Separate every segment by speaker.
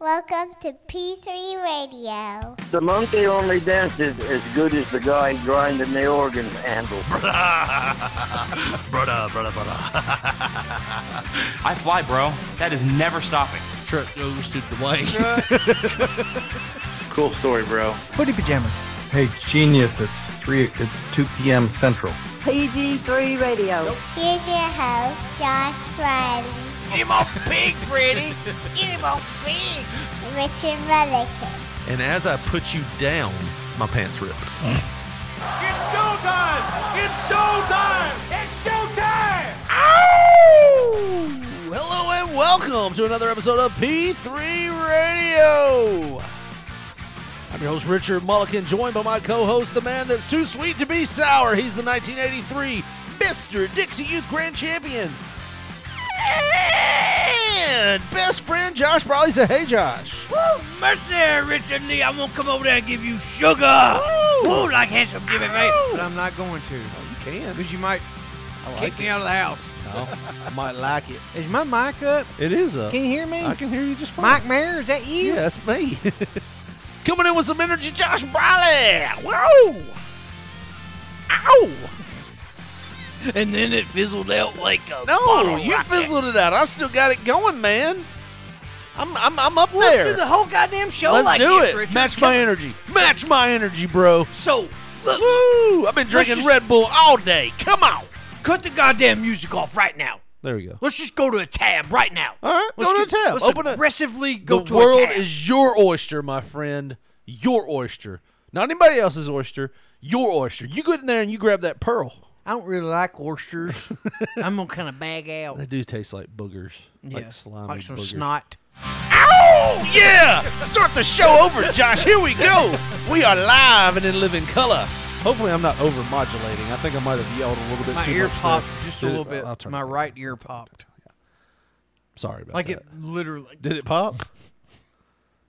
Speaker 1: Welcome to P3 Radio.
Speaker 2: The monkey only dances as good as the guy grinding the organ handle.
Speaker 3: brother, brother, brother.
Speaker 4: I fly, bro. That is never stopping.
Speaker 5: Truck goes to Dwight.
Speaker 4: Cool story, bro.
Speaker 6: Footy pajamas.
Speaker 7: Hey, genius! It's three. It's two p.m. Central.
Speaker 1: PG3 Radio. Here's your host, Josh Friday.
Speaker 8: Get him off pig, Freddy. Get him off pig.
Speaker 1: Richard Mullican.
Speaker 5: and as I put you down, my pants ripped.
Speaker 8: It's showtime. It's showtime. It's showtime.
Speaker 9: Hello and welcome to another episode of P3 Radio. I'm your host, Richard Mulliken, joined by my co host, the man that's too sweet to be sour. He's the 1983 Mr. Dixie Youth Grand Champion. And best friend, Josh Brawley. Say, hey, Josh.
Speaker 8: Woo, mercy, Richard Lee. I'm gonna come over there and give you sugar. Woo, like handsome, give it me.
Speaker 9: But I'm not going to. you can. Because you might
Speaker 8: Kick me out of the house.
Speaker 9: No, I might like it.
Speaker 6: Is my mic up?
Speaker 9: It is a.
Speaker 6: Can you hear me?
Speaker 9: I can hear you just fine.
Speaker 6: Mike Mayer, is that you?
Speaker 9: Yeah, that's me. Coming in with some energy, Josh Briley. Whoa! Ow!
Speaker 8: And then it fizzled out like a
Speaker 9: No,
Speaker 8: bottle
Speaker 9: you
Speaker 8: rocket.
Speaker 9: fizzled it out. I still got it going, man. I'm, I'm, I'm up there.
Speaker 8: Let's do the whole goddamn show
Speaker 9: Let's
Speaker 8: like
Speaker 9: do
Speaker 8: this,
Speaker 9: it.
Speaker 8: Richard.
Speaker 9: Match my
Speaker 8: Come-
Speaker 9: energy. Match my energy, bro.
Speaker 8: So, look,
Speaker 9: Woo! I've been drinking
Speaker 8: just-
Speaker 9: Red Bull all day. Come on.
Speaker 8: cut the goddamn music off right now.
Speaker 9: There we go.
Speaker 8: Let's just go to a tab right now.
Speaker 9: All right,
Speaker 8: Let's
Speaker 9: go to
Speaker 8: get-
Speaker 9: a tab.
Speaker 8: Let's
Speaker 9: Open it.
Speaker 8: aggressively go
Speaker 9: the
Speaker 8: to
Speaker 9: world
Speaker 8: a tab.
Speaker 9: is your oyster, my friend. Your oyster, not anybody else's oyster. Your oyster. You go in there and you grab that pearl.
Speaker 6: I don't really like oysters. I'm gonna kind of bag out.
Speaker 9: They do taste like boogers,
Speaker 6: Yeah,
Speaker 9: like slimy,
Speaker 6: like some
Speaker 9: boogers.
Speaker 6: snot.
Speaker 9: Ow! Oh, Yeah! Start the show over, Josh. Here we go. We are live and in living color. Hopefully, I'm not over modulating. I think I might have yelled a little bit
Speaker 6: My
Speaker 9: too
Speaker 6: ear
Speaker 9: much.
Speaker 6: popped
Speaker 9: there.
Speaker 6: just a
Speaker 9: Did it-
Speaker 6: little
Speaker 9: I'll- I'll
Speaker 6: bit.
Speaker 9: turn
Speaker 6: My
Speaker 9: it back.
Speaker 6: right ear popped.
Speaker 9: Sorry about
Speaker 6: Like
Speaker 9: that.
Speaker 6: it literally.
Speaker 9: Did it pop?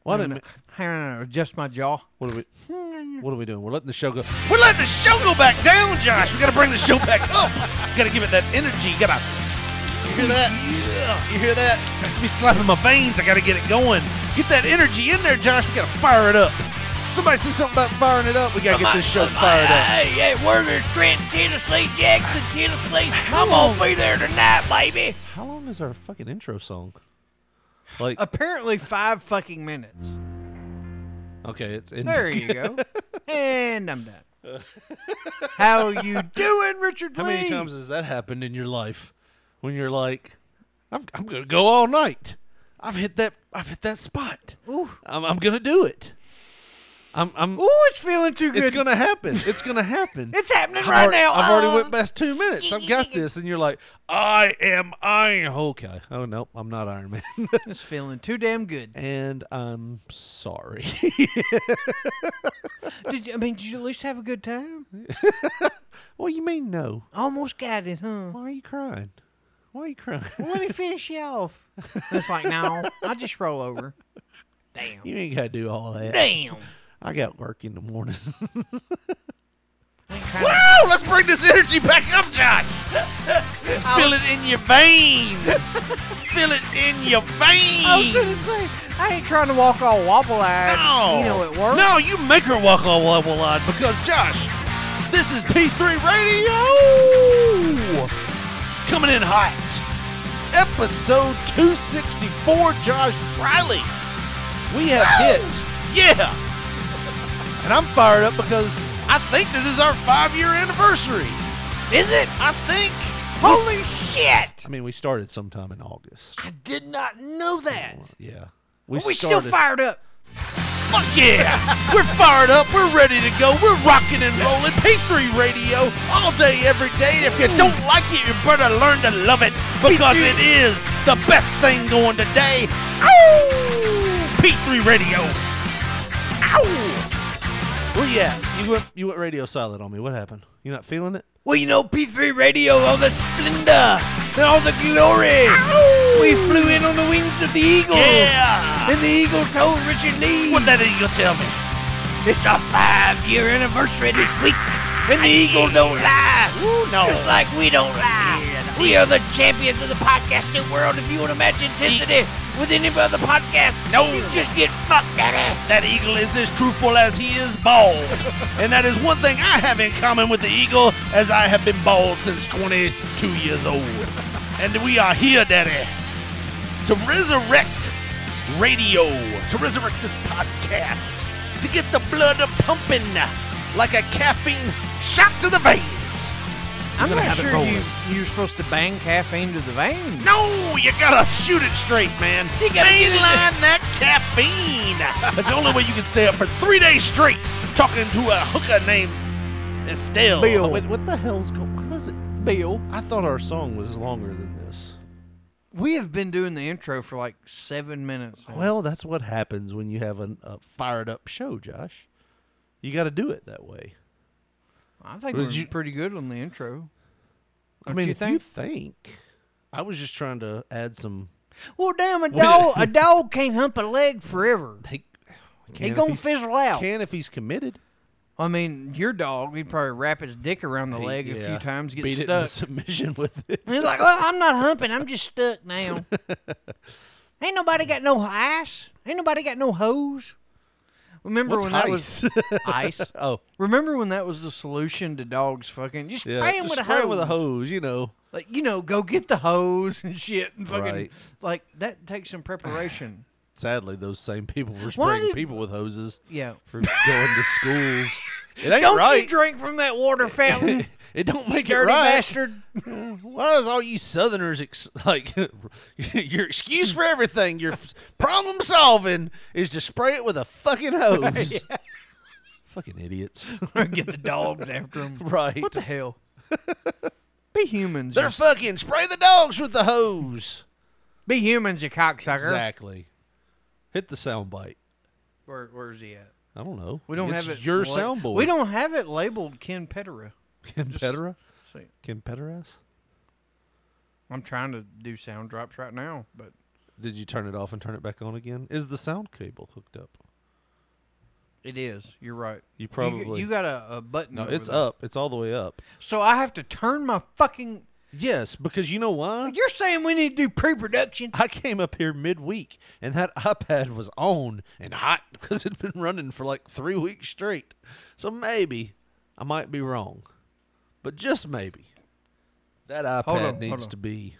Speaker 9: Why didn't? it-
Speaker 6: Hang on, adjust my jaw.
Speaker 9: What are we? What are we doing? We're letting the show go. We're letting the show go back down, Josh. We got to bring the show back up. Got to give it that energy. Got to. You hear that? You hear that? That's me slapping my veins. I got to get it going. Get that energy in there, Josh. We got to fire it up. Somebody said something about firing it up. We got to get this show fired up.
Speaker 8: Hey, hey, word is Trent, Tennessee, Jackson, Tennessee. I'm
Speaker 9: long-
Speaker 8: gonna be there tonight, baby.
Speaker 9: How long is our fucking intro song? Like,
Speaker 6: Apparently, five fucking minutes.
Speaker 9: okay, it's in
Speaker 6: There you go. and I'm done. How you doing, Richard
Speaker 9: How
Speaker 6: Lee?
Speaker 9: many times has that happened in your life when you're like, I'm, I'm gonna go all night. I've hit that. I've hit that spot. I'm, I'm gonna do it. I'm. I'm
Speaker 6: Ooh, it's feeling too good.
Speaker 9: it's gonna happen. It's gonna happen.
Speaker 6: It's happening
Speaker 9: I've
Speaker 6: right
Speaker 9: already,
Speaker 6: now.
Speaker 9: I've already
Speaker 6: Oh.
Speaker 9: went past two minutes. I've got this, and you're like, I am Iron. Okay. Oh no, I'm not Iron Man,
Speaker 6: It's feeling too damn good.
Speaker 9: and I'm sorry.
Speaker 6: Did you, I mean, did you at least have a good time?
Speaker 9: what do you mean no?
Speaker 6: Almost got it, huh?
Speaker 9: Why are you crying? Why are you crying?
Speaker 6: Let me finish you off. It's like, no, I just roll over. Damn.
Speaker 9: you ain't gotta do all that.
Speaker 6: Damn.
Speaker 9: I got work in the morning.
Speaker 6: I ain't trying to-
Speaker 9: Woo! Let's bring this energy back up, Josh. Feel it in your veins. Feel it in your veins.
Speaker 6: I was gonna say, I ain't trying to walk all wobble eyed.
Speaker 9: no.
Speaker 6: You know it works.
Speaker 9: No, you make her walk all wobble on because Josh, this is P3 Radio. Coming in hot. Episode 264, Josh Riley. We have hit. Yeah. And I'm fired up because I think this is our five year anniversary.
Speaker 8: Is it?
Speaker 9: I think.
Speaker 8: Holy shit!
Speaker 9: I mean, we started sometime in August.
Speaker 8: I did not know that.
Speaker 9: Yeah. We,
Speaker 8: We still
Speaker 9: started.
Speaker 8: fired up.
Speaker 9: Fuck yeah! We're fired up. We're ready to go. We're rocking and rolling. P3 Radio all day, every day. If you don't like it, you better learn to love it because it is the best thing going today. Ow! P3 Radio. Ow! Where you at? You went, you went radio silent on me. What happened? You not feeling it?
Speaker 8: Well, you know, P3 Radio, all the splendor and all the glory. We flew in on the wings of the eagle.
Speaker 9: Yeah!
Speaker 8: And the eagle told Richard Lee.
Speaker 9: What that eagle tell me?
Speaker 8: It's our five year anniversary this week. And the Eagle don't lie.
Speaker 9: no.
Speaker 8: Just like we don't lie. We are the champions of the podcasting world of you and authenticity.
Speaker 10: with any other podcast. No, you just get fucked, daddy.
Speaker 11: That eagle is as truthful as he is bald. and that is one thing I have in common with the eagle, as I have been bald since 22 years old. And we are here, Daddy, to resurrect radio, to resurrect this podcast, to get the blood pumping like a caffeine shot to the veins.
Speaker 8: I'm
Speaker 11: gonna
Speaker 8: not
Speaker 11: have it
Speaker 8: sure
Speaker 11: rolling.
Speaker 8: you, you're supposed to bang caffeine to the vein.
Speaker 11: No, you gotta shoot it straight, man. You gotta mainline that caffeine. That's the only way you can stay up for three days straight talking to a hooker named Estelle.
Speaker 8: Bill.
Speaker 9: Wait, what the hell's going? What is it?
Speaker 8: Bill,
Speaker 9: I thought our song was longer than this.
Speaker 8: we have been doing the intro for like seven minutes. now.
Speaker 9: Well, that's what happens when you have an, a fired up show, Josh. You got to do it that way.
Speaker 8: I think
Speaker 9: Would
Speaker 8: we're
Speaker 9: you-
Speaker 8: pretty good on the intro.
Speaker 9: I
Speaker 8: Don't
Speaker 9: mean,
Speaker 8: you
Speaker 9: if you think, I was just trying to add some.
Speaker 8: Well, damn, a dog, a dog can't hump a leg forever.
Speaker 9: Hey,
Speaker 8: He gonna fizzle out.
Speaker 9: Can if he's committed.
Speaker 8: I mean, your dog, he'd probably wrap his dick around the leg a
Speaker 9: Yeah.
Speaker 8: few times, get
Speaker 9: Beat it in a
Speaker 8: stuck.
Speaker 9: submission with it.
Speaker 8: And he's like, well, I'm not humping. I'm just stuck now. Ain't nobody got no ice. Ain't nobody got no hose. Remember when that was ice?
Speaker 9: oh,
Speaker 8: Remember when that was the solution to dogs fucking? Just
Speaker 9: yeah.
Speaker 8: spray 'em
Speaker 9: just
Speaker 8: with a
Speaker 9: spray
Speaker 8: hose.
Speaker 9: 'em with a hose, you know.
Speaker 8: Like, you know, go get the hose and shit and fucking.
Speaker 9: Right.
Speaker 8: Like, that takes some preparation.
Speaker 9: Sadly, those same people were spraying
Speaker 8: did-
Speaker 9: people with hoses
Speaker 8: Yeah.
Speaker 9: for going to schools. It ain't
Speaker 8: Don't
Speaker 9: right.
Speaker 8: you drink from that water fountain,
Speaker 9: it don't make it
Speaker 8: dirty
Speaker 9: right.
Speaker 8: bastard.
Speaker 9: Why is all you Southerners ex- like your excuse for everything, your f- problem solving is to spray it with a fucking hose? Fucking idiots,
Speaker 8: get the dogs after him.
Speaker 9: right?
Speaker 8: What the hell? Be humans.
Speaker 9: They're
Speaker 8: you-
Speaker 9: fucking spray the dogs with the hose.
Speaker 8: Be humans, you cocksucker.
Speaker 9: Exactly. Hit the sound bite.
Speaker 8: Where, where's he at?
Speaker 9: I don't know.
Speaker 8: We don't
Speaker 9: It's
Speaker 8: have it.
Speaker 9: Your
Speaker 8: la-
Speaker 9: soundboard.
Speaker 8: We don't have it labeled Ken Petera.
Speaker 9: Ken Pedera.
Speaker 8: See,
Speaker 9: Ken Pederas.
Speaker 8: I'm trying to do sound drops right now, but
Speaker 9: Did you turn it off and turn it back on again? Is the sound cable hooked up?
Speaker 8: it is. You're right.
Speaker 9: You
Speaker 8: g-
Speaker 9: probably-
Speaker 8: You, got a, a button.
Speaker 9: No,
Speaker 8: over
Speaker 9: it's
Speaker 8: there.
Speaker 9: up. It's all the way up.
Speaker 8: So I have to turn my fucking.
Speaker 9: Yes, because you know why?
Speaker 8: You're saying we need to do pre-production?
Speaker 9: I came up here midweek and that iPad was on and hot because it'd been running for like three weeks straight. So maybe I might be wrong, but just maybe that iPad
Speaker 8: Hold on, hold
Speaker 9: needs
Speaker 8: on.
Speaker 9: to be.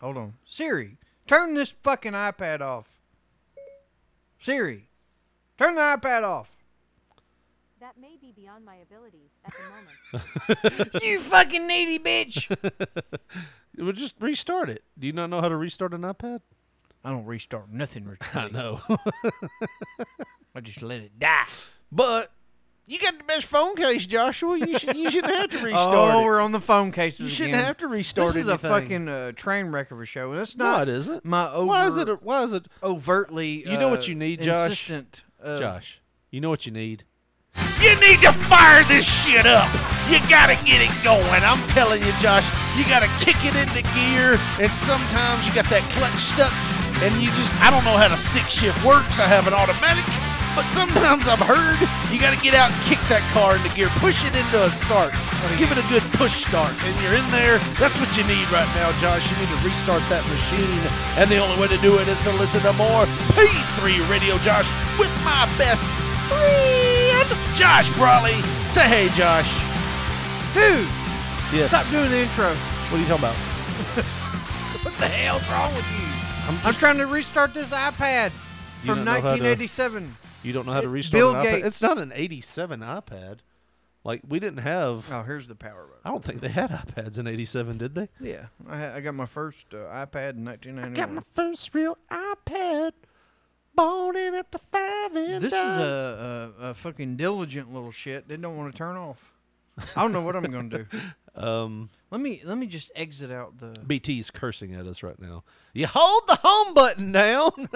Speaker 8: Hold on, Siri, turn this fucking iPad off. Siri, turn the iPad off.
Speaker 12: That may be beyond my abilities at the moment.
Speaker 8: you fucking needy bitch.
Speaker 9: It would just restart it. Do you not know how to restart an iPad?
Speaker 8: I don't restart nothing. Richard.
Speaker 9: know,
Speaker 8: I just let it die.
Speaker 9: but you got the best phone case, Joshua. You should you shouldn't have to restart
Speaker 8: oh,
Speaker 9: it.
Speaker 8: we're on the phone cases.
Speaker 9: You shouldn't
Speaker 8: again.
Speaker 9: have to restart
Speaker 8: This is
Speaker 9: anything.
Speaker 8: a fucking uh, train wreck of a show. and It's
Speaker 9: no,
Speaker 8: not.
Speaker 9: it isn't.
Speaker 8: My over,
Speaker 9: why is it? A, why is it?
Speaker 8: overtly.
Speaker 9: You know
Speaker 8: uh,
Speaker 9: what you need, Josh?
Speaker 8: Insistent. uh, of-
Speaker 9: Josh, you know what you need.
Speaker 11: You need to fire this shit up. You gotta get it going. I'm telling you, Josh, you gotta kick it into gear. And sometimes you got that clutch stuck, and you just, I don't know how the stick shift works. I have an automatic, but sometimes I've heard you gotta get out and kick that car into gear, push it into a start, give it a good push start, and you're in there. That's what you need right now, Josh. You need to restart that machine. And the only way to do it is to listen to more P3 Radio, Josh, with my best friend, Josh Brawley. Say hey, Josh.
Speaker 8: Dude,
Speaker 9: Yes.
Speaker 8: stop doing the intro.
Speaker 9: What are you talking about?
Speaker 11: What the hell's wrong with you?
Speaker 8: I'm trying to restart this iPad
Speaker 9: You
Speaker 8: from
Speaker 9: don't know how to-
Speaker 8: 1987.
Speaker 9: You don't know how to
Speaker 8: It-
Speaker 9: restart
Speaker 8: Bill
Speaker 9: an iPad.
Speaker 8: Gates.
Speaker 9: It's not an '87 iPad. Like we didn't have.
Speaker 8: Oh, here's the power button.
Speaker 9: I don't think they had iPads in '87, did they?
Speaker 8: Yeah, I, ha- I got my first uh, iPad in 1991.
Speaker 9: first real iPad. Born in at the five and
Speaker 8: This is a, a, a fucking diligent little shit. They don't want to turn off. I don't know what I'm gonna do.
Speaker 9: um.
Speaker 8: Let me let me just exit out the.
Speaker 9: BT's cursing at us right now. You hold the home button down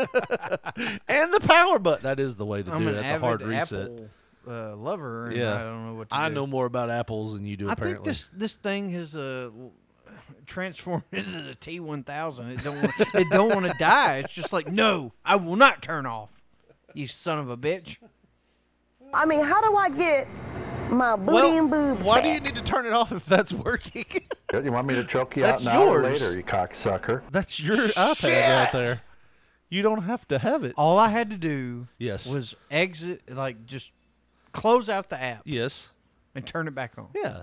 Speaker 9: and the power button. That is the way to
Speaker 8: I'm
Speaker 9: do it.
Speaker 8: an
Speaker 9: That's a
Speaker 8: avid
Speaker 9: hard reset.
Speaker 8: Apple uh, lover. And
Speaker 9: Yeah.
Speaker 8: I don't know what to
Speaker 9: I
Speaker 8: do.
Speaker 9: know more about apples than you do.
Speaker 8: I
Speaker 9: apparently,
Speaker 8: think this this thing has uh, l- transformed into the T1000. It don't wanna, it don't want to die. It's just like no, I will not turn off. You son of a bitch.
Speaker 13: I mean, how do I get my booty
Speaker 9: Well,
Speaker 13: and boobs
Speaker 9: why
Speaker 13: back?
Speaker 9: do you need to turn it off if that's working?
Speaker 14: You want me to choke you
Speaker 9: That's
Speaker 14: out an hour
Speaker 9: yours.
Speaker 14: later, you cocksucker?
Speaker 9: That's your iPad right there. You don't have to have it.
Speaker 8: All I had to do
Speaker 9: Yes.
Speaker 8: was exit, like just close out the app
Speaker 9: Yes.
Speaker 8: and turn it back on.
Speaker 9: Yeah.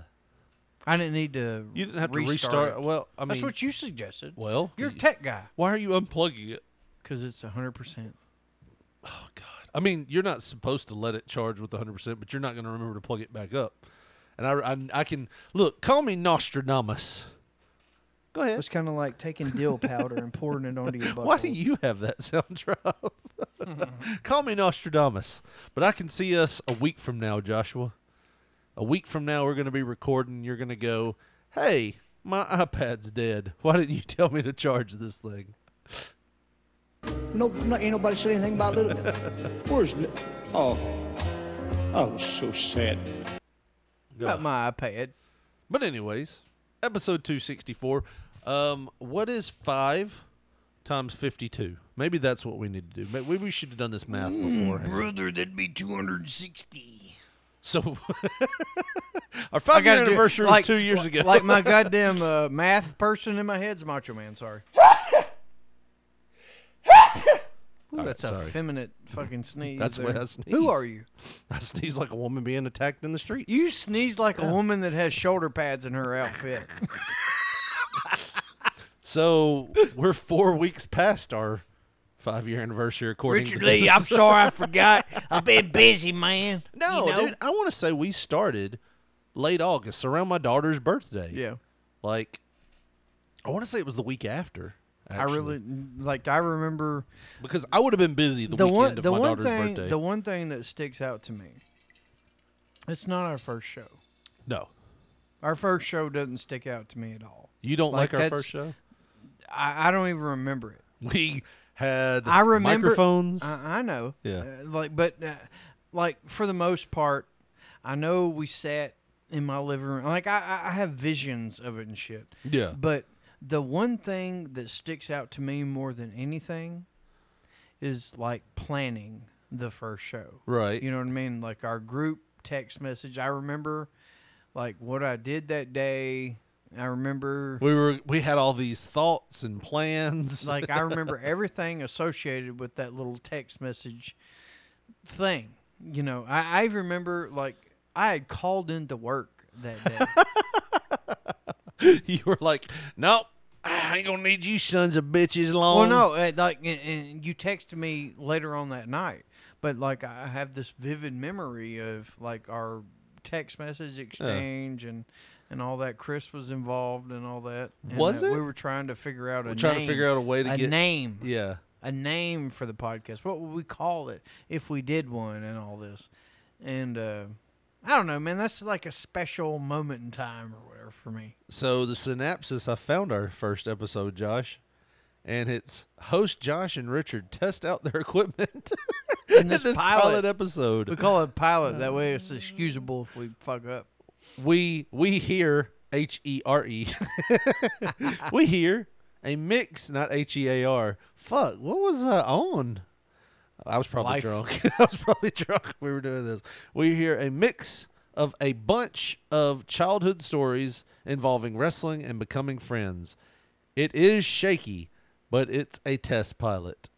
Speaker 8: I didn't need to.
Speaker 9: You didn't have to
Speaker 8: restart.
Speaker 9: restart. Well, I mean,
Speaker 8: That's what you suggested.
Speaker 9: well,
Speaker 8: You're a tech guy
Speaker 9: why are you unplugging it?
Speaker 8: because it's hundred percent.
Speaker 9: I mean, you're not supposed to let it charge with 100%, but you're not going to remember to plug it back up. And I, I, I can look. Call me Nostradamus. Go ahead.
Speaker 15: It's kind of like taking dill powder and pouring it onto your butt.
Speaker 9: Why do you have that sound drop? Call me Nostradamus, but I can see us a week from now, Joshua. A week from now, we're going to be recording. You're going to go, hey, my iPad's dead. Why didn't you tell me to charge this thing?
Speaker 16: No, no, ain't nobody said anything about little. Where's Li- oh, I was so sad.
Speaker 8: About my iPad.
Speaker 9: But anyways, episode 264. Um, what is 5 times 52? Maybe that's what we need to do. Maybe we should have done this math
Speaker 8: Mm.
Speaker 9: before.
Speaker 8: brother, that'd be two hundred and sixty.
Speaker 9: So our five year anniversary was two years ago.
Speaker 8: like my goddamn uh, math person in my head's Macho Man. Sorry. Ooh,
Speaker 9: All right,
Speaker 8: that's
Speaker 9: sorry.
Speaker 8: a feminine fucking sneeze.
Speaker 9: That's what
Speaker 8: there.
Speaker 9: I sneeze.
Speaker 8: Who are you?
Speaker 9: I sneeze like a woman being attacked in the street.
Speaker 8: You sneeze like a woman that has shoulder pads in her outfit.
Speaker 9: So we're four weeks past our five year anniversary according
Speaker 8: Richard
Speaker 9: to
Speaker 8: Lee,
Speaker 9: this.
Speaker 8: I'm sorry I forgot. I've been busy, man.
Speaker 9: No,
Speaker 8: You know?
Speaker 9: dude, I want to say we started late August around my daughter's birthday.
Speaker 8: Yeah.
Speaker 9: Like I want to say it was the week after.
Speaker 8: I
Speaker 9: actually.
Speaker 8: really like. I remember
Speaker 9: because I would have been busy the, weekend
Speaker 8: one.
Speaker 9: of
Speaker 8: The
Speaker 9: my
Speaker 8: one
Speaker 9: daughter's
Speaker 8: thing.
Speaker 9: birthday.
Speaker 8: The one thing that sticks out to me. It's not our first show.
Speaker 9: no.
Speaker 8: Our first show doesn't stick out to me at all.
Speaker 9: You don't like, our
Speaker 8: that's-
Speaker 9: first show?
Speaker 8: I, I don't even remember it.
Speaker 9: We had
Speaker 8: I remember
Speaker 9: microphones.
Speaker 8: I, I know.
Speaker 9: Yeah.
Speaker 8: Uh, like, but uh, like for the most part, I know we sat in my living room. Like I, I- I have visions of it and shit.
Speaker 9: Yeah.
Speaker 8: But the one thing that sticks out to me more than anything is like planning the first show.
Speaker 9: Right.
Speaker 8: You know what I mean? Like our group text message. I remember like what I did that day. I remember
Speaker 9: we were we had all these thoughts and plans.
Speaker 8: like I remember everything associated with that little text message thing. You know, I, I remember like I had called into work that day.
Speaker 9: you were like, nope, I ain't gonna need you sons of bitches
Speaker 8: well,
Speaker 9: long.
Speaker 8: no, uh, like and, and you texted me later on that night, but like I have this vivid memory of like our text message exchange and and all that. Chris was involved and all that. and
Speaker 9: Was
Speaker 8: that
Speaker 9: it?
Speaker 8: We were trying to figure out a
Speaker 9: We're trying to
Speaker 8: name-
Speaker 9: figure out a way to get-
Speaker 8: name.
Speaker 9: Yeah.
Speaker 8: a name for the podcast. What would we call it if we did one and all this? And uh, I don't know, man. That's like a special moment in time or whatever for me.
Speaker 9: So the synopsis, I found our first episode, Josh, and it's host Josh and Richard test out their equipment
Speaker 8: In this
Speaker 9: pilot,
Speaker 8: pilot.
Speaker 9: episode.
Speaker 8: We call it pilot. That way it's excusable if we fuck up.
Speaker 9: we we hear H E R E. We hear a mix, not H E A R. Fuck, what was I on? I was probably
Speaker 8: Life.
Speaker 9: drunk. I was probably drunk. when We were doing this. We hear a mix of a bunch of childhood stories involving wrestling and becoming friends. It is shaky, but it's a test pilot.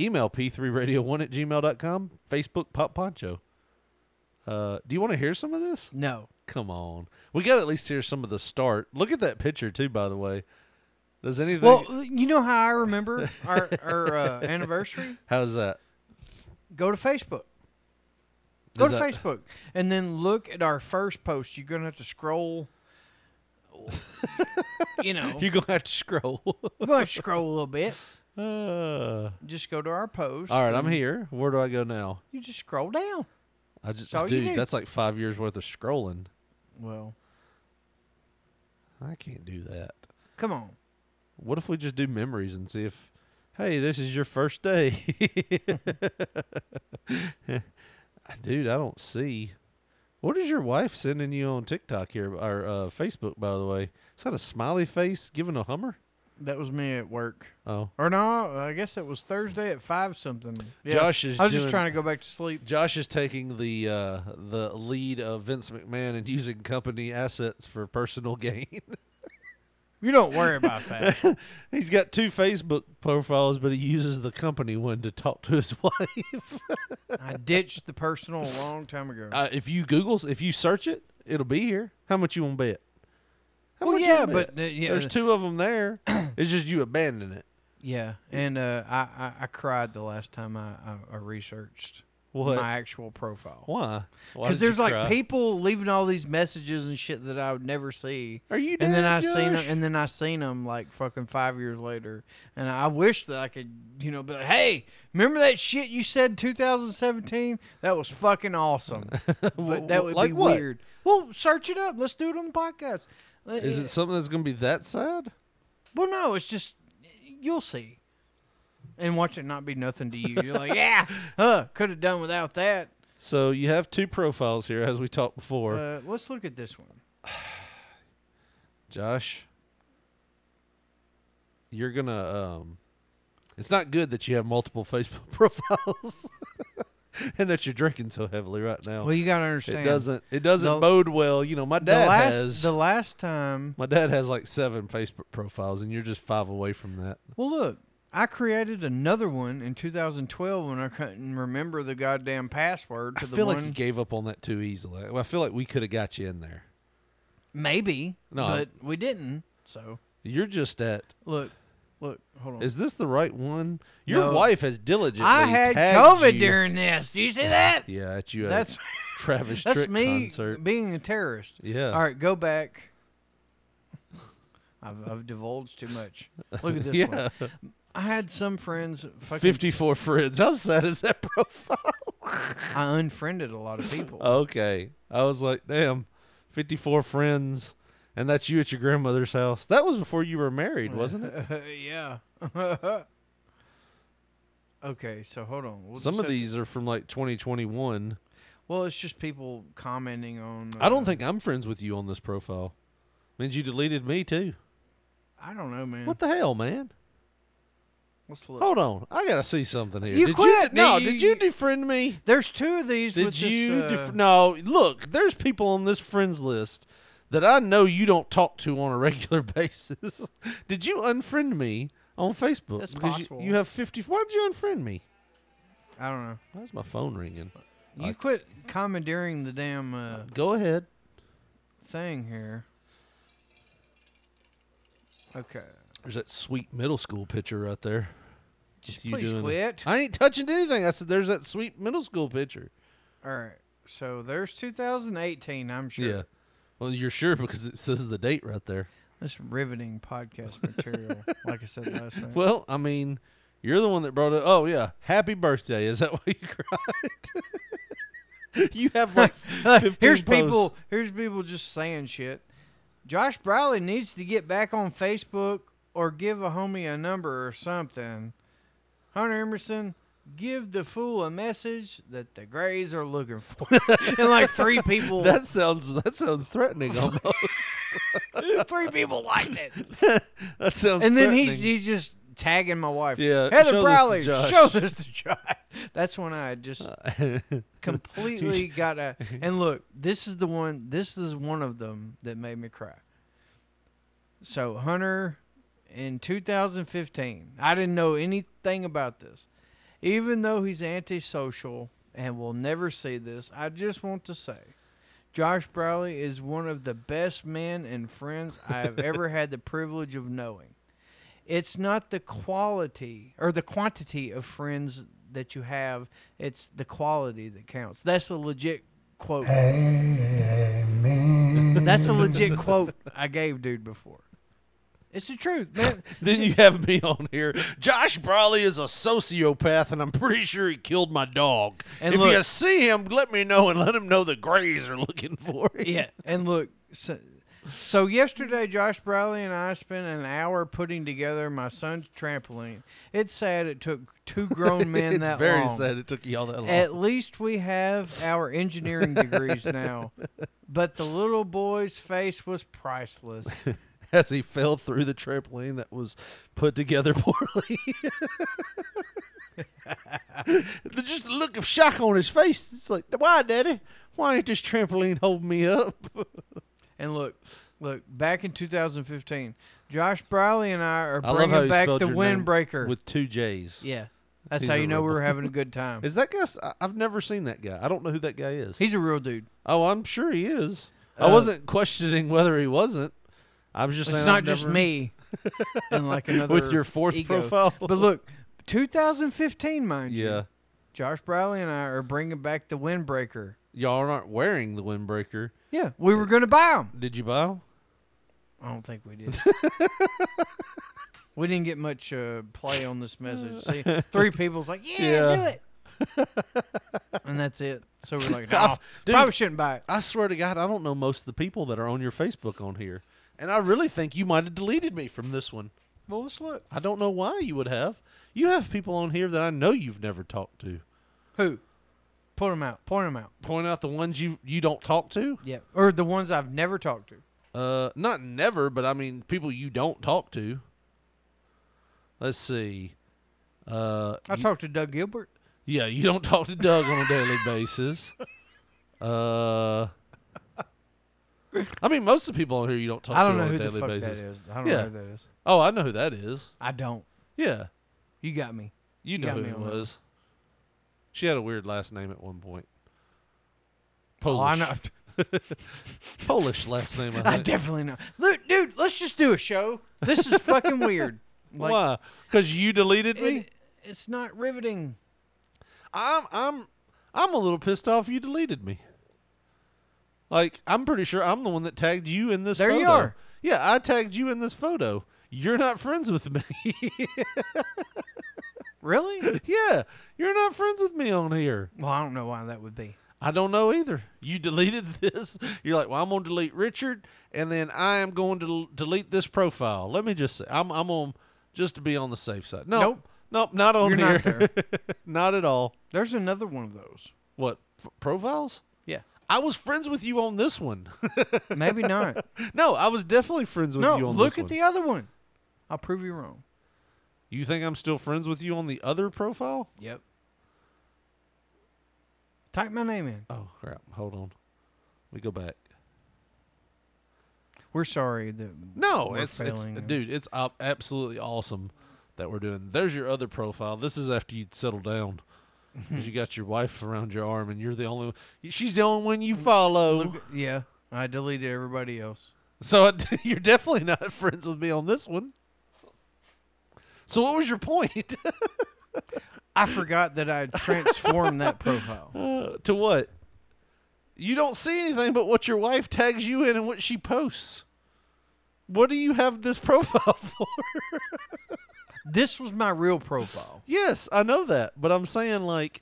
Speaker 9: Email p3radio1 at gmail.com, Facebook Pop Poncho. Uh, do you want to hear some of this?
Speaker 8: No.
Speaker 9: Come on. We got to at least hear some of the start. Look at that picture, too, by the way. Does anything.
Speaker 8: Well, you know how I remember our, our uh, anniversary?
Speaker 9: How's that?
Speaker 8: Go to Facebook. Go
Speaker 9: Is
Speaker 8: to
Speaker 9: that-
Speaker 8: Facebook and then look at our first post. You're going to have to scroll. You know,
Speaker 9: You're going to have to scroll.
Speaker 8: you're going to have to scroll a little bit.
Speaker 9: Uh,
Speaker 8: Just go to our post.
Speaker 9: all right, I'm
Speaker 8: and
Speaker 9: here. Where do I go now?
Speaker 8: You just scroll down.
Speaker 9: I just,
Speaker 8: all you
Speaker 9: dude,
Speaker 8: do.
Speaker 9: that's like five years worth of scrolling.
Speaker 8: Well,
Speaker 9: I can't do that.
Speaker 8: come on.
Speaker 9: What if we just do memories and see if, hey, this is your first day? Dude, I don't see. What is your wife sending you on TikTok here or uh, Facebook? By the way, is that a smiley face giving a hummer?
Speaker 8: That was me at work.
Speaker 9: Oh,
Speaker 8: Or no, I guess it was Thursday at five something. Yeah,
Speaker 9: Josh is
Speaker 8: I was
Speaker 9: doing-
Speaker 8: just trying to go back to sleep.
Speaker 9: Josh is taking the uh, the lead of Vince McMahon and using company assets for personal gain.
Speaker 8: You don't worry about that.
Speaker 9: He's got two Facebook profiles, but he uses the company one to talk to his wife.
Speaker 8: I ditched the personal a long time ago.
Speaker 9: Uh, if you Google, if you search it, it'll be here. How much you want to bet? How
Speaker 8: well,
Speaker 9: much you
Speaker 8: yeah,
Speaker 9: wanna bet?
Speaker 8: but uh, yeah,
Speaker 9: there's two of them there. it's just you abandon it.
Speaker 8: Yeah, and uh, I, I I cried the last time I I, I researched
Speaker 9: What?
Speaker 8: my actual profile.
Speaker 9: Why? Why
Speaker 8: Because
Speaker 9: did you
Speaker 8: there's like
Speaker 9: cry?
Speaker 8: people leaving all these messages and shit that I would never see.
Speaker 9: Are you
Speaker 8: And then
Speaker 9: dead,
Speaker 8: I seen 'em-
Speaker 9: Josh?
Speaker 8: and then I seen them like fucking five years later, and I wish that I could you know be like, hey, remember that shit you said in 2017? That was fucking awesome. but that would
Speaker 9: like
Speaker 8: be
Speaker 9: what?
Speaker 8: weird. Well, search it up. Let's do it on the podcast. Let-
Speaker 9: Is it something that's going to be that sad?
Speaker 8: Well, no, it's just you'll see, and watch it not be nothing to you. You're like, yeah, huh? Could have done without that.
Speaker 9: So you have two profiles here, as we talked before.
Speaker 8: Uh, let's look at this one.
Speaker 9: Josh, you're gonna. Um, it's not good that you have multiple Facebook profiles, and that you're drinking so heavily right now.
Speaker 8: Well, you gotta understand,
Speaker 9: It doesn't. It doesn't
Speaker 8: the-
Speaker 9: bode well. You know, my dad
Speaker 8: the last
Speaker 9: has.
Speaker 8: the last time.
Speaker 9: my dad has like seven Facebook profiles, and you're just five away from that.
Speaker 8: Well, look, I created another one in 2012 when I couldn't remember the goddamn password to
Speaker 9: I
Speaker 8: the
Speaker 9: feel
Speaker 8: one.
Speaker 9: like you gave up on that too easily. I feel like we could have got you in there.
Speaker 8: maybe,
Speaker 9: No.
Speaker 8: but we didn't. So
Speaker 9: You're just at.
Speaker 8: look, look, hold on.
Speaker 9: Is this the right one? Your
Speaker 8: No.
Speaker 9: wife has diligently.
Speaker 8: I had
Speaker 9: tagged
Speaker 8: COVID
Speaker 9: you-
Speaker 8: during this. Do you see that?
Speaker 9: Yeah, at you. That's
Speaker 8: That's-
Speaker 9: Travis.
Speaker 8: That's
Speaker 9: Tritt
Speaker 8: me
Speaker 9: concert.
Speaker 8: being a terrorist.
Speaker 9: Yeah.
Speaker 8: All right, go back. I've, I've divulged too much. Look at this
Speaker 9: Yeah.
Speaker 8: one. I had some friends. Fucking,
Speaker 9: 54 friends. How sad is that profile?
Speaker 8: I unfriended a lot of
Speaker 9: Oh,
Speaker 8: people.
Speaker 9: okay. I was like, damn, 54 friends. And that's you at your grandmother's house. That was before you were married, wasn't it?
Speaker 8: yeah. okay, so hold on. We'll
Speaker 9: Some
Speaker 8: just
Speaker 9: of
Speaker 8: have to-
Speaker 9: these are from like 2021.
Speaker 8: Well, it's just people commenting on.
Speaker 9: I
Speaker 8: uh,
Speaker 9: don't think I'm friends with you on this profile. Means you deleted me too.
Speaker 8: I don't know, man.
Speaker 9: What the hell, man?
Speaker 8: Let's look.
Speaker 9: Hold on. I got to see something here.
Speaker 8: You
Speaker 9: did
Speaker 8: quit.
Speaker 9: You, no,
Speaker 8: You-
Speaker 9: did you defriend me?
Speaker 8: There's two of these.
Speaker 9: Did
Speaker 8: with
Speaker 9: you?
Speaker 8: This, uh,
Speaker 9: def- no, look, there's people on this friends list that I know you don't talk to on a regular basis. did you unfriend me on Facebook?
Speaker 8: That's
Speaker 9: Because you-
Speaker 8: possible.
Speaker 9: You, have 50. Why did you unfriend me?
Speaker 8: I don't know.
Speaker 9: Why is my phone ringing?
Speaker 8: You quit commandeering the damn uh,
Speaker 9: Go ahead.
Speaker 8: thing here. Okay.
Speaker 9: There's that sweet middle school picture right there. Just
Speaker 8: please quit.
Speaker 9: I ain't touching anything. I said, there's that sweet middle school picture.
Speaker 8: All right. So there's 2018, I'm sure.
Speaker 9: Yeah. Well, you're sure because it says the date right there.
Speaker 8: This riveting podcast material, like I said last night.
Speaker 9: Well, I mean, you're the one that brought it. Oh yeah, happy birthday! Is that why you cried? you have like 15
Speaker 8: here's
Speaker 9: posts.
Speaker 8: people here's people just saying shit. Josh Briley needs to get back on Facebook or give a homie a number or something. Hunter Emerson, give the fool a message that the Grays are looking for. and like three people
Speaker 9: That sounds that sounds threatening almost.
Speaker 8: three people liked it.
Speaker 9: that sounds.
Speaker 8: And then he's
Speaker 9: threatening.
Speaker 8: he's just tagging my wife.
Speaker 9: Yeah, show this
Speaker 8: Heather
Speaker 9: to
Speaker 8: Briley,
Speaker 9: Josh.
Speaker 8: show this to Josh. That's when I just completely got a. And look, this is the one. This is one of them that made me cry. So Hunter, in 2015, I didn't know anything about this. Even though he's antisocial and will never see this, I just want to say. Josh Briley is one of the best men and friends I have ever had the privilege of knowing it's not the quality or the quantity of friends that you have it's the quality that counts that's a legit quote that's a legit quote i gave dude before it's the truth man
Speaker 9: Then you have me on here. Josh Briley is a sociopath, and I'm pretty sure he killed my dog.
Speaker 8: And
Speaker 9: if
Speaker 8: look-
Speaker 9: you see him, let me know and let him know the Grays are looking for him.
Speaker 8: yeah and look so, so yesterday josh briley and i spent an hour putting together my son's trampoline it's sad it took two grown men
Speaker 9: it's
Speaker 8: that
Speaker 9: very
Speaker 8: long
Speaker 9: sad it took you all that long.
Speaker 8: At least we have our engineering degrees now. But the little boy's face was priceless.
Speaker 9: as he fell through the trampoline that was put together poorly. The- Just the look of shock on his face. It's like, why, Daddy? Why ain't this trampoline holding me up?
Speaker 8: And look, Look, back in 2015, Josh Briley and I are
Speaker 9: I love how
Speaker 8: bringing
Speaker 9: you
Speaker 8: back
Speaker 9: spelled
Speaker 8: the
Speaker 9: your name
Speaker 8: windbreaker.
Speaker 9: with two J's.
Speaker 8: Yeah. That's how you know we were having a good time.
Speaker 9: Is that guy? s- I- I've never seen that guy. I don't know who that guy is.
Speaker 8: He's a real dude.
Speaker 9: Oh, I'm sure he is.
Speaker 8: Uh,
Speaker 9: I wasn't questioning whether he wasn't. I was just.
Speaker 8: It's
Speaker 9: saying
Speaker 8: not
Speaker 9: I've
Speaker 8: just
Speaker 9: never-
Speaker 8: me. and like another
Speaker 9: with your fourth
Speaker 8: ego.
Speaker 9: profile.
Speaker 8: But look, 2015, mind you.
Speaker 9: Yeah.
Speaker 8: Josh Briley and I are bringing back the windbreaker.
Speaker 9: Y'all aren't wearing the windbreaker.
Speaker 8: Yeah, we were going to buy them.
Speaker 9: Did you buy 'em?
Speaker 8: I don't think we did. we didn't get much uh, play on this message. See, three people's like, yeah, do it. and that's it. So we're like,
Speaker 9: I-
Speaker 8: no,
Speaker 9: dude,
Speaker 8: probably shouldn't buy it.
Speaker 9: I swear to God, I don't know most of the people that are on your Facebook on here, and I really think you might have deleted me from this one.
Speaker 8: Well, let's look.
Speaker 9: I don't know why you would have. You have people on here that I know you've never talked to.
Speaker 8: Who? Point them out. Point them out.
Speaker 9: Point out the ones you you don't talk to.
Speaker 8: Yeah, or the ones I've never talked to.
Speaker 9: Uh, not never, but I mean people you don't talk to. Let's see. Uh,
Speaker 8: I
Speaker 9: you-
Speaker 8: talked to Doug Gilbert.
Speaker 9: Yeah, you don't talk to Doug on a daily basis. Uh, I mean, most of the people on here you don't talk
Speaker 8: I don't
Speaker 9: to
Speaker 8: know
Speaker 9: on
Speaker 8: who
Speaker 9: a
Speaker 8: the
Speaker 9: daily
Speaker 8: fuck that
Speaker 9: basis.
Speaker 8: is. I don't know
Speaker 9: Yeah.
Speaker 8: who that is.
Speaker 9: Oh, I know who that is.
Speaker 8: I don't.
Speaker 9: Yeah,
Speaker 8: You got me.
Speaker 9: you know
Speaker 8: got
Speaker 9: who
Speaker 8: me
Speaker 9: it
Speaker 8: on that.
Speaker 9: was. She had a weird last name at one point. Polish.
Speaker 8: Oh, I
Speaker 9: Polish last name. I,
Speaker 8: I
Speaker 9: think.
Speaker 8: definitely know. Look, dude, let's just do a show. This is fucking weird. Like,
Speaker 9: Why? Because you deleted me.
Speaker 8: it- it's not riveting.
Speaker 9: I'm I'm I'm a little pissed off you deleted me. Like I'm pretty sure I'm the one that tagged you in this
Speaker 8: There
Speaker 9: photo.
Speaker 8: you are.
Speaker 9: Yeah, I tagged you in this photo. You're not friends with me.
Speaker 8: Really?
Speaker 9: yeah, you're not friends with me on here.
Speaker 8: Well, I don't know why that would be.
Speaker 9: I don't know either. You deleted this. You're like, well, I'm gonna delete Richard, and then I am going to del- delete this profile. Let me just say, I'm I'm on just to be on the safe side. No,
Speaker 8: Nope.
Speaker 9: nope, not on
Speaker 8: You're
Speaker 9: here.
Speaker 8: not
Speaker 9: Not at all.
Speaker 8: There's another one of those.
Speaker 9: What f- profiles?
Speaker 8: Yeah.
Speaker 9: I was friends with you on this one.
Speaker 8: Maybe not.
Speaker 9: No, I was definitely friends with
Speaker 8: no,
Speaker 9: you on
Speaker 8: look
Speaker 9: this
Speaker 8: at
Speaker 9: one.
Speaker 8: the other one. I'll prove you wrong.
Speaker 9: You think I'm still friends with you on the other profile?
Speaker 8: Yep. Type my name in.
Speaker 9: Oh crap! Hold on. We go back.
Speaker 8: We're sorry that
Speaker 9: No,
Speaker 8: we're
Speaker 9: it's it's
Speaker 8: failing.
Speaker 9: dude, it's op- absolutely awesome that we're doing. There's your other profile. This is after you settle down. 'Cause you got your wife around your arm, and you're the only. She's the only one you follow.
Speaker 8: Yeah, I deleted everybody else.
Speaker 9: So it, you're definitely not friends with me on this one. So what was your point?
Speaker 8: I forgot that I had transformed that profile.
Speaker 9: Uh, to what? You don't see anything but what your wife tags you in and what she posts. What do you have this profile for?
Speaker 8: This was my real profile.
Speaker 9: yes, I know that, but I'm saying like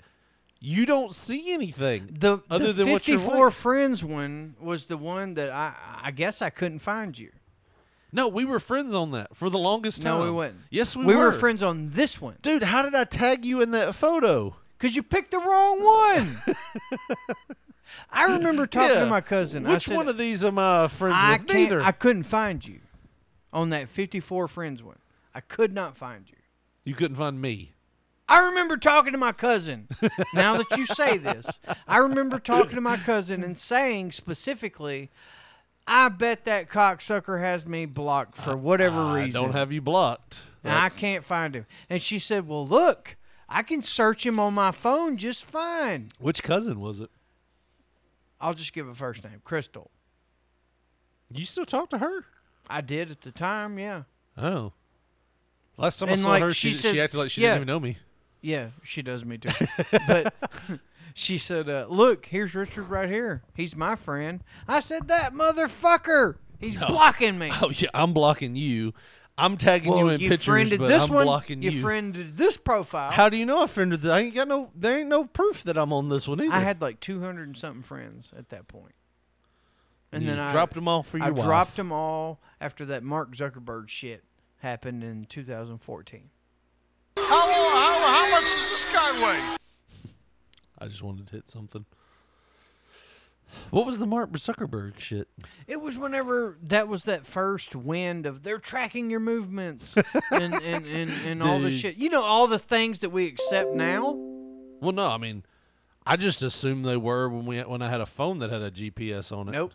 Speaker 9: you don't see anything
Speaker 8: The
Speaker 9: other
Speaker 8: the
Speaker 9: than what your
Speaker 8: 54
Speaker 9: wife.
Speaker 8: friends one was the one that I I guess I couldn't find you.
Speaker 9: No, we were friends on that for the longest time.
Speaker 8: No, we wouldn't.
Speaker 9: Yes, we,
Speaker 8: we were friends on this one
Speaker 9: Dude, how did I tag you in that photo?
Speaker 8: because you picked the wrong one. I remember talking
Speaker 9: Yeah.
Speaker 8: to my cousin. I
Speaker 9: Which
Speaker 8: said,
Speaker 9: one of these am I friends
Speaker 8: I
Speaker 9: with?
Speaker 8: can't,
Speaker 9: Neither.
Speaker 8: I couldn't find you on that 54 friends one. I could not find you.
Speaker 9: you couldn't find me.
Speaker 8: I remember talking to my cousin. now that you say this, I remember talking to my cousin and saying specifically, I bet that cocksucker has me blocked for whatever
Speaker 9: I
Speaker 8: reason.
Speaker 9: don't have you blocked.
Speaker 8: and I
Speaker 9: That's-
Speaker 8: can't find him. And she said, Well, look, I can search him on my phone just fine.
Speaker 9: Which cousin was it?
Speaker 8: I'll just give a first name Crystal.
Speaker 9: You still talk to her?
Speaker 8: I did at the time, yeah.
Speaker 9: Oh. Last time
Speaker 8: And,
Speaker 9: I saw
Speaker 8: like,
Speaker 9: her,
Speaker 8: she
Speaker 9: she, she,
Speaker 8: says-
Speaker 9: acted like she
Speaker 8: yeah.
Speaker 9: didn't even know me.
Speaker 8: Yeah, she does me too. but she said, uh, "Look, here's Richard right here. He's my friend." I said, "That motherfucker. He's blocking me."
Speaker 9: Oh yeah, I'm blocking you. I'm tagging you in pictures,
Speaker 8: friended
Speaker 9: but
Speaker 8: this
Speaker 9: I'm
Speaker 8: one.
Speaker 9: blocking you.
Speaker 8: you friended this profile.
Speaker 9: How do you know I friended? th- I ain't got no. There ain't no proof that I'm on this one either.
Speaker 8: I had like two hundred and something friends at that point, and
Speaker 9: You
Speaker 8: then I
Speaker 9: dropped 'em all for
Speaker 8: I
Speaker 9: your wife.
Speaker 8: dropped them all after that Mark Zuckerberg shit happened in 2014.
Speaker 17: How, how, how much does this guy weigh?
Speaker 9: I just wanted to hit something. What was the Mark Zuckerberg shit?
Speaker 8: It was whenever that was that first wind of they're tracking your movements and, and, and, and all the
Speaker 9: Dude.
Speaker 8: shit. You know, all the things that we accept now.
Speaker 9: Well, no, I mean, I just assumed they were when we when I had a phone that had a GPS on it.
Speaker 8: Nope.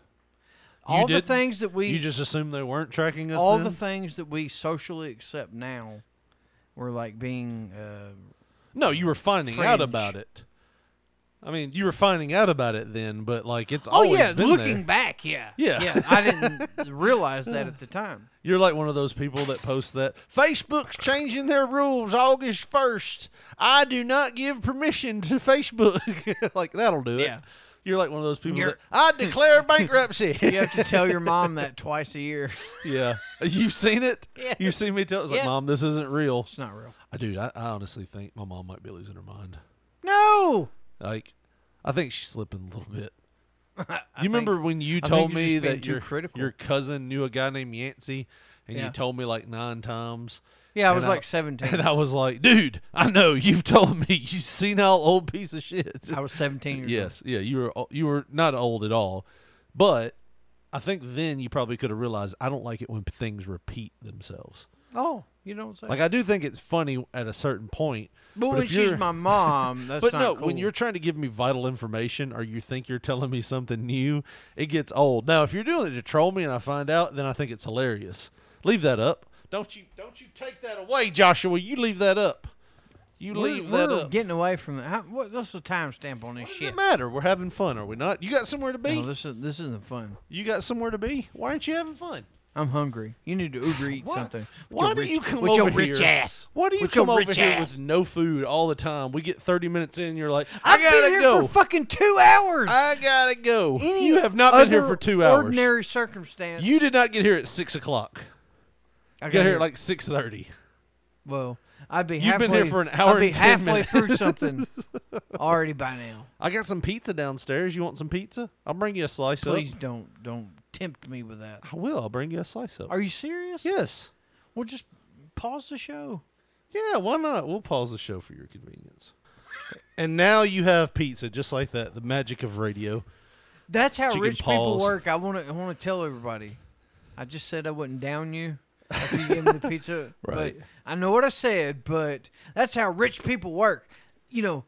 Speaker 8: all the
Speaker 9: didn't?
Speaker 8: things that we
Speaker 9: You just assumed they weren't tracking us.
Speaker 8: all the
Speaker 9: then?
Speaker 8: things that we socially accept now were like being uh,
Speaker 9: no, you were finding out
Speaker 8: fringe.
Speaker 9: about it. I mean, you were finding out about it then, but like it's
Speaker 8: oh
Speaker 9: always
Speaker 8: yeah
Speaker 9: been
Speaker 8: looking
Speaker 9: there.
Speaker 8: back yeah
Speaker 9: Yeah.
Speaker 8: yeah i didn't realize that at the time
Speaker 9: You're like one of those people that post that Facebook's changing their rules August 1st. I do not give permission to Facebook. like that'll do it.
Speaker 8: Yeah.
Speaker 9: You're like one of those people
Speaker 8: You're-
Speaker 9: that I declare bankruptcy.
Speaker 8: you have to tell your mom that twice a year
Speaker 9: Yeah. You've seen it? You've seen me tell it's like,
Speaker 8: Yes.
Speaker 9: Mom, this isn't real. It's
Speaker 8: not real.
Speaker 9: I dude, I, I honestly think my mom might be losing her mind.
Speaker 8: no
Speaker 9: Like I think she's slipping a little bit.
Speaker 8: I
Speaker 9: you remember
Speaker 8: think-
Speaker 9: when you
Speaker 8: I think
Speaker 9: told
Speaker 8: you're just
Speaker 9: me
Speaker 8: being
Speaker 9: that
Speaker 8: too
Speaker 9: your
Speaker 8: critical.
Speaker 9: your cousin knew a guy named Yancey, and
Speaker 8: Yeah.
Speaker 9: you told me like nine times.
Speaker 8: Yeah, I
Speaker 9: and
Speaker 8: was like 17.
Speaker 9: and I was like, "Dude, I know you've told me you senile old piece of shit."
Speaker 8: I was 17 years old.
Speaker 9: yes, yeah, you were o- you were not old at all, but I think then you probably could have realized I don't like it when things repeat themselves.
Speaker 8: oh you don't say
Speaker 9: Like I do think it's funny at a certain point.
Speaker 8: But when
Speaker 9: if
Speaker 8: she's
Speaker 9: you're-
Speaker 8: my mom, that's
Speaker 9: but
Speaker 8: not
Speaker 9: no, when
Speaker 8: cool.
Speaker 9: you're trying to give me vital information or you think you're telling me something new, it gets old. Now, if you're doing it to troll me and I find out, then I think it's hilarious. Leave that up. Don't you don't you take that away, Joshua? You leave that up. You
Speaker 8: We're-
Speaker 9: leave that
Speaker 8: we're
Speaker 9: up.
Speaker 8: getting away from that How, what, what's the timestamp on this shit
Speaker 9: Doesn't matter. We're having fun, are we not? You got somewhere to be.
Speaker 8: no, this, is, this isn't fun
Speaker 9: you got somewhere to be. Why aren't you having fun?
Speaker 8: i'm hungry you need to uber eat
Speaker 9: Why-
Speaker 8: something With
Speaker 9: Why
Speaker 8: your
Speaker 9: do
Speaker 8: rich-
Speaker 9: you come
Speaker 8: with
Speaker 9: over
Speaker 8: your rich
Speaker 9: here?
Speaker 8: ass
Speaker 9: Why do you
Speaker 8: With your
Speaker 9: come over
Speaker 8: rich
Speaker 9: here
Speaker 8: ass?
Speaker 9: with no food all the time? We get thirty minutes in, you're like, I
Speaker 8: I've
Speaker 9: gotta
Speaker 8: been here
Speaker 9: go.
Speaker 8: for fucking two hours.
Speaker 9: I gotta go.
Speaker 8: Any
Speaker 9: you have not been here
Speaker 8: other
Speaker 9: for two hours.
Speaker 8: Ordinary circumstance.
Speaker 9: You did not get here at six o'clock.
Speaker 8: I
Speaker 9: You got here at like six thirty.
Speaker 8: well, I'd be.
Speaker 9: You've
Speaker 8: halfway,
Speaker 9: been here for an hour
Speaker 8: I'd be
Speaker 9: and 10
Speaker 8: halfway
Speaker 9: minutes.
Speaker 8: through something already by now.
Speaker 9: I got some pizza downstairs. You want some pizza? I'll bring you a slice.
Speaker 8: Please
Speaker 9: up.
Speaker 8: don't don't tempt me with that.
Speaker 9: I will. I'll bring you a slice up.
Speaker 8: Are you serious?
Speaker 9: Yes.
Speaker 8: Well, just pause the show.
Speaker 9: Yeah. Why not? We'll pause the show for your convenience. and now you have pizza, just like that. The magic of radio.
Speaker 8: That's how
Speaker 9: That you can
Speaker 8: rich people
Speaker 9: pause.
Speaker 8: work. I want to I want to tell everybody. I just said I wouldn't down you after you gave me the pizza.
Speaker 9: Right.
Speaker 8: But I know what I said, but that's how rich people work. You know,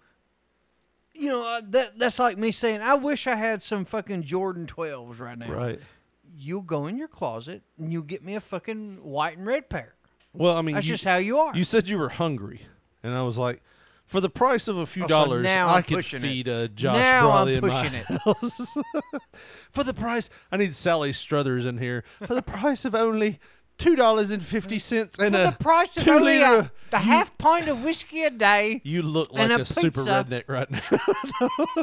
Speaker 8: you know uh, that that's like me saying I wish I had some fucking Jordan 12s right now.
Speaker 9: Right.
Speaker 8: You'll go in your closet and you'll get me a fucking white and red pair.
Speaker 9: Well, I mean,
Speaker 8: That's
Speaker 9: you-
Speaker 8: just how you are.
Speaker 9: You said you were hungry, and I was like, for the price of a few
Speaker 8: Oh, so
Speaker 9: dollars,
Speaker 8: now
Speaker 9: I
Speaker 8: I'm
Speaker 9: could
Speaker 8: pushing it.
Speaker 9: feed a Josh
Speaker 8: Now I'm
Speaker 9: Brolin in my
Speaker 8: pushing it.
Speaker 9: house. for the price, I need Sally Struthers in here. For the price of only two dollars and fifty cents, and
Speaker 8: For
Speaker 9: a
Speaker 8: the price of
Speaker 9: Uh, two
Speaker 8: only
Speaker 9: liter,
Speaker 8: a, the half pint of whiskey a day.
Speaker 9: you look like
Speaker 8: and
Speaker 9: a,
Speaker 8: a
Speaker 9: super
Speaker 8: pizza.
Speaker 9: redneck right now.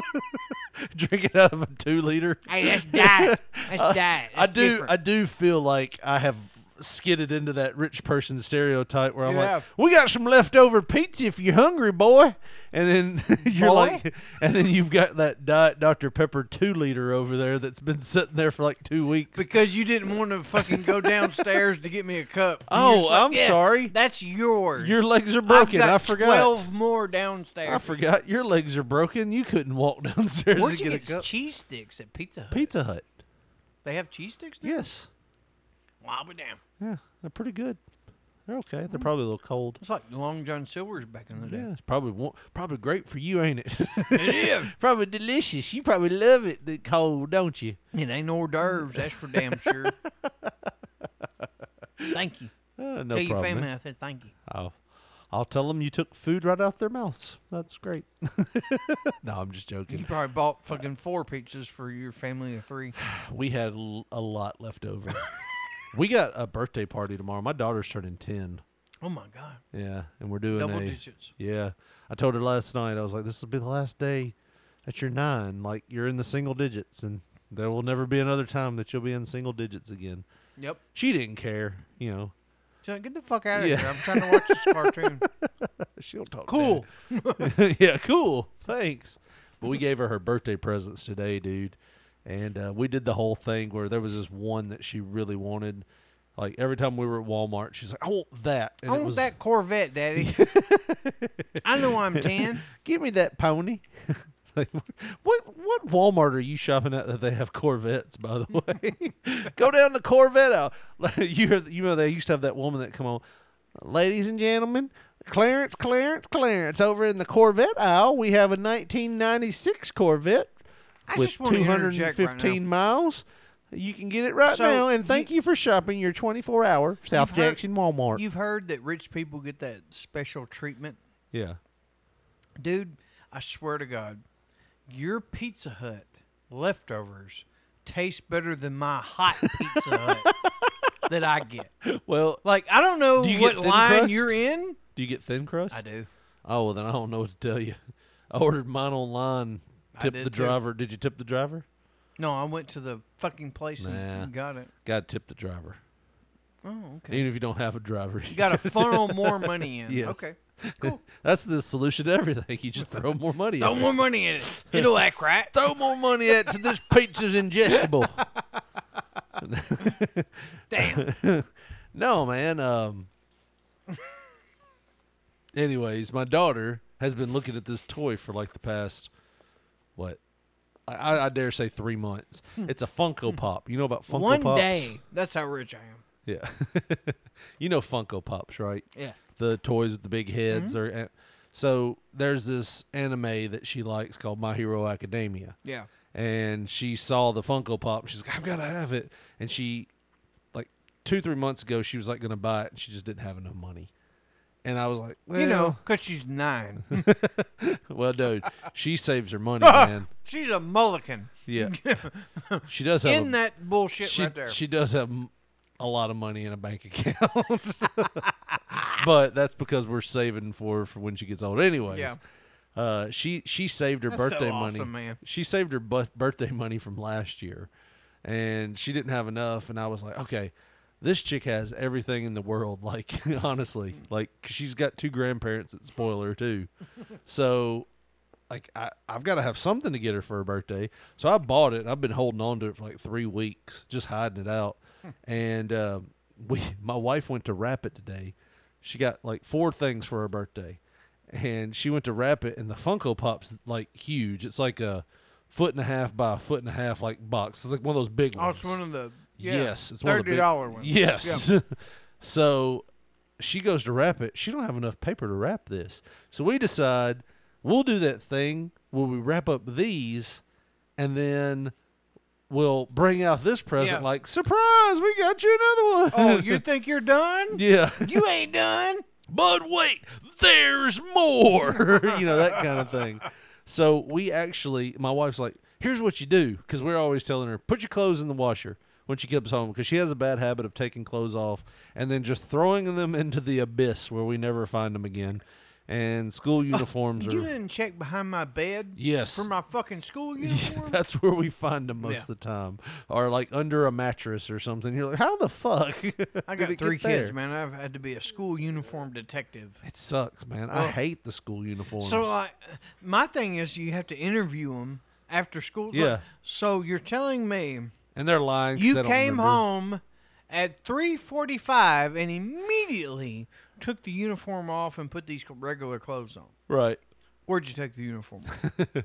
Speaker 9: Drinking out of a two liter.
Speaker 8: Hey, that's diet. That's
Speaker 9: Uh,
Speaker 8: diet.
Speaker 9: I
Speaker 8: That's
Speaker 9: do.
Speaker 8: different.
Speaker 9: I do feel like I have skidded into that rich person stereotype where I'm
Speaker 8: You
Speaker 9: like,
Speaker 8: have.
Speaker 9: "We got some leftover pizza if you're hungry, boy," and then you're
Speaker 8: Boy?
Speaker 9: like, and then you've got that diet Dr Pepper two liter over there that's been sitting there for like two weeks.
Speaker 8: Because you didn't want to fucking go downstairs to get me a cup. And
Speaker 9: Oh,
Speaker 8: you're just like,
Speaker 9: I'm
Speaker 8: "Yeah,
Speaker 9: sorry.
Speaker 8: That's yours.
Speaker 9: Your legs are
Speaker 8: I've
Speaker 9: broken.
Speaker 8: got
Speaker 9: I forgot."
Speaker 8: Twelve more downstairs.
Speaker 9: I forgot your legs are broken. You couldn't walk downstairs
Speaker 8: Where'd
Speaker 9: to
Speaker 8: you
Speaker 9: get,
Speaker 8: get
Speaker 9: a cup.
Speaker 8: cheese sticks at Pizza Hut?
Speaker 9: Pizza Hut.
Speaker 8: They have cheese sticks. Now?
Speaker 9: Yes.
Speaker 8: Well, I'll be damn.
Speaker 9: Yeah, they're pretty good. They're okay. They're probably a little cold.
Speaker 8: It's like Long John Silver's back in the day.
Speaker 9: Yeah, it's probably wa- probably great for you, ain't it?
Speaker 8: It is.
Speaker 9: probably delicious. You probably love it the cold, don't you?
Speaker 8: It ain't hors d'oeuvres. That's for damn sure. thank you.
Speaker 9: Uh, no
Speaker 8: Tell your
Speaker 9: problem,
Speaker 8: family
Speaker 9: man.
Speaker 8: I said thank you.
Speaker 9: I'll, I'll tell them you took food right out their mouths. That's great. no, I'm just
Speaker 8: You
Speaker 9: joking.
Speaker 8: probably bought fucking four pizzas for your family of three.
Speaker 9: We had l- a lot left over. we got a birthday party tomorrow. My daughter's turning ten.
Speaker 8: Oh my god.
Speaker 9: Yeah, and we're doing
Speaker 8: Double
Speaker 9: a-
Speaker 8: digits.
Speaker 9: Yeah, I told her last night. I was like, "This will be the last day that you're nine. Like you're in the single digits, and there will never be another time that you'll be in single digits again."
Speaker 8: Yep.
Speaker 9: She didn't care, you know.
Speaker 8: So get the fuck out of
Speaker 9: Yeah.
Speaker 8: here. I'm trying to watch this cartoon.
Speaker 9: She'll talk.
Speaker 8: Cool.
Speaker 9: down. yeah, cool. Thanks. But we gave her her birthday presents today, dude. And uh, we did the whole thing where there was this one that she really wanted. Like every time we were at Walmart, she's like, "I want that." And
Speaker 8: I
Speaker 9: it
Speaker 8: want
Speaker 9: was,
Speaker 8: that Corvette, Daddy. I know I'm tan.
Speaker 9: Give me that pony. Like, what what Walmart are you shopping at that they have Corvettes? By the way, go down to Corvette. aisle. Like, you heard- you know they used to have that woman that come on, ladies and gentlemen, Clarence, Clarence, Clarence. Over in the Corvette aisle, we have a 1996 Corvette
Speaker 8: I
Speaker 9: with
Speaker 8: just want to interject right
Speaker 9: 215
Speaker 8: now.
Speaker 9: miles. You can get it right
Speaker 8: So,
Speaker 9: now, and thank you, for shopping your 24-hour South
Speaker 8: You've heard-
Speaker 9: Jackson Walmart.
Speaker 8: You've heard that rich people get that special treatment.
Speaker 9: yeah.
Speaker 8: Dude, I swear to God, your Pizza Hut leftovers taste better than my hot Pizza Hut that I get.
Speaker 9: Well,
Speaker 8: like I don't know
Speaker 9: do you
Speaker 8: what
Speaker 9: get thin
Speaker 8: line
Speaker 9: crust?
Speaker 8: you're in.
Speaker 9: Do you get thin crust?
Speaker 8: I do.
Speaker 9: Oh, well, then I don't know what to tell you. I ordered mine online.
Speaker 8: I
Speaker 9: Tipped
Speaker 8: did
Speaker 9: the
Speaker 8: too.
Speaker 9: driver. Did you tip the driver?
Speaker 8: No, I went to the fucking place
Speaker 9: Nah.
Speaker 8: and got it.
Speaker 9: Got to tip the driver.
Speaker 8: Oh, okay.
Speaker 9: Even if you don't have a driver,
Speaker 8: You gotta funnel more money in.
Speaker 9: Yes.
Speaker 8: Okay.
Speaker 9: That's the solution to everything. You just throw more money.
Speaker 8: Throw
Speaker 9: at it.
Speaker 8: more money in it. It'll act right.
Speaker 9: Throw more money at to this pizza's ingestible. Damn. no, man. Um. Anyways, my daughter has been looking at this toy for like the past, what, I- I, I dare say three months. It's a Funko Pop. You know about Funko
Speaker 8: Hmm. One
Speaker 9: Pops?
Speaker 8: day. That's how rich I am.
Speaker 9: Yeah. you know Funko Pops, right?
Speaker 8: Yeah. Mm-hmm.
Speaker 9: The toys with the big heads or and so there's this anime that she likes called My Hero Academia.
Speaker 8: Yeah.
Speaker 9: And she saw the Funko Pop. She's like, I've got to have it. And she, like, two, three months ago, she was like going to buy it. And she just didn't have enough money. And I was like,
Speaker 8: you know,
Speaker 9: "Well."
Speaker 8: because she's nine.
Speaker 9: well, dude, she saves her money, man.
Speaker 8: she's a mulligan.
Speaker 9: Yeah, she does have
Speaker 8: In
Speaker 9: a-
Speaker 8: that bullshit
Speaker 9: she-
Speaker 8: right there.
Speaker 9: She does have m- a lot of money in a bank account, but that's because we're saving for her for when she gets old. Anyways,
Speaker 8: Yeah.
Speaker 9: uh, she she saved her
Speaker 8: That's so
Speaker 9: birthday money.
Speaker 8: awesome, man.
Speaker 9: She saved her bu- birthday money from last year, and she didn't have enough. And I was like, okay. This chick has everything in the world, like honestly, like 'cause she's got two grandparents that spoil her too. So like I, I've got to have something to get her for her birthday. So I bought it. and I've been holding on to it for like three weeks, just hiding it out.
Speaker 8: Hmm.
Speaker 9: And um, we, my wife went to wrap it today. She got like four things for her birthday, and she went to wrap it. And the Funko Pop's like huge. It's like a foot and a half by a foot and a half like box. It's like one of those big
Speaker 8: Oh,
Speaker 9: ones.
Speaker 8: it's one of the yeah,
Speaker 9: yes, it's one of the
Speaker 8: thirty
Speaker 9: big-
Speaker 8: dollar ones.
Speaker 9: Yes.
Speaker 8: Yeah.
Speaker 9: so she goes to wrap it. She don't have enough paper to wrap this. So we decide we'll do that thing where we wrap up these and then we'll bring out this present
Speaker 8: Yeah.
Speaker 9: like surprise, we got you another one.
Speaker 8: Oh, you think you're done?
Speaker 9: Yeah.
Speaker 8: You ain't done.
Speaker 9: But wait, there's more. you know that kind of thing. So we actually, my wife's like, "Here's what you do," because we're always telling her, "Put your clothes in the washer." When she comes home, because she has a bad habit of taking clothes off and then just throwing them into the abyss where we never find them again. And school uniforms
Speaker 8: You
Speaker 9: are
Speaker 8: didn't check behind my bed.
Speaker 9: Yes.
Speaker 8: For my fucking school uniform.
Speaker 9: that's where we find them most
Speaker 8: Yeah.
Speaker 9: of the time, or like under a mattress or something. You're like, how the fuck?
Speaker 8: I
Speaker 9: did
Speaker 8: got
Speaker 9: it get
Speaker 8: three
Speaker 9: there?"
Speaker 8: kids, man. I've had to be a school uniform detective.
Speaker 9: It sucks, man. I
Speaker 8: Well,
Speaker 9: hate the school uniforms.
Speaker 8: So, like, my thing is, you have to interview them after school. Look,
Speaker 9: Yeah.
Speaker 8: So you're telling me
Speaker 9: and they're lying. 'cause
Speaker 8: you
Speaker 9: they don't
Speaker 8: came
Speaker 9: remember.
Speaker 8: home at 3:45 and immediately took the uniform off and put these regular clothes on.
Speaker 9: right?
Speaker 8: Where'd you take the uniform? off?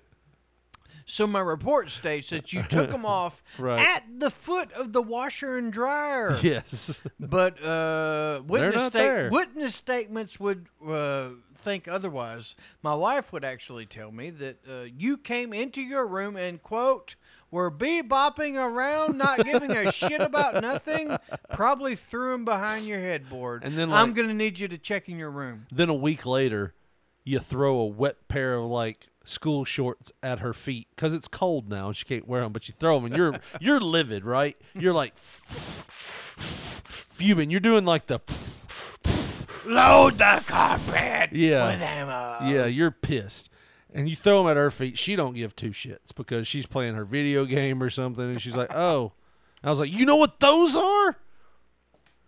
Speaker 8: so my report states that you took them off
Speaker 9: Right.
Speaker 8: at the foot of the washer and dryer.
Speaker 9: Yes.
Speaker 8: But uh, witness
Speaker 9: not there.
Speaker 8: state witness statements would uh, think otherwise. My wife would actually tell me that uh, you came into your room and quote were bebopping around, not giving a shit about nothing. Probably threw them behind your headboard.
Speaker 9: And then,
Speaker 8: I'm
Speaker 9: like-
Speaker 8: gonna need you to check in your room.
Speaker 9: Then a week later, you throw a wet pair of like school shorts at her feet because it's cold now and she can't wear them. But you throw them and you're you're livid, right? You're like fuming. You're doing like the
Speaker 18: Load the carpet
Speaker 9: yeah
Speaker 18: with ammo.
Speaker 9: Yeah, you're pissed. And you throw them at her feet. She don't give two shits because she's playing her video game or something. And she's like, "Oh," I was like, "You know what those are?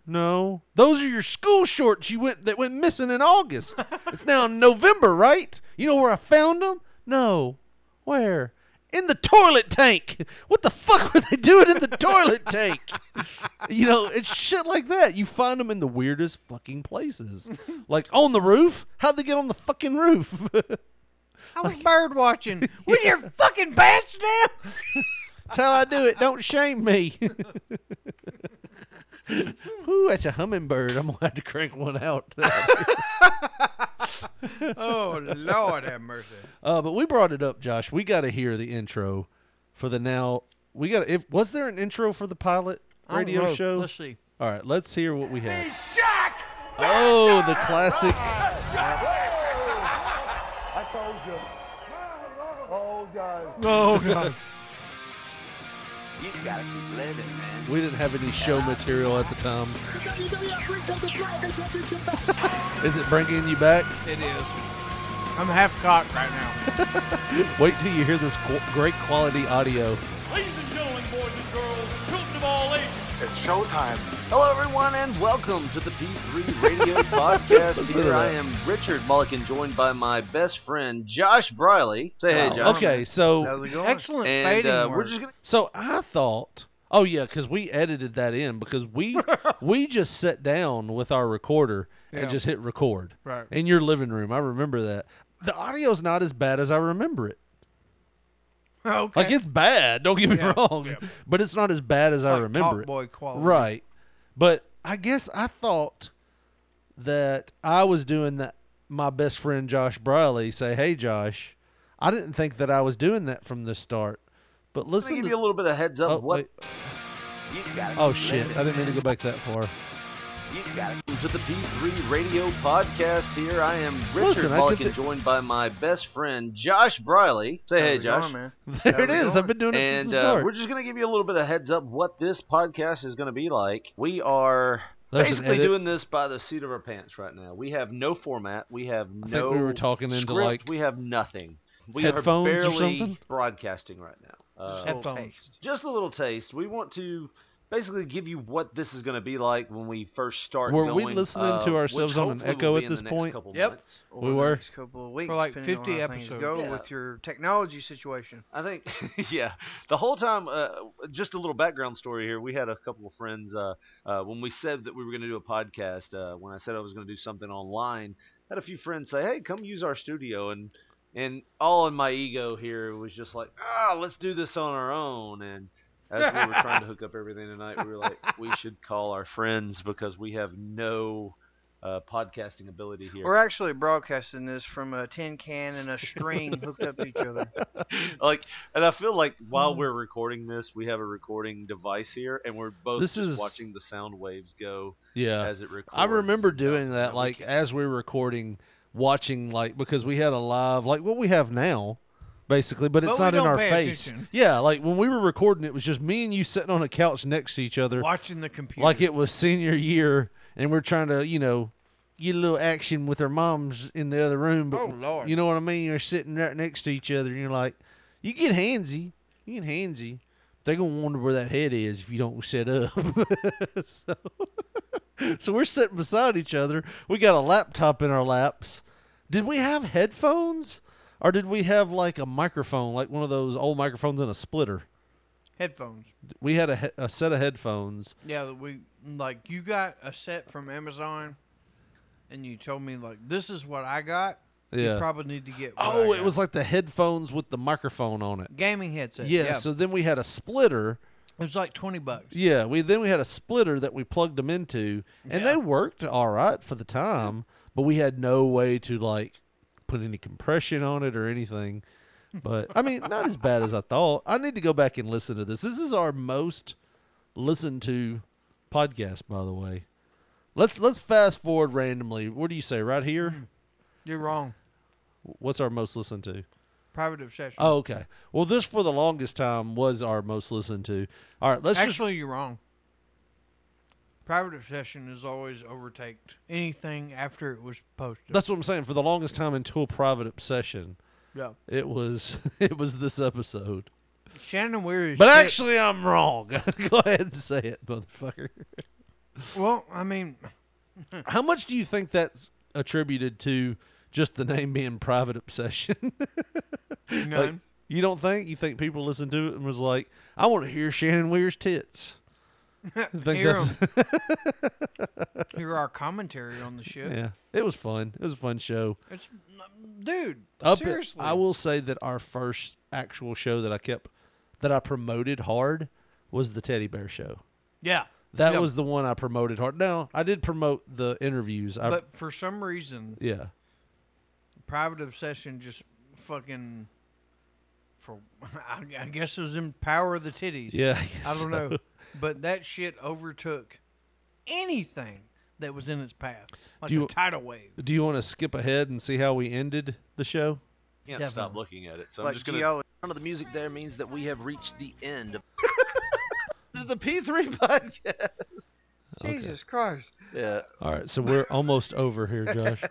Speaker 9: No, those are your school shorts you went that went missing in August. it's now in November, right? You know where I found them? No, where? In the toilet tank. What the fuck were they doing in the toilet tank? You know, it's shit like that. You find them in the weirdest fucking places, like on the roof. How'd they get on the fucking roof?
Speaker 8: I was bird watching. With your fucking pants down.
Speaker 9: That's how I do it. Don't shame me. Ooh, that's a hummingbird. I'm gonna have to crank one out.
Speaker 8: oh Lord have mercy.
Speaker 9: Uh, but we brought it up, Josh. We got to hear the intro for the now we got. If was there an intro for the pilot
Speaker 8: I don't
Speaker 9: radio
Speaker 8: know.
Speaker 9: show?
Speaker 8: Let's see.
Speaker 9: All right, let's hear what we have.
Speaker 18: Shock!
Speaker 9: Oh, the classic.
Speaker 18: I told you. Oh God.
Speaker 9: Oh, God.
Speaker 18: You just gotta keep living, man.
Speaker 9: We didn't have any show material at the time. Is it bringing you back?
Speaker 8: It is. I'm half cocked right now.
Speaker 9: Wait till you hear this qu- great quality audio.
Speaker 18: Ladies and gentlemen, boys and girls, children of all ages, it's showtime. Hello, everyone, and welcome to the P3 Radio Podcast.
Speaker 14: Here I am, Richard Mulligan, joined by my best friend Josh Briley. Say
Speaker 19: Oh.
Speaker 14: hey, Josh.
Speaker 9: Okay, so
Speaker 8: Excellent
Speaker 14: And,
Speaker 8: fading
Speaker 14: uh, we're
Speaker 8: work.
Speaker 14: just gonna-
Speaker 9: So I thought, oh yeah, because we edited that in because we we just sat down with our recorder
Speaker 8: Yeah.
Speaker 9: and just hit record.
Speaker 8: Right.
Speaker 9: In your living room, I remember that. The audio's not as bad as I remember it.
Speaker 8: okay.
Speaker 9: Like it's bad. Don't get me
Speaker 8: Yeah.
Speaker 9: wrong, but it's not as bad as I remember it.
Speaker 8: Talkboy quality.
Speaker 9: Right. But I guess I thought that I was doing that. My best friend Josh Briley say, "Hey Josh, I didn't think that I was doing that from the start." But
Speaker 14: Let's
Speaker 9: listen,
Speaker 14: give
Speaker 9: to-
Speaker 14: you a little bit of heads up.
Speaker 9: Oh,
Speaker 14: of what?
Speaker 9: wait. Oh shit! I didn't mean to go back that far.
Speaker 14: to the P3 Radio Podcast. Here I am, Richard
Speaker 9: Listen, I did
Speaker 14: Mulligan,
Speaker 9: the-
Speaker 14: joined by my best friend Josh Briley. Say
Speaker 9: How's
Speaker 14: hey,
Speaker 9: it
Speaker 14: Josh.
Speaker 9: going, man? There How's it it is. I've been doing it since
Speaker 14: and,
Speaker 9: the
Speaker 14: uh,
Speaker 9: start.
Speaker 14: we're just going to give you a little bit of heads up what this podcast is going to be like. We are
Speaker 9: There's an
Speaker 14: basically
Speaker 9: edit.
Speaker 14: doing this by the seat of our pants right now. We have no format. We have
Speaker 9: I
Speaker 14: no.
Speaker 9: think we were talking into,
Speaker 14: script.
Speaker 9: like,
Speaker 14: We have nothing. We
Speaker 9: headphones
Speaker 14: are
Speaker 9: or
Speaker 14: barely
Speaker 9: something?
Speaker 14: broadcasting right now. Uh,
Speaker 8: Just a little Headphones.
Speaker 14: taste. Just a little taste. We want to basically give you what this is going to be like when we first start.
Speaker 9: Were we
Speaker 14: going,
Speaker 9: listening
Speaker 14: uh,
Speaker 9: to
Speaker 14: which
Speaker 9: ourselves on an
Speaker 14: hopefully will
Speaker 9: echo
Speaker 14: be
Speaker 9: at
Speaker 14: in the
Speaker 9: this
Speaker 14: next
Speaker 9: point?
Speaker 14: couple
Speaker 9: Yep.
Speaker 14: months.
Speaker 9: We were.
Speaker 19: next couple of weeks
Speaker 8: For like
Speaker 19: depending on
Speaker 8: 50
Speaker 19: how things
Speaker 8: episodes.
Speaker 19: Go
Speaker 14: Yeah.
Speaker 19: with your technology situation.
Speaker 14: I think, yeah. The whole time, uh, just a little background story here. We had a couple of friends uh, uh, when we said that we were going to do a podcast. Uh, when I said I was going to do something online, had a few friends say, "Hey, come use our studio," and and all in my ego here was just like, "Ah, let's do this on our own." And as we were trying to hook up everything tonight, we were like, "We should call our friends because we have no uh, podcasting ability here."
Speaker 19: We're actually broadcasting this from a tin can and a string hooked up to each other.
Speaker 14: like and i feel like while
Speaker 9: Hmm.
Speaker 14: we're recording this we have a recording device here and we're both
Speaker 9: This
Speaker 14: just
Speaker 9: is-
Speaker 14: watching the sound waves go
Speaker 9: Yeah.
Speaker 14: as it records
Speaker 9: I remember doing that, like as we were recording, watching, like because we had a live, like what we have now, basically, but it's
Speaker 8: But we
Speaker 9: not in
Speaker 8: don't
Speaker 9: our
Speaker 8: pay
Speaker 9: face.
Speaker 8: attention.
Speaker 9: Yeah, like when we were recording, it was just me and you sitting on a couch next to each other,
Speaker 8: Watching the computer.
Speaker 9: like it was senior year, and we're trying to, you know, get a little action with our moms in the other room. But
Speaker 8: Oh, Lord.
Speaker 9: you know what I mean? You're sitting right next to each other, and you're like, you get handsy, you get handsy. They're gonna wonder where that head is if you don't sit up. so, so we're sitting beside each other. We got a laptop in our laps. Did we have headphones, or did we have like a microphone, like one of those old microphones and a splitter?
Speaker 8: Headphones.
Speaker 9: We had a, he- a set of headphones.
Speaker 8: Yeah, that we like you got a set from Amazon, and you told me like this is what I got.
Speaker 9: Yeah.
Speaker 8: You probably need to get. what
Speaker 9: Oh,
Speaker 8: I
Speaker 9: it
Speaker 8: got."
Speaker 9: was like the headphones with the microphone on it.
Speaker 8: gaming headset.
Speaker 9: yeah,
Speaker 8: yeah.
Speaker 9: So then we had a splitter.
Speaker 8: it was like twenty bucks.
Speaker 9: Yeah. We then we had a splitter that we plugged them into, and they worked all right for the time. But we had no way to like put any compression on it or anything. But I mean, not as bad as I thought. I need to go back and listen to this. This is our most listened to podcast, by the way. Let's let's fast forward randomly. What do you say? Right here.
Speaker 8: You're wrong.
Speaker 9: What's our most listened to?
Speaker 8: Private obsession.
Speaker 9: Oh, okay. Well, this for the longest time was our most listened to. All right, let's
Speaker 8: actually, you're wrong. Private obsession is always overtaked anything after it was posted.
Speaker 9: just, that's what I'm saying. For the longest time until Private Obsession,
Speaker 8: Yeah.
Speaker 9: it was it was this episode.
Speaker 8: Shannon Weir is.
Speaker 9: But
Speaker 8: shit.
Speaker 9: actually, I'm wrong. Go ahead and say it, motherfucker.
Speaker 8: Well, I mean,
Speaker 9: How much do you think that's attributed to just the name being Private Obsession? None. you don't think? You think people listened to it and was like, "I want to hear Shannon Weir's tits." You think
Speaker 8: Hear
Speaker 9: that's-
Speaker 8: 'em. hear our commentary on the shit.
Speaker 9: yeah, it was fun. It was a fun show.
Speaker 8: It's, mm, dude,
Speaker 9: up it-
Speaker 8: seriously.
Speaker 9: I will say that our first actual show that I kept that I promoted hard was the teddy bear show.
Speaker 8: Yeah.
Speaker 9: That
Speaker 8: Yeah.
Speaker 9: was the one I promoted hard. Now I did promote the interviews. I,
Speaker 8: but for some reason,
Speaker 9: yeah.
Speaker 8: private obsession just fucking for I, I guess it was in power of the titties.
Speaker 9: Yeah, I
Speaker 8: I,
Speaker 9: guess
Speaker 8: don't
Speaker 9: so.
Speaker 8: know, but that shit overtook anything that was in its path, like a tidal wave.
Speaker 9: Do you want to skip ahead and see how we ended the show?
Speaker 14: Can't stop
Speaker 8: Definitely.
Speaker 14: looking at it. So I'm
Speaker 19: like
Speaker 14: just gonna.
Speaker 19: geology. None of the music there means that we have reached the end of
Speaker 14: the P3 podcast.
Speaker 19: Jesus Christ.
Speaker 14: Yeah.
Speaker 9: All right, so we're almost over here, Josh.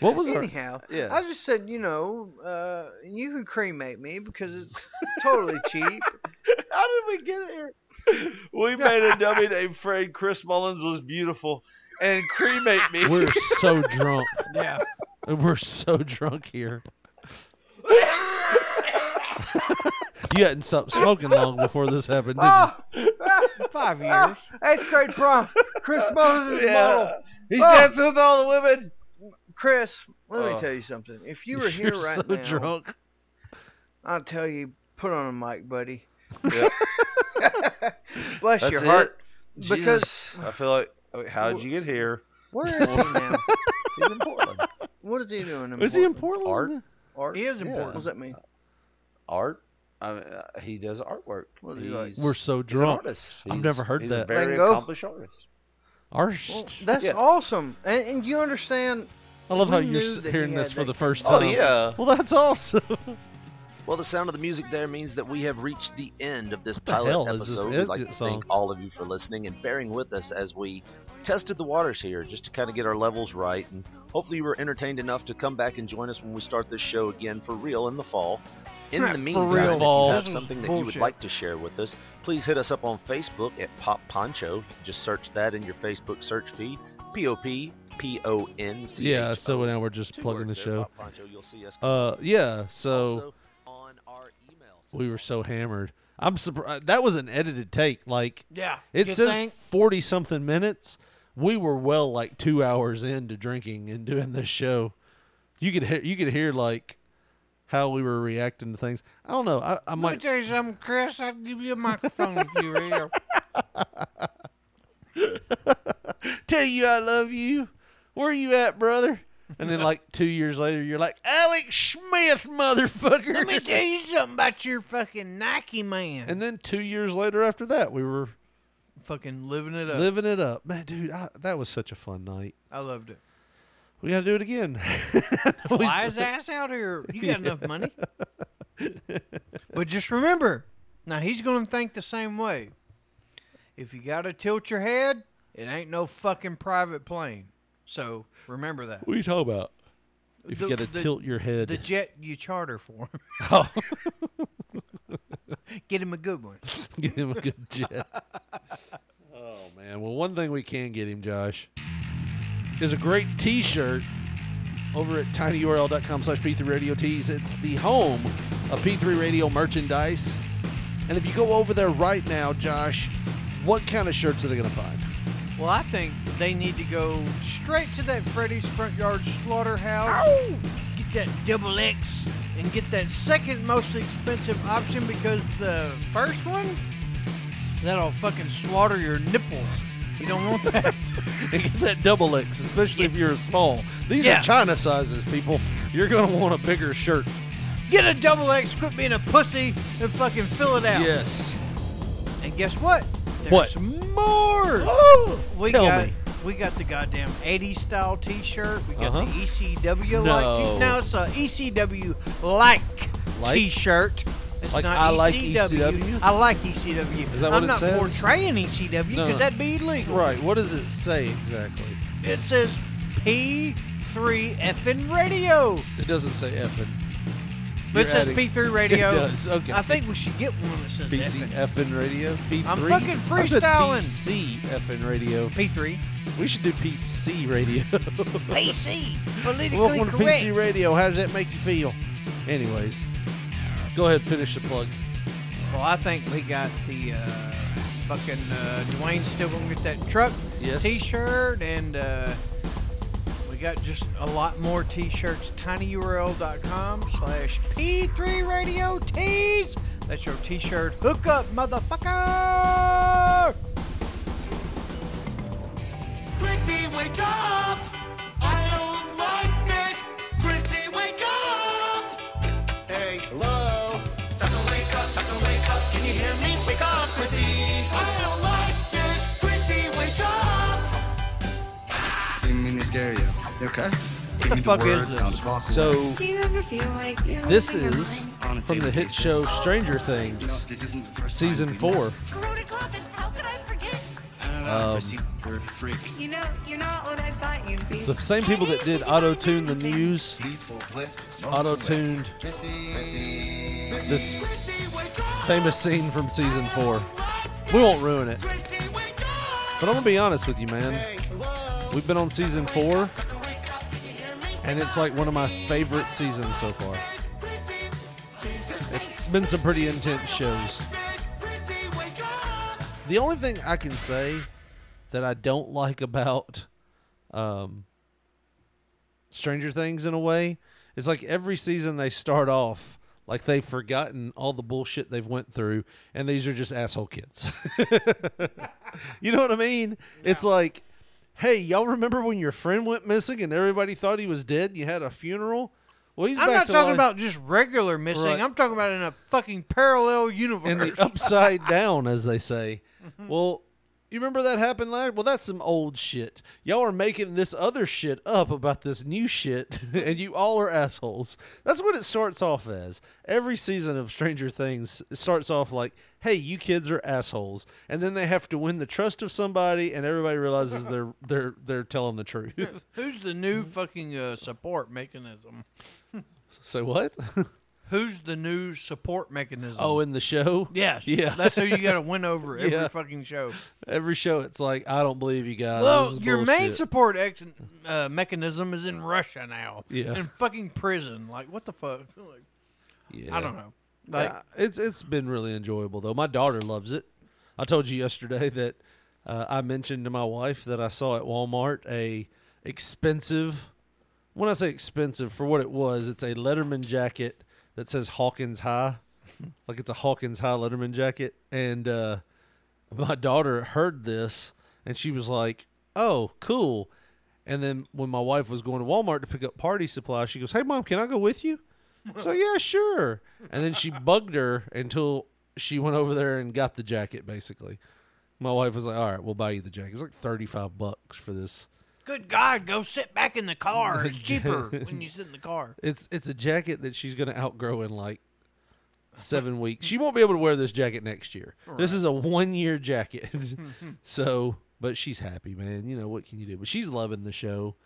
Speaker 9: What was our-
Speaker 19: Anyhow, I just said, you know, uh, you can cremate me because it's totally cheap.
Speaker 14: How did we get here? We made a dummy named Fred. Chris Mullins was beautiful. And cremate me.
Speaker 9: We're so drunk.
Speaker 8: Yeah.
Speaker 9: We're so drunk here. you hadn't stopped smoking long before this happened, did
Speaker 19: Oh,
Speaker 9: you?
Speaker 8: Five years.
Speaker 19: Ah, Eighth grade prom. Chris Mullins is
Speaker 14: Yeah.
Speaker 19: model.
Speaker 14: He's
Speaker 19: Oh.
Speaker 14: dancing with all the women.
Speaker 19: Chris, let me
Speaker 14: Oh.
Speaker 19: tell you something. If you
Speaker 14: You're
Speaker 19: were here
Speaker 14: so
Speaker 19: right now,
Speaker 14: drunk.
Speaker 19: I'll tell you, put on a mic, buddy.
Speaker 14: Yeah.
Speaker 19: Bless
Speaker 14: That's
Speaker 19: your
Speaker 14: it.
Speaker 19: heart.
Speaker 14: Jesus.
Speaker 19: Because
Speaker 14: I feel like, wait, how'd you get here?
Speaker 19: where is he now? He's in Portland. What is he doing? In
Speaker 14: Is he in Portland?
Speaker 19: Art. Art.
Speaker 8: He is in
Speaker 19: yeah.
Speaker 8: Portland.
Speaker 19: What does that mean?
Speaker 14: Art. I mean, uh, he does artwork.
Speaker 19: What is he like?
Speaker 14: He's-
Speaker 9: We're so
Speaker 14: he's an
Speaker 9: drunk.
Speaker 14: artist.
Speaker 9: I've
Speaker 14: He's-
Speaker 9: never heard
Speaker 14: he's
Speaker 9: that.
Speaker 14: A very
Speaker 19: Van Gogh?
Speaker 14: accomplished artist.
Speaker 9: Arsh.
Speaker 19: Well, that's
Speaker 14: Yeah.
Speaker 19: awesome. And, and you understand.
Speaker 9: I love
Speaker 19: we
Speaker 9: how you're
Speaker 19: knew
Speaker 9: s-
Speaker 19: that
Speaker 9: hearing
Speaker 19: he
Speaker 9: this
Speaker 19: had
Speaker 9: for
Speaker 19: that
Speaker 9: the first
Speaker 19: kind
Speaker 9: time.
Speaker 19: of-
Speaker 9: Well, that's awesome.
Speaker 19: Oh, Well, the sound of the music there means that we have reached the end of this
Speaker 9: the
Speaker 19: pilot
Speaker 9: hell is this
Speaker 19: episode. We'd like to
Speaker 9: exit
Speaker 19: thank
Speaker 9: song?
Speaker 19: all of you for listening and bearing with us as we tested the waters here just to kind of get our levels right. And hopefully, you were entertained enough to come back and join us when we start this show again for real in the fall. In
Speaker 9: For
Speaker 19: the meantime,
Speaker 9: real.
Speaker 19: if
Speaker 9: Fall.
Speaker 19: you have
Speaker 9: This is
Speaker 19: something that you would
Speaker 9: bullshit.
Speaker 19: like to share with us, please hit us up on Facebook at Pop Poncho. Just search that in your Facebook search feed. P O P P O N C.
Speaker 9: yeah, so now we're just plugging the show.
Speaker 19: Poncho, you'll see us.
Speaker 9: Uh, yeah, so we were so hammered. I'm surprised that was an edited take. Like,
Speaker 8: Yeah,
Speaker 9: it
Speaker 8: you
Speaker 9: says
Speaker 8: think?
Speaker 9: forty something minutes. We were well like two hours into drinking and doing this show. You could hear, you could hear like how we were reacting to things. I don't know. I, I
Speaker 8: Let me
Speaker 9: might.
Speaker 8: tell you something, Chris. I'd give you a microphone if you were here.
Speaker 9: tell you I love you. Where you at, brother? And then like two years later, you're like Alex Smith, motherfucker.
Speaker 8: Let me tell you something about your fucking Nike man.
Speaker 9: And then two years later, after that, we were
Speaker 8: Fucking living it up.
Speaker 9: living it up, man, dude. I, that was such a fun night.
Speaker 8: I loved it.
Speaker 9: We got to do it again. We
Speaker 8: Fly
Speaker 9: s-
Speaker 8: his ass out here. You got enough money. But just remember, now he's going to think the same way. If you got to tilt your head, it ain't no fucking private plane. So remember that.
Speaker 9: What are you talking about? If you
Speaker 8: The-
Speaker 9: got to
Speaker 8: the-
Speaker 9: tilt your head.
Speaker 8: The jet you charter for him.
Speaker 9: Oh.
Speaker 8: Get him a good one.
Speaker 9: Get him a good jet. oh man. Well, one thing we can get him, Josh, is a great T-shirt over at tinyurl.com slash p3 radio tees. It's the home of P3 Radio merchandise. And if you go over there right now, Josh, what kind of shirts are they going to find?
Speaker 8: Well, I think they need to go straight to that Freddy's front yard slaughterhouse, get that double X, and get that second most expensive option because the first one that'll fucking slaughter your nipples. You don't want that.
Speaker 9: and get that double X, especially if you're small. These
Speaker 8: Yeah.
Speaker 9: are China sizes, people. You're going to want a bigger shirt.
Speaker 8: Get a double X, quit being a pussy, and fucking fill it out.
Speaker 9: Yes.
Speaker 8: And guess what? There's
Speaker 9: What?
Speaker 8: more. we
Speaker 9: Tell
Speaker 8: got
Speaker 9: me.
Speaker 8: we got the goddamn 80s style T-shirt. We got
Speaker 9: Uh-huh.
Speaker 8: the E ECW like
Speaker 9: No.
Speaker 8: t- no, it's a ECW like,
Speaker 9: Like?
Speaker 8: T-shirt. It's
Speaker 9: Like
Speaker 8: not
Speaker 9: I
Speaker 8: ECW.
Speaker 9: like ECW?
Speaker 8: I like ECW.
Speaker 9: Is that what
Speaker 8: I'm
Speaker 9: it
Speaker 8: not
Speaker 9: says?
Speaker 8: portraying E ECW because
Speaker 9: No.
Speaker 8: that'd be illegal.
Speaker 9: Right. What does it say exactly?
Speaker 8: It says P3 effing radio.
Speaker 9: It doesn't say effing.
Speaker 8: But
Speaker 9: You're
Speaker 8: it says
Speaker 9: adding-
Speaker 8: P3 radio.
Speaker 9: It does. Okay.
Speaker 8: I think we should get one that says
Speaker 9: PC
Speaker 8: effing.
Speaker 9: effing radio. P3.
Speaker 8: I'm fucking
Speaker 9: I said
Speaker 8: freestyling.
Speaker 9: PC effing radio.
Speaker 8: P3.
Speaker 9: We should do PC radio.
Speaker 8: PC. Politically
Speaker 9: Welcome to
Speaker 8: correct.
Speaker 9: PC radio. How does that make you feel? Anyways, go ahead finish the plug.
Speaker 8: Well, I think we got the uh, fucking uh, Dwayne's still gonna get that truck
Speaker 9: Yes.
Speaker 8: T-shirt, and uh, we got just a lot more T-shirts. Tinyurl.com/slash P3 Radio Tees. That's your T-shirt hookup, motherfucker.
Speaker 17: Chrissy, wake up! I don't like this! Chrissy, wake up! Hey, hello! you hear me? Wake up, Chrissy. I don't like this. Chrissy, wake up.
Speaker 20: Didn't mean to scare you. You okay?
Speaker 9: What the fuck is this? So
Speaker 21: Do you ever feel like you're
Speaker 9: this
Speaker 21: losing your
Speaker 9: is
Speaker 21: mind?
Speaker 9: from the hit show Stranger Things, season four.
Speaker 21: Corona coffin. How could I forget?
Speaker 9: Um,
Speaker 21: You know, you're not what I thought you'd be.
Speaker 9: the same people that did auto tune the Muse, auto tuned this famous scene from season four. We won't ruin it. But I'm gonna be honest with you, man. We've been on season four, and it's like one of my favorite seasons so far. It's been some pretty intense shows. The only thing I can say that I don't like about um, Stranger Things in a way is like every season they start off like they've forgotten all the bullshit they've went through, and these are just asshole kids. you know what I mean? It's like, hey, y'all remember when your friend went missing and everybody thought he was dead? And you had a funeral. Well, he's
Speaker 8: I'm
Speaker 9: back
Speaker 8: not
Speaker 9: to
Speaker 8: talking
Speaker 9: life
Speaker 8: about just regular missing.
Speaker 9: Right.
Speaker 8: I'm talking about in a fucking parallel universe.
Speaker 9: in the upside down, as they say.
Speaker 8: Mm-hmm.
Speaker 9: Well, you remember that happened last? Well, that's some old shit. Y'all are making this other shit up about this new shit, and you all are assholes. That's what it starts off as. Every season of Stranger Things it starts off like, "Hey, you kids are assholes," and then they have to win the trust of somebody, and everybody realizes they're they're they're telling the truth.
Speaker 8: Who's the new fucking uh, support mechanism?
Speaker 9: Say what?
Speaker 8: Who's the new support mechanism?
Speaker 9: Oh, in the show?
Speaker 8: Yes.
Speaker 9: Yeah.
Speaker 8: That's who you got to win over every
Speaker 9: Yeah.
Speaker 8: fucking show.
Speaker 9: Every show, it's like, I don't believe you guys. Oh,
Speaker 8: well,
Speaker 9: This is
Speaker 8: your main
Speaker 9: bullshit."
Speaker 8: support ex- uh, mechanism is in Russia now.
Speaker 9: Yeah.
Speaker 8: In fucking prison. Like, what the fuck? Like,
Speaker 9: Yeah.
Speaker 8: I don't know. Like,
Speaker 9: Yeah, it's it's been really enjoyable though. My daughter loves it. I told you yesterday that uh, I mentioned to my wife that I saw at Walmart a expensive. When I say expensive, for what it was, it's a Letterman jacket that says Hawkins High, like it's a Hawkins High Letterman jacket. And uh, my daughter heard this and she was like, "Oh, cool." And then when my wife was going to Walmart to pick up party supplies, she goes, "Hey, mom, can I go with you?" So yeah, sure. And then she bugged her until she went over there and got the jacket. Basically, my wife was like, "All right, we'll buy you the jacket." It was like thirty-five bucks for this.
Speaker 8: good God, go sit back in the car. It's cheaper when you sit in the car.
Speaker 9: It's it's a jacket that she's gonna outgrow in like seven weeks. She won't be able to wear this jacket next year. This is a one-year jacket. so, but she's happy, man. You know what can you do? But she's loving the show.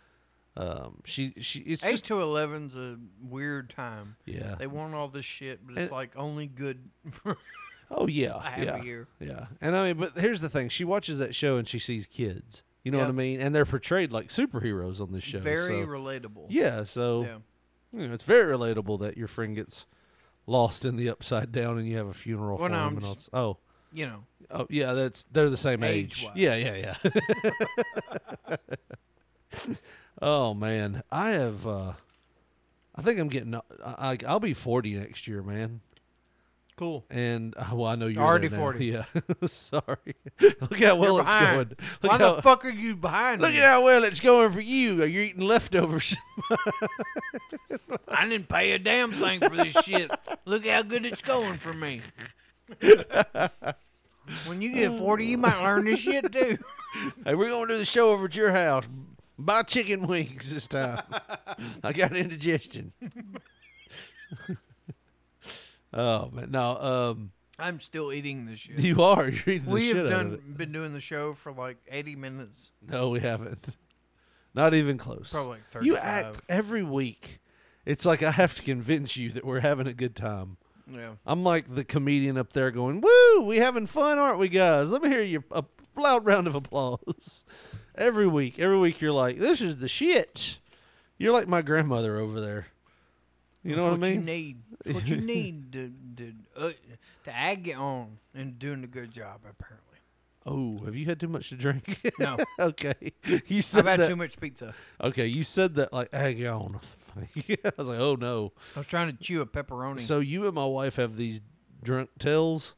Speaker 9: Um, she she it's
Speaker 8: Eight
Speaker 9: just
Speaker 8: to eleven's a weird time.
Speaker 9: Yeah.
Speaker 8: they want all this shit, but it's
Speaker 9: And-
Speaker 8: like only good. For
Speaker 9: Oh yeah,
Speaker 8: a half
Speaker 9: yeah,
Speaker 8: a year.
Speaker 9: yeah. And I mean, but here's the thing: she watches that show and she sees kids. You know what I
Speaker 8: Yep.
Speaker 9: mean? And they're portrayed like superheroes on this show.
Speaker 8: Very
Speaker 9: so-
Speaker 8: relatable.
Speaker 9: Yeah, so
Speaker 8: Yeah.
Speaker 9: you know, it's very relatable that your friend gets lost in the upside down and you have a funeral
Speaker 8: Well,
Speaker 9: for
Speaker 8: no,
Speaker 9: him.
Speaker 8: I'm
Speaker 9: and all
Speaker 8: just-
Speaker 9: this- oh,
Speaker 8: you know.
Speaker 9: Oh yeah, that's they're the same age.
Speaker 8: Age-wise.
Speaker 9: Yeah, yeah, yeah. oh man, I have. uh I think I'm getting. I, I, I'll be 40 next year, man.
Speaker 8: Cool.
Speaker 9: And uh, well, I know you're
Speaker 8: Already
Speaker 9: there now.
Speaker 8: 40.
Speaker 9: Yeah, sorry. Look how well
Speaker 8: You're
Speaker 9: it's going.
Speaker 8: behind.
Speaker 9: Look
Speaker 8: Why
Speaker 9: how,
Speaker 8: the fuck are you behind?
Speaker 9: Look
Speaker 8: me?
Speaker 9: at how well it's going for you. You're eating leftovers.
Speaker 8: I didn't pay a damn thing for this shit. Look how good it's going for me. when you get forty, you might learn this shit too.
Speaker 9: hey, we're gonna do the show over at your house. Buy chicken wings this time. I got indigestion. oh man, no. Um,
Speaker 8: I'm still eating this shit.
Speaker 9: You are. You're eating the
Speaker 8: we
Speaker 9: shit
Speaker 8: have
Speaker 9: out
Speaker 8: done
Speaker 9: of
Speaker 8: been doing the show for like eighty minutes.
Speaker 9: no, we haven't. Not even close.
Speaker 8: Probably like
Speaker 9: You
Speaker 8: 35.
Speaker 9: act every week. It's like I have to convince you that we're having a good time.
Speaker 8: Yeah.
Speaker 9: I'm like the comedian up there going, "Woo, we having fun, aren't we, guys? Let me hear you a loud round of applause." Every week, every week you're like, "This is the shit." You're like my grandmother over there. You know
Speaker 8: It's
Speaker 9: what, I mean?
Speaker 8: You need it's what you need to to uh, to ag it on and doing a good job. Apparently,
Speaker 9: Oh, have you had too much to drink?
Speaker 8: No.
Speaker 9: okay. You said
Speaker 8: I've had
Speaker 9: that-
Speaker 8: too much pizza.
Speaker 9: Okay, you said that like hang on. I was like, oh no.
Speaker 8: I was trying to chew a pepperoni.
Speaker 9: So you and my wife have these drunk tells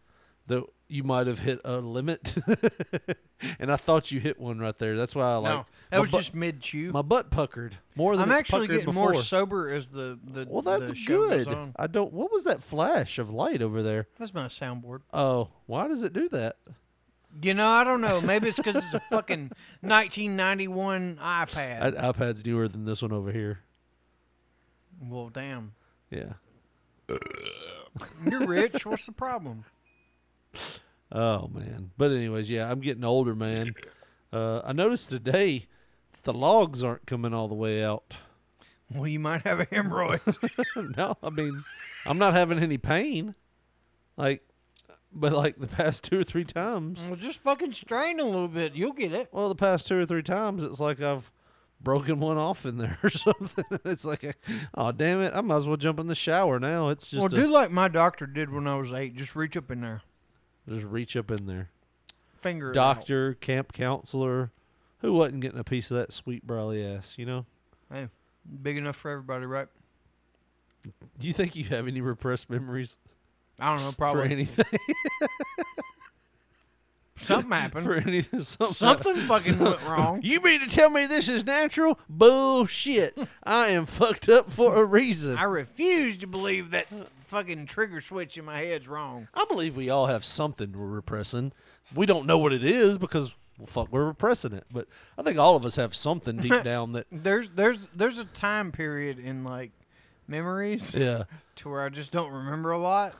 Speaker 9: that you might have hit a limit, and I thought you hit one right there. That's why I like.
Speaker 8: No, that
Speaker 9: my
Speaker 8: was
Speaker 9: butt-
Speaker 8: just mid chew.
Speaker 9: My butt puckered more than
Speaker 8: I'm
Speaker 9: it's
Speaker 8: actually
Speaker 9: puckered
Speaker 8: getting more
Speaker 9: before.
Speaker 8: sober as the the
Speaker 9: Well,
Speaker 8: the
Speaker 9: that's
Speaker 8: show goes
Speaker 9: good.
Speaker 8: on.
Speaker 9: I don't. What was that flash of light over there?
Speaker 8: That's my soundboard.
Speaker 9: Oh, why does it do that?
Speaker 8: You know, I don't know. Maybe it's because it's a fucking 1991 iPad.
Speaker 9: I, iPad's newer than this one over here.
Speaker 8: well, damn.
Speaker 9: Yeah.
Speaker 8: You're rich. What's the problem?
Speaker 9: Oh man. But anyways, yeah, I'm getting older, man. Uh, I noticed today that the logs aren't coming all the way out.
Speaker 8: Well, you might have a hemorrhoid.
Speaker 9: no, I mean, I'm not having any pain. Like, but like the past two or three times.
Speaker 8: Well, just fucking strain a little bit. You'll get it.
Speaker 9: Well, the past two or three times, it's like I've broken one off in there or something. It's like, oh damn it, I might as well jump in the shower now. It's just
Speaker 8: well,
Speaker 9: a-
Speaker 8: do like my doctor did when I was eight. Just reach up in there,
Speaker 9: just reach up in there.
Speaker 8: finger. it out.
Speaker 9: Doctor, camp counselor, who wasn't getting a piece of that sweet brolly ass, you know?
Speaker 8: Hey, big enough for everybody, right?
Speaker 9: Do you think you have any repressed memories?
Speaker 8: I don't know. Probably
Speaker 9: for anything.
Speaker 8: Something happened.
Speaker 9: for anything. Something,
Speaker 8: Something fucking went wrong.
Speaker 9: You mean to tell me this is natural? Bullshit! I am fucked up for a reason.
Speaker 8: I refuse to believe that fucking trigger switch in my head's wrong.
Speaker 9: I believe we all have something we're repressing. We don't know what it is because well, fuck, we're repressing it. But I think all of us have something deep down that
Speaker 8: There's there's there's a time period in like memories.
Speaker 9: Yeah.
Speaker 8: To where I just don't remember a lot.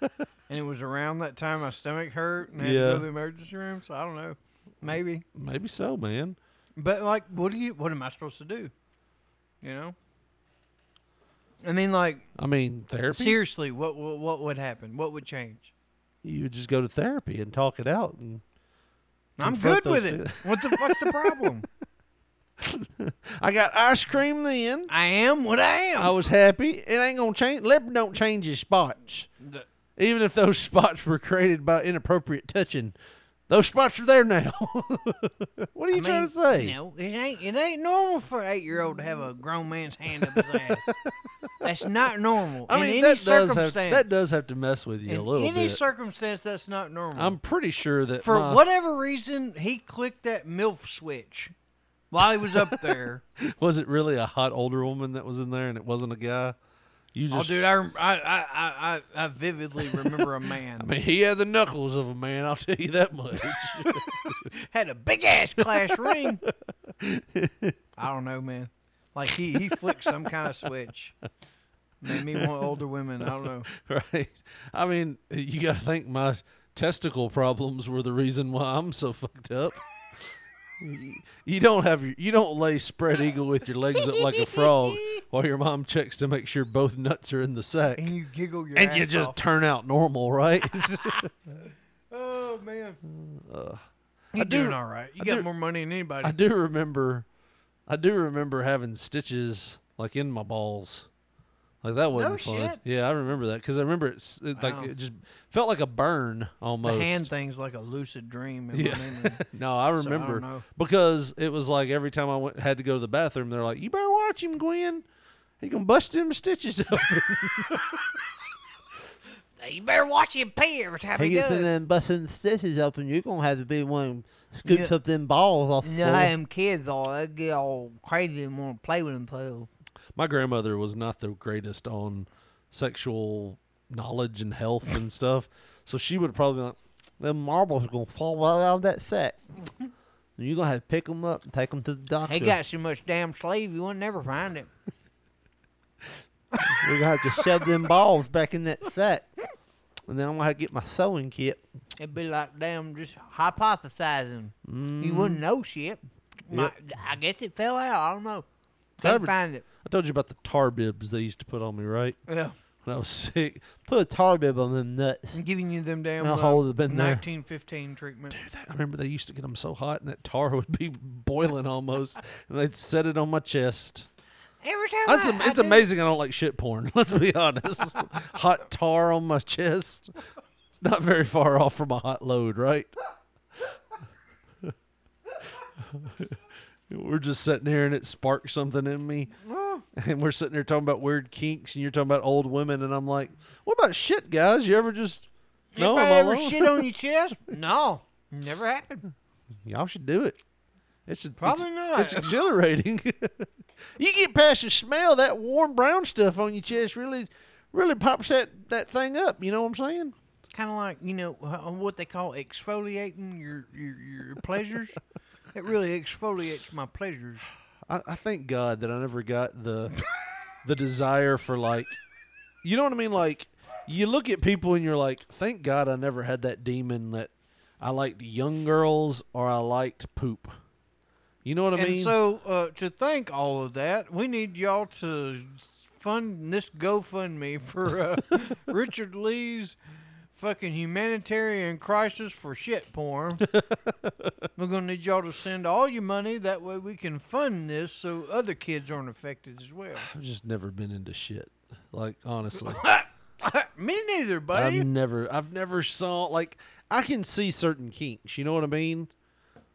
Speaker 8: and it was around that time my stomach hurt and I had to go
Speaker 9: Yeah.
Speaker 8: to the emergency room, so I don't know. Maybe.
Speaker 9: maybe so, man.
Speaker 8: But like what do you what am I supposed to do? You know? I mean like
Speaker 9: I mean, therapy.
Speaker 8: seriously, what what, what would happen? What would change?
Speaker 9: You would just go to therapy and talk it out, and
Speaker 8: I'm
Speaker 9: Confront
Speaker 8: good with
Speaker 9: those
Speaker 8: it.
Speaker 9: feel-
Speaker 8: What the fuck's the problem?
Speaker 9: I got ice cream. Then
Speaker 8: I am what I am.
Speaker 9: I was happy. It ain't gonna change. Leopard don't change his spots.
Speaker 8: The-
Speaker 9: Even if those spots were created by inappropriate touching, those spots are there now. what are you
Speaker 8: I
Speaker 9: trying
Speaker 8: mean,
Speaker 9: to say?
Speaker 8: You know, it ain't it ain't normal for an eight year old to have a grown man's hand up his ass. that's not normal.
Speaker 9: I
Speaker 8: in
Speaker 9: mean,
Speaker 8: any
Speaker 9: that does
Speaker 8: circumstance.
Speaker 9: have, that does have to mess with you a
Speaker 8: in
Speaker 9: little
Speaker 8: any
Speaker 9: bit.
Speaker 8: circumstance that's not normal.
Speaker 9: I'm pretty sure that
Speaker 8: for
Speaker 9: my-
Speaker 8: whatever reason, he clicked that MILF switch while he was up there.
Speaker 9: was it really a hot older woman that was in there, and it wasn't a guy. You
Speaker 8: oh,
Speaker 9: just
Speaker 8: dude, I, rem- I, I, I, I vividly remember a man.
Speaker 9: I mean, he had the knuckles of a man. I'll tell you that much.
Speaker 8: had a big ass clash ring. I don't know, man. Like he he flicked some kind of switch. Made me want older women. I don't know.
Speaker 9: right? I mean, you got to think my testicle problems were the reason why I'm so fucked up. You- you don't have your, you don't lay spread eagle with your legs up like a frog while your mom checks to make sure both nuts are in the sack.
Speaker 8: And you giggle your
Speaker 9: and you
Speaker 8: ass
Speaker 9: just
Speaker 8: off.
Speaker 9: turn out normal, right?
Speaker 8: Oh man,
Speaker 9: Ugh.
Speaker 8: you're
Speaker 9: do-
Speaker 8: doing all right. You
Speaker 9: I
Speaker 8: got
Speaker 9: do-
Speaker 8: more money than anybody.
Speaker 9: I do remember, I do remember having stitches like in my balls, like that wasn't fun.
Speaker 8: shit.
Speaker 9: Yeah, I remember that because I remember it's it,
Speaker 8: Wow.
Speaker 9: like it just felt like a burn
Speaker 8: The
Speaker 9: almost.
Speaker 8: hand thing's like a lucid dream. In
Speaker 9: yeah.
Speaker 8: my memory.
Speaker 9: no, I
Speaker 8: So don't
Speaker 9: remember
Speaker 8: know.
Speaker 9: because it was like every time I went, had to go to the bathroom, they're like, "You better watch him, Gwen. He gonna bust them stitches open."
Speaker 8: You better watch him pee every time he does.
Speaker 9: them busting stitches open. You're gonna have to be one
Speaker 8: scoops Yeah. up
Speaker 9: them balls off.
Speaker 8: You know how them kids all they get all crazy and want to play with them too.
Speaker 9: my grandmother was not the greatest on sexual knowledge and health and stuff. So she would probably be like, them marbles are going to fall right out of that sack. and you're going to have to pick them up and take them to the doctor.
Speaker 8: He got so much damn sleeve you wouldn't never find him.
Speaker 9: We're going to have to shove them balls back in that sack. And then I'm going to have to get my sewing kit.
Speaker 8: It'd be like damn just hypothesizing. You
Speaker 9: Mm.
Speaker 8: wouldn't know shit. My, I guess it fell out. I don't know. Couldn't
Speaker 9: Tar-
Speaker 8: find it.
Speaker 9: I told you about the tar bibs they used to put on me, right?
Speaker 8: Yeah.
Speaker 9: When I was sick. Put a tar bib on them nuts.
Speaker 8: I'm giving you them damn
Speaker 9: I'll
Speaker 8: uh,
Speaker 9: hold it in there.
Speaker 8: 1915 treatment.
Speaker 9: I remember they used to get them so hot and that tar would be boiling almost, and they'd set it on my chest.
Speaker 8: Every time
Speaker 9: That's,
Speaker 8: I,
Speaker 9: am-
Speaker 8: I
Speaker 9: it's
Speaker 8: do-
Speaker 9: amazing I don't like shit porn. Let's be honest. hot tar on my chest. It's not very far off from a hot load, right? we're just sitting here and it sparked something in me. And we're sitting there talking about weird kinks and you're talking about old women. And I'm like, what about shit, guys? You ever just No,
Speaker 8: Anybody
Speaker 9: I'm
Speaker 8: ever
Speaker 9: alone.
Speaker 8: shit on your chest? No, never happened.
Speaker 9: Y'all should do it. It should
Speaker 8: Probably
Speaker 9: it's,
Speaker 8: not.
Speaker 9: It's exhilarating. you get past the smell, that warm brown stuff on your chest really, really pops that that thing up. You know what I'm saying?
Speaker 8: Kind of like you know uh, what they call exfoliating your your, your pleasures. it really exfoliates my pleasures.
Speaker 9: I, I thank God that I never got the the desire for like you know what I mean? Like you look at people and you're like, Thank God I never had that demon that I liked young girls or I liked poop. You know what I
Speaker 8: and
Speaker 9: mean?
Speaker 8: so uh, to thank all of that, we need y'all to fund this GoFundMe for uh, Richard Lee's fucking humanitarian crisis for shit porn. We're gonna need y'all to send all your money. That way we can fund this so other kids aren't affected as well.
Speaker 9: I've just never been into shit. Like honestly.
Speaker 8: Me neither, buddy.
Speaker 9: I've never I've never saw like I can see certain kinks, you know what I mean?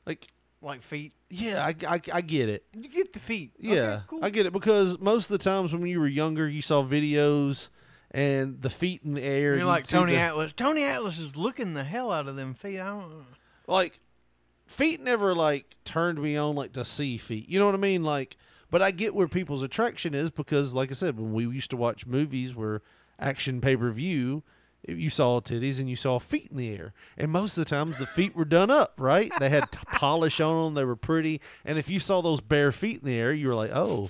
Speaker 9: Like
Speaker 8: like feet.
Speaker 9: Yeah, I, I, I get it.
Speaker 8: You get the feet. Okay,
Speaker 9: Yeah,
Speaker 8: cool.
Speaker 9: I get it because most of the times when you were younger, you saw videos and the feet in the air.
Speaker 8: You're
Speaker 9: you'd
Speaker 8: like
Speaker 9: see
Speaker 8: Tony
Speaker 9: the-
Speaker 8: Atlas. Tony Atlas is looking the hell out of them feet. I don't.
Speaker 9: Like feet never like turned me on like to see feet. You know what I mean? Like, but I get where people's attraction is because, like I said, when we used to watch movies where action pay per view, you saw titties and you saw feet in the air, and most of the times the feet were done up. Right? They had t- polish on them. They were pretty. And if you saw those bare feet in the air, you were like, oh.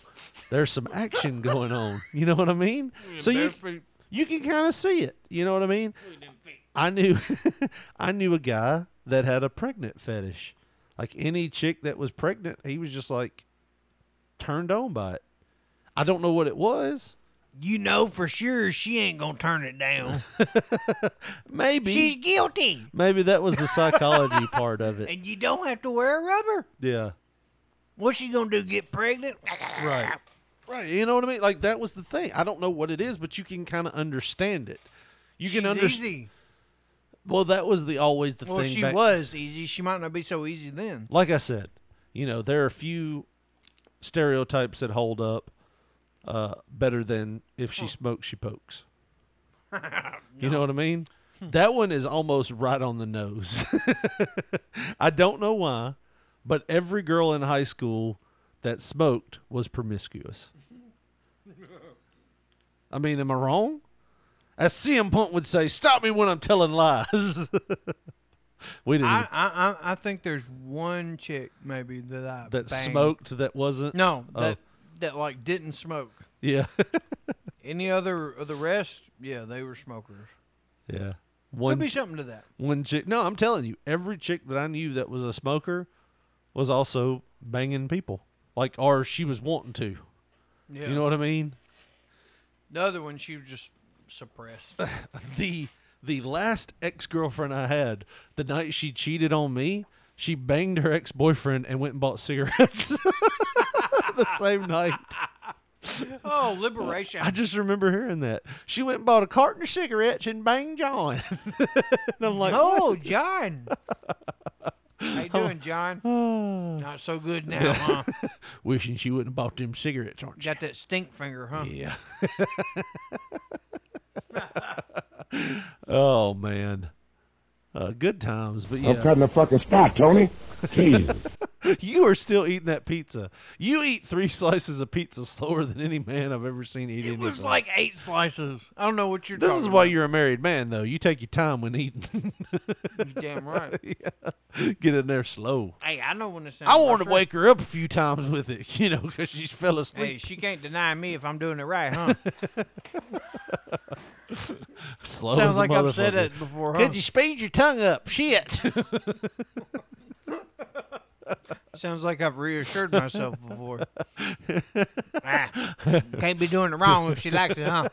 Speaker 9: There's some action going on. You know what I mean? So
Speaker 8: bare
Speaker 9: you
Speaker 8: feet.
Speaker 9: you can kind of see it. You know what I mean? I knew I knew a guy that had a pregnant fetish. Like any chick that was pregnant, he was just like turned on by it. I don't know what it was.
Speaker 8: You know for sure she ain't gonna turn it down.
Speaker 9: Maybe
Speaker 8: She's guilty.
Speaker 9: Maybe that was the psychology part of it.
Speaker 8: And you don't have to wear a rubber.
Speaker 9: Yeah.
Speaker 8: What's she gonna do? Get pregnant?
Speaker 9: Right. Right. You know what I mean? Like that was the thing. I don't know what it is, but you can kind of understand it. You can
Speaker 8: She's
Speaker 9: understand.
Speaker 8: easy.
Speaker 9: Well, that was the always the
Speaker 8: Well,
Speaker 9: thing.
Speaker 8: she
Speaker 9: back-
Speaker 8: was easy. She might not be so easy then.
Speaker 9: like I said, you know, there are few stereotypes that hold up uh, better than if she smokes, she pokes. You know what I mean? That one is almost right on the nose. I don't know why, but every girl in high school that smoked was promiscuous. I mean, am I wrong? As CM Punk would say, stop me when I'm telling lies. we didn't.
Speaker 8: I, I I I think there's one chick maybe that I
Speaker 9: that
Speaker 8: banged.
Speaker 9: smoked that wasn't
Speaker 8: No,
Speaker 9: Oh,
Speaker 8: that that like didn't smoke.
Speaker 9: yeah
Speaker 8: Any other of the rest? Yeah, they were smokers.
Speaker 9: yeah
Speaker 8: Could be something to that.
Speaker 9: one chick no i'm telling you every chick that i knew that was a smoker was also banging people like or she was wanting to
Speaker 8: Yeah.
Speaker 9: you know what i mean
Speaker 8: The other one, she was just suppressed.
Speaker 9: the the last ex-girlfriend i had the night she cheated on me she banged her ex-boyfriend and went and bought cigarettes the same night
Speaker 8: oh, liberation!
Speaker 9: I just remember hearing that. She went and bought a carton of cigarettes and banged John. and I'm like,
Speaker 8: oh,
Speaker 9: what?
Speaker 8: John. How you doing, John? Not so good now, huh?
Speaker 9: Wishing she wouldn't have bought them cigarettes, aren't
Speaker 8: Got that stink finger, huh?
Speaker 9: Yeah. you? Oh man, uh, good times. But yeah,
Speaker 22: I'm cutting the fucking spot, Tony. Jesus.
Speaker 9: you are still eating that pizza. You eat three slices of pizza slower than any man I've ever seen eat. It
Speaker 8: was like eight slices. I don't know what you're
Speaker 9: This
Speaker 8: talking
Speaker 9: is why you're a married man, though. You take your time when eating.
Speaker 8: about. You're damn right.
Speaker 9: Yeah. Get in there slow.
Speaker 8: Hey, I know when this sounds
Speaker 9: I want to
Speaker 8: frustrating.
Speaker 9: wake her up a few times with it, you know, because she fell asleep.
Speaker 8: Hey, she can't deny me if I'm doing it right, huh?
Speaker 9: Slow
Speaker 8: Sounds
Speaker 9: as a
Speaker 8: like I've said
Speaker 9: Oh, motherfucker.
Speaker 8: it before, huh?
Speaker 9: Could you speed your tongue up? Shit.
Speaker 8: Sounds like I've reassured myself before. ah, can't be doing it wrong if she likes it, huh?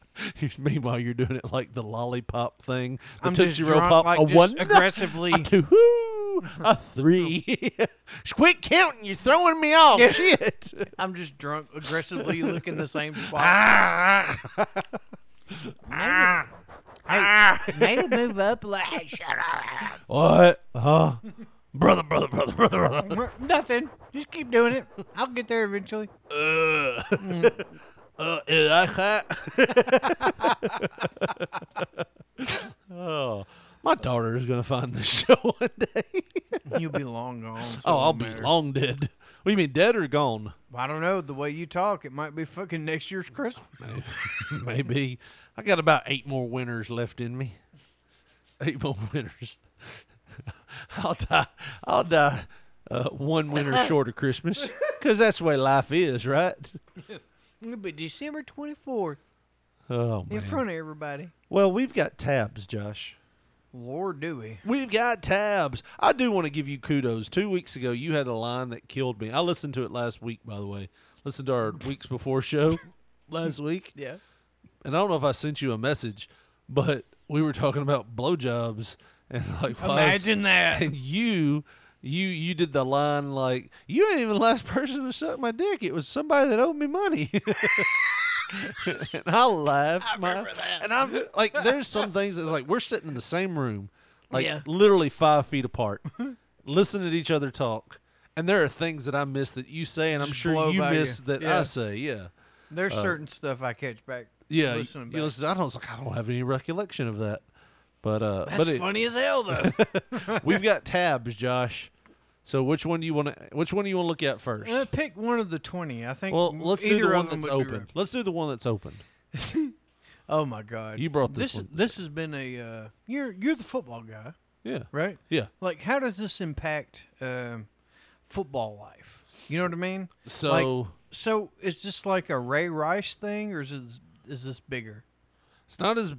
Speaker 9: Meanwhile, you're doing it like the lollipop thing, the
Speaker 8: I'm just
Speaker 9: Tootsie Roll
Speaker 8: drunk,
Speaker 9: Pop.
Speaker 8: like,
Speaker 9: a
Speaker 8: just
Speaker 9: one,
Speaker 8: aggressively-
Speaker 9: a two, hoo, a three. Quit counting. You're throwing me off.
Speaker 8: Yeah.
Speaker 9: Shit.
Speaker 8: I'm just drunk, aggressively looking the same spot. maybe, hey, maybe move up like hey, shut up.
Speaker 9: What? Huh? brother, brother, brother, brother, brother.
Speaker 8: Nothing. Just keep doing it. I'll get there eventually.
Speaker 9: Uh, uh, is that hot? oh, daughter is going to find this show one day.
Speaker 8: You'll be long gone. so
Speaker 9: oh,
Speaker 8: it
Speaker 9: I'll
Speaker 8: don't
Speaker 9: be
Speaker 8: matter.
Speaker 9: long dead. What do you mean, dead or gone?
Speaker 8: I don't know. The way you talk, it might be fucking next year's Christmas.
Speaker 9: Maybe. I got about eight more winters left in me. Eight more winters. I'll die. I'll die uh, one winter short of Christmas because that's the way life is, right?
Speaker 8: It'll be December 24th
Speaker 9: Oh, man.
Speaker 8: in front of everybody.
Speaker 9: Well, we've got tabs, Josh.
Speaker 8: Lord, do we?
Speaker 9: We've got tabs. I do want to give you kudos. Two weeks ago, you had a line that killed me. I listened to it last week, by the way. Listened to our weeks before show last week.
Speaker 8: Yeah.
Speaker 9: And I don't know if I sent you a message, but we were talking about blowjobs and like why is-
Speaker 8: Imagine that.
Speaker 9: And you, you, you did the line like you ain't even the last person to suck my dick. It was somebody that owed me money. and I laughed. I remember that. And I'm like, there's some things that's like we're sitting in the same room, like
Speaker 8: Yeah.
Speaker 9: literally five feet apart, listening to each other talk. And there are things that I miss that you say, and I'm
Speaker 8: Just
Speaker 9: sure
Speaker 8: blow
Speaker 9: you
Speaker 8: by you.
Speaker 9: miss that I
Speaker 8: Yeah.
Speaker 9: say. Yeah,
Speaker 8: There's
Speaker 9: Uh,
Speaker 8: certain stuff I catch back.
Speaker 9: yeah,
Speaker 8: listening
Speaker 9: you, you listen, I don't I was like I don't have any recollection of that. But uh
Speaker 8: That's
Speaker 9: but it-
Speaker 8: funny as hell, though.
Speaker 9: we've got tabs, Josh. So which one do you want to which one do you want to look at first?
Speaker 8: Uh, pick one of the 20. I think
Speaker 9: well, let's do the
Speaker 8: either of
Speaker 9: one
Speaker 8: them
Speaker 9: that's
Speaker 8: would be
Speaker 9: open. Let's do the one that's open.
Speaker 8: Oh my God!
Speaker 9: You brought this
Speaker 8: This
Speaker 9: one.
Speaker 8: this has been a uh, you're you're the football guy,
Speaker 9: Yeah.
Speaker 8: right?
Speaker 9: Yeah.
Speaker 8: Like, how does this impact um, football life? You know what I mean?
Speaker 9: So-
Speaker 8: Like, so is this like a Ray Rice thing, or is this, is this bigger?
Speaker 9: It's not as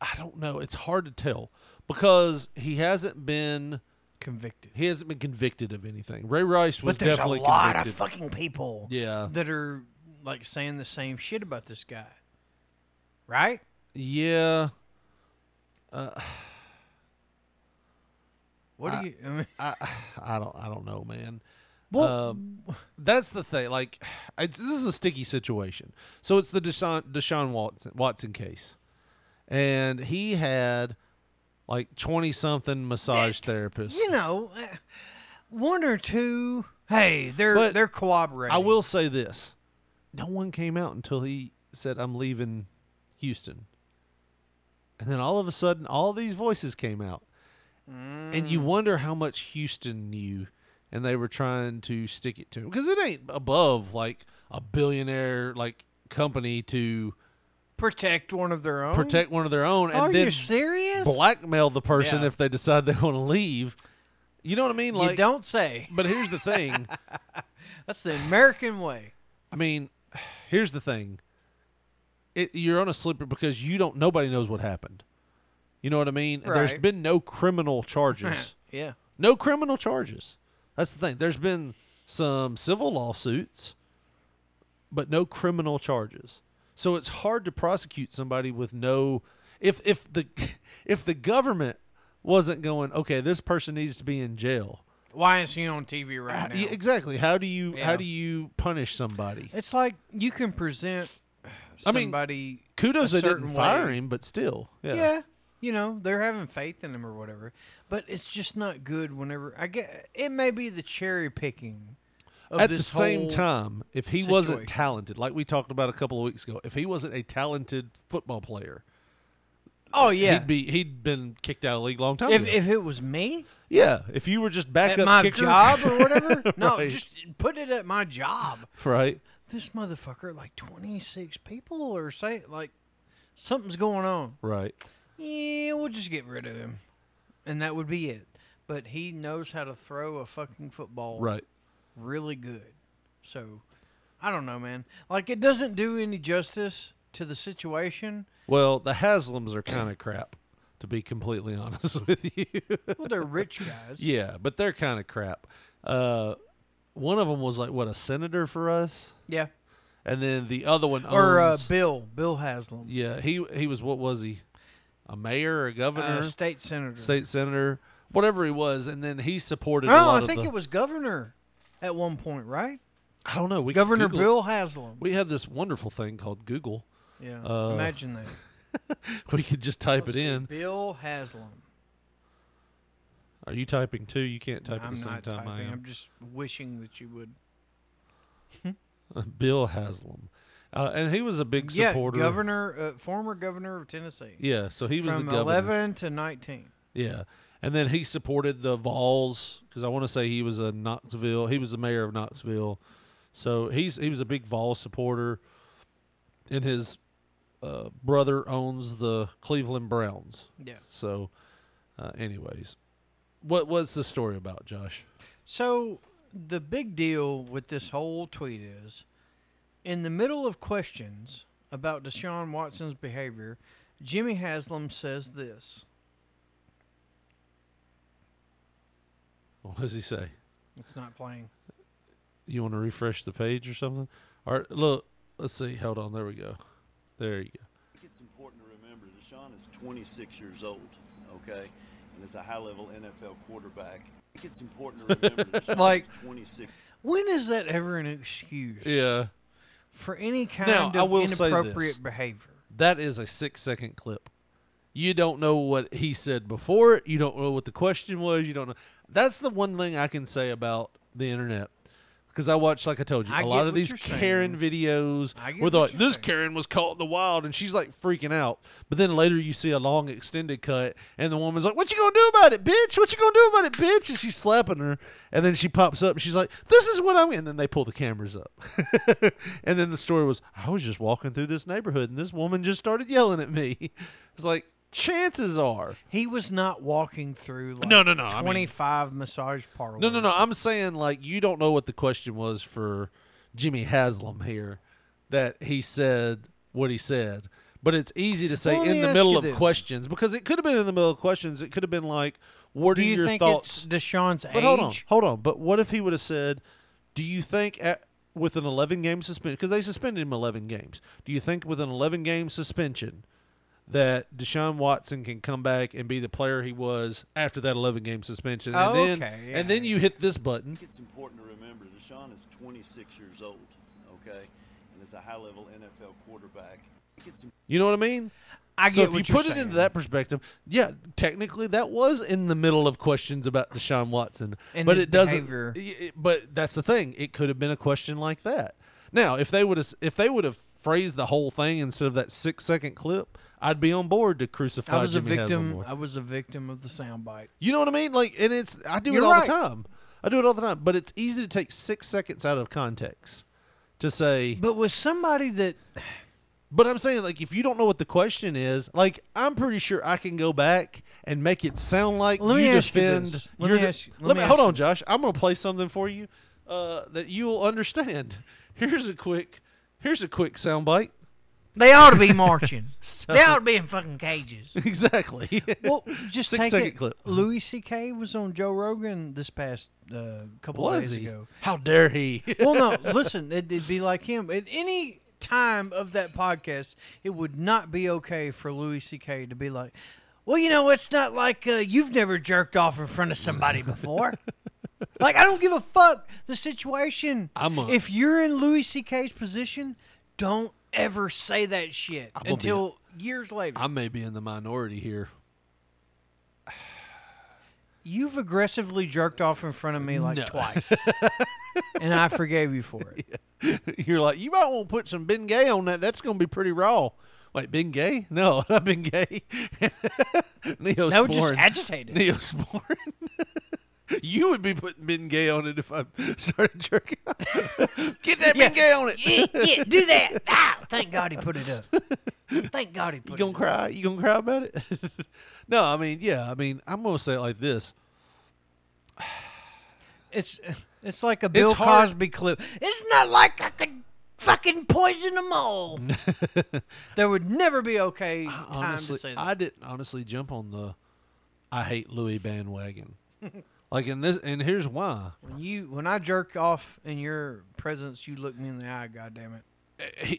Speaker 9: I don't know. It's hard to tell because he hasn't been
Speaker 8: convicted.
Speaker 9: He hasn't been convicted of anything. Ray Rice was
Speaker 8: but there's
Speaker 9: definitely
Speaker 8: a lot
Speaker 9: convicted.
Speaker 8: of fucking people,
Speaker 9: Yeah.
Speaker 8: that are like saying the same shit about this guy, right?
Speaker 9: Yeah. Uh,
Speaker 8: What
Speaker 9: I-
Speaker 8: do you? I mean,
Speaker 9: I, I don't I don't know, man.
Speaker 8: Well-
Speaker 9: Um, that's the thing. Like, it's, this is a sticky situation. So it's the Deshaun, Deshaun Watson, Watson case, and he had like twenty something massage therapists.
Speaker 8: you know, uh, one or two. Hey, they're
Speaker 9: But
Speaker 8: they're cooperating.
Speaker 9: I will say this: no one came out until he said, "I'm leaving Houston," and then all of a sudden, all these voices came out, and
Speaker 8: Mm.
Speaker 9: you wonder how much Houston knew, and they were trying to stick it to him because it ain't above like a billionaire like company to
Speaker 8: protect one of their own.
Speaker 9: protect one of their own and
Speaker 8: Oh, Are
Speaker 9: then
Speaker 8: you serious?
Speaker 9: blackmail the person
Speaker 8: Yeah.
Speaker 9: if they decide they want to leave. You know what I mean?
Speaker 8: You
Speaker 9: Like
Speaker 8: don't say.
Speaker 9: But here's the thing.
Speaker 8: That's the American way.
Speaker 9: I mean, here's the thing. It, you're on a slippery because you don't. Nobody knows what happened. You know what I mean? And There's
Speaker 8: Right.
Speaker 9: been no criminal charges.
Speaker 8: Yeah.
Speaker 9: No criminal charges. That's the thing. There's been some civil lawsuits, but no criminal charges. So it's hard to prosecute somebody with no if if the if the government wasn't going, okay, this person needs to be in jail.
Speaker 8: Why is he on TV right now?
Speaker 9: Uh, Yeah, exactly. How do you how
Speaker 8: Yeah.
Speaker 9: do you punish somebody?
Speaker 8: It's like you can present
Speaker 9: I mean,
Speaker 8: somebody.
Speaker 9: Kudos
Speaker 8: a
Speaker 9: they didn't
Speaker 8: certain
Speaker 9: fire
Speaker 8: way.
Speaker 9: him, but still. Yeah.
Speaker 8: Yeah. You know, they're having faith in him or whatever. But it's just not good whenever I get it may be the cherry picking of
Speaker 9: At the
Speaker 8: this
Speaker 9: same
Speaker 8: whole
Speaker 9: time, if he wasn't
Speaker 8: situation.
Speaker 9: talented, like we talked about a couple of weeks ago, if he wasn't a talented football player,
Speaker 8: Oh yeah.
Speaker 9: he'd be he'd been kicked out of the league a long time
Speaker 8: if
Speaker 9: ago.
Speaker 8: if it was me
Speaker 9: yeah, if you were just back
Speaker 8: at
Speaker 9: up
Speaker 8: my
Speaker 9: kicker-
Speaker 8: job or whatever, no,
Speaker 9: Right.
Speaker 8: just put it at my job.
Speaker 9: right.
Speaker 8: This motherfucker, like twenty six people or say like something's going on.
Speaker 9: Right.
Speaker 8: Yeah, we'll just get rid of him. And that would be it. But he knows how to throw a fucking football
Speaker 9: Right.
Speaker 8: really good. So I don't know, man. Like it doesn't do any justice to the situation.
Speaker 9: Well, the Haslams are kind of crap, to be completely honest with you.
Speaker 8: Well, they're rich guys.
Speaker 9: yeah, but they're kind of crap. Uh, one of them was like what a senator for us.
Speaker 8: Yeah.
Speaker 9: And then the other one
Speaker 8: Or uh,
Speaker 9: owns-
Speaker 8: Bill, Bill Haslam.
Speaker 9: Um, Yeah, he he was what was he? A mayor, a governor,
Speaker 8: Uh, state senator.
Speaker 9: state senator, whatever he was, and then he supported. a
Speaker 8: oh,
Speaker 9: lot
Speaker 8: I
Speaker 9: of
Speaker 8: think
Speaker 9: the-
Speaker 8: it was governor at one point, right?
Speaker 9: I don't know. We could
Speaker 8: Governor
Speaker 9: Google it.
Speaker 8: Bill Haslam.
Speaker 9: We have this wonderful thing called Google.
Speaker 8: Yeah.
Speaker 9: Uh,
Speaker 8: Imagine that.
Speaker 9: We could just type
Speaker 8: Let's
Speaker 9: it
Speaker 8: see,
Speaker 9: in.
Speaker 8: Bill Haslam.
Speaker 9: Are you typing too? You can't type at
Speaker 8: I'm
Speaker 9: the same
Speaker 8: not
Speaker 9: time
Speaker 8: typing.
Speaker 9: I am.
Speaker 8: I'm just wishing that you would.
Speaker 9: Bill Haslam, uh, and he was a big
Speaker 8: Yeah,
Speaker 9: supporter.
Speaker 8: governor, uh, former governor of Tennessee.
Speaker 9: Yeah, so he was
Speaker 8: from
Speaker 9: the governor.
Speaker 8: 11 to 19.
Speaker 9: Yeah. And then he supported the Vols because I want to say he was a Knoxville. He was the mayor of Knoxville, so he's he was a big Vols supporter. And his uh, brother owns the Cleveland Browns.
Speaker 8: Yeah.
Speaker 9: So, uh, anyways, what what's the story about, Josh?
Speaker 8: So the big deal with this whole tweet is, in the middle of questions about Deshaun Watson's behavior, Jimmy Haslam says this.
Speaker 9: What does he say?
Speaker 8: It's not playing.
Speaker 9: You want to refresh the page or something? All right, look, let's see. Hold on, there we go. There you go.
Speaker 2: I think it's important to remember Deshaun is 26 years old, okay, and is a high-level NFL quarterback. I think it's important to remember Deshaun is
Speaker 8: Like,
Speaker 2: 26.
Speaker 8: when is that ever an excuse
Speaker 9: Yeah.
Speaker 8: for any kind
Speaker 9: Now
Speaker 8: of
Speaker 9: I will say
Speaker 8: inappropriate
Speaker 9: this.
Speaker 8: behavior?
Speaker 9: That is a six second clip. You don't know what he said before it. You don't know what the question was. You don't know. That's the one thing I can say about the internet. Because I watch, like I told you,
Speaker 18: I
Speaker 9: a
Speaker 18: get
Speaker 9: lot
Speaker 18: what
Speaker 9: of these
Speaker 18: you're saying.
Speaker 9: Karen videos
Speaker 18: I get
Speaker 9: where they're
Speaker 18: what
Speaker 9: like,
Speaker 18: you're
Speaker 9: this Karen was caught in the wild, and she's like freaking out. But then later you see a long extended cut, and the woman's like, what you going to do about it, bitch? What you going to do about it, bitch? And she's slapping her, and then she pops up, and she's like, this is what I'm... And then they pull the cameras up. and then the story was, I was just walking through this neighborhood, and this woman just started yelling at me. It's like, chances are...
Speaker 8: He was not walking through like
Speaker 9: No, no, no, I mean-
Speaker 8: 25 massage parlors.
Speaker 9: No, no, no. I'm saying like you don't know what the question was for Jimmy Haslam here that he said what he said. But it's easy to say
Speaker 8: Well, let
Speaker 9: in
Speaker 8: me
Speaker 9: the
Speaker 8: ask
Speaker 9: middle
Speaker 8: you
Speaker 9: of
Speaker 8: this.
Speaker 9: questions because it could have been in the middle of questions. It could have been like, "What
Speaker 8: Do
Speaker 9: are
Speaker 8: you
Speaker 9: your
Speaker 8: think
Speaker 9: thoughts?"
Speaker 8: it's Deshaun's
Speaker 9: but hold on,
Speaker 8: age?
Speaker 9: hold on. But what if he would have said, "Do you think at, with an 11 game suspension because they suspended him 11 games? Do you think with an 11 game suspension that Deshaun Watson can come back and be the player he was after that 11 game suspension?"
Speaker 2: Oh,
Speaker 9: and then,
Speaker 2: okay, yeah.
Speaker 9: and then you hit this button.
Speaker 2: I think it's important to remember Deshaun is 26 years old, okay, and is a high-level NFL quarterback. I think it's
Speaker 9: You know what I mean?
Speaker 2: I
Speaker 9: so
Speaker 2: get
Speaker 9: if
Speaker 2: what
Speaker 9: you
Speaker 2: you're
Speaker 9: put it into that perspective, yeah, technically that was in the middle of questions about Deshaun Watson,
Speaker 8: And
Speaker 9: but
Speaker 8: his
Speaker 9: it doesn't.
Speaker 8: behavior.
Speaker 9: y- y- But that's the thing; it could have been a question like that. Now, if they would have, if they would have phrased the whole thing instead of that six second clip, I'd be on board to crucify.
Speaker 8: I was
Speaker 9: Jimmy
Speaker 8: a
Speaker 9: Haslam
Speaker 8: victim.
Speaker 9: more.
Speaker 8: I was a victim of the soundbite.
Speaker 9: You know what I mean? Like, and it's I do
Speaker 8: You're
Speaker 9: it all
Speaker 8: right.
Speaker 9: the time. I do it all the time, but it's easy to take six seconds out of context to say.
Speaker 8: But with somebody that.
Speaker 9: But I'm saying, like, if you don't know what the question is, like, I'm pretty sure I can go back and make it sound like
Speaker 8: Let
Speaker 9: you
Speaker 8: me ask you
Speaker 9: defend.
Speaker 8: this. Let
Speaker 9: your
Speaker 8: me
Speaker 9: de-
Speaker 8: ask- let
Speaker 9: let
Speaker 8: me
Speaker 9: me-
Speaker 8: ask
Speaker 9: hold
Speaker 8: you
Speaker 9: on, Josh. I'm gonna play something for you uh, that you'll understand. Here's a quick. Here's a quick soundbite.
Speaker 8: They ought to be marching.
Speaker 9: So-
Speaker 8: they ought to be in fucking cages.
Speaker 9: Exactly.
Speaker 8: Well, just
Speaker 9: Six
Speaker 8: take
Speaker 9: second
Speaker 8: it.
Speaker 9: clip. Mm-hmm.
Speaker 8: Louis C.K. was on Joe Rogan this past uh, couple
Speaker 9: Was
Speaker 8: days
Speaker 9: he?
Speaker 8: ago.
Speaker 9: How dare he?
Speaker 8: well, no, listen, it, it'd be like him. At any time of that podcast, it would not be okay for Louis C.K. to be like, well, you know, it's not like uh, you've never jerked off in front of somebody before. like, I don't give a fuck the situation.
Speaker 9: I'm a-
Speaker 8: if you're in Louis C.K.'s position, don't ever say that shit
Speaker 9: I'm gonna be-
Speaker 8: until years later.
Speaker 9: I may be in the minority here.
Speaker 8: You've aggressively jerked off in front of me like
Speaker 9: No.
Speaker 8: twice, and I forgave you for it.
Speaker 9: You're like, you might want to put some Ben Gay on that. That's gonna be pretty raw. Wait, Ben Gay? No, not Ben Gay. Neosporin.
Speaker 8: That would just agitate it.
Speaker 9: Neosporin. you would be putting Ben Gay on it if I started jerking. off. Get that Ben Gay on it.
Speaker 8: Yeah, yeah, do that. Ah, thank God he put it up. Thank God he put
Speaker 9: You
Speaker 8: it
Speaker 9: gonna
Speaker 8: up.
Speaker 9: cry? You gonna cry about it? no, I mean, yeah, I mean, I'm gonna say it like this.
Speaker 8: It's it's like a Bill
Speaker 9: hard-
Speaker 8: Cosby clip. It's not like I could fucking poison a mole. there would never be okay time
Speaker 9: honestly,
Speaker 8: to say that.
Speaker 9: I didn't honestly jump on the I hate Louis bandwagon. like in this, and here's why.
Speaker 8: when you when I jerk off in your presence, you look me in the eye. God damn it.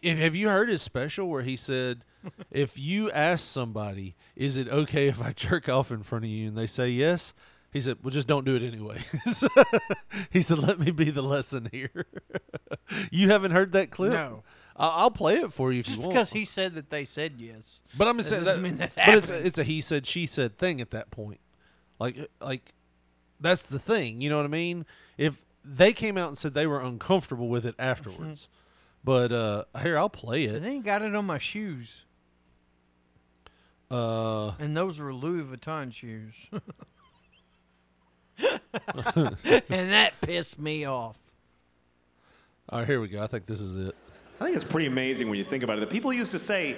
Speaker 9: H- have you heard his special where he said, if you ask somebody, is it okay if I jerk off in front of you, and they say yes, he said, well, just don't do it anyway. he said, let me be the lesson here. you haven't heard that clip?
Speaker 8: No.
Speaker 9: I- I'll play it for you if you want.
Speaker 8: Because he said that they said yes.
Speaker 9: But I'm
Speaker 8: That
Speaker 9: just saying
Speaker 8: doesn't
Speaker 9: that,
Speaker 8: mean that
Speaker 9: but it's a,
Speaker 8: happened.
Speaker 9: it's a he said she said thing at that point. Like uh, like that's the thing, you know what I mean? If they came out and said they were uncomfortable with it afterwards.
Speaker 8: Mm-hmm.
Speaker 9: but uh here I'll play
Speaker 8: And
Speaker 9: it.
Speaker 8: then he got it on my shoes.
Speaker 9: Uh,
Speaker 8: and those were Louis Vuitton shoes. and that pissed me off.
Speaker 9: All right, here we go. I think this is it.
Speaker 23: I think it's pretty amazing when you think about it. The people used to say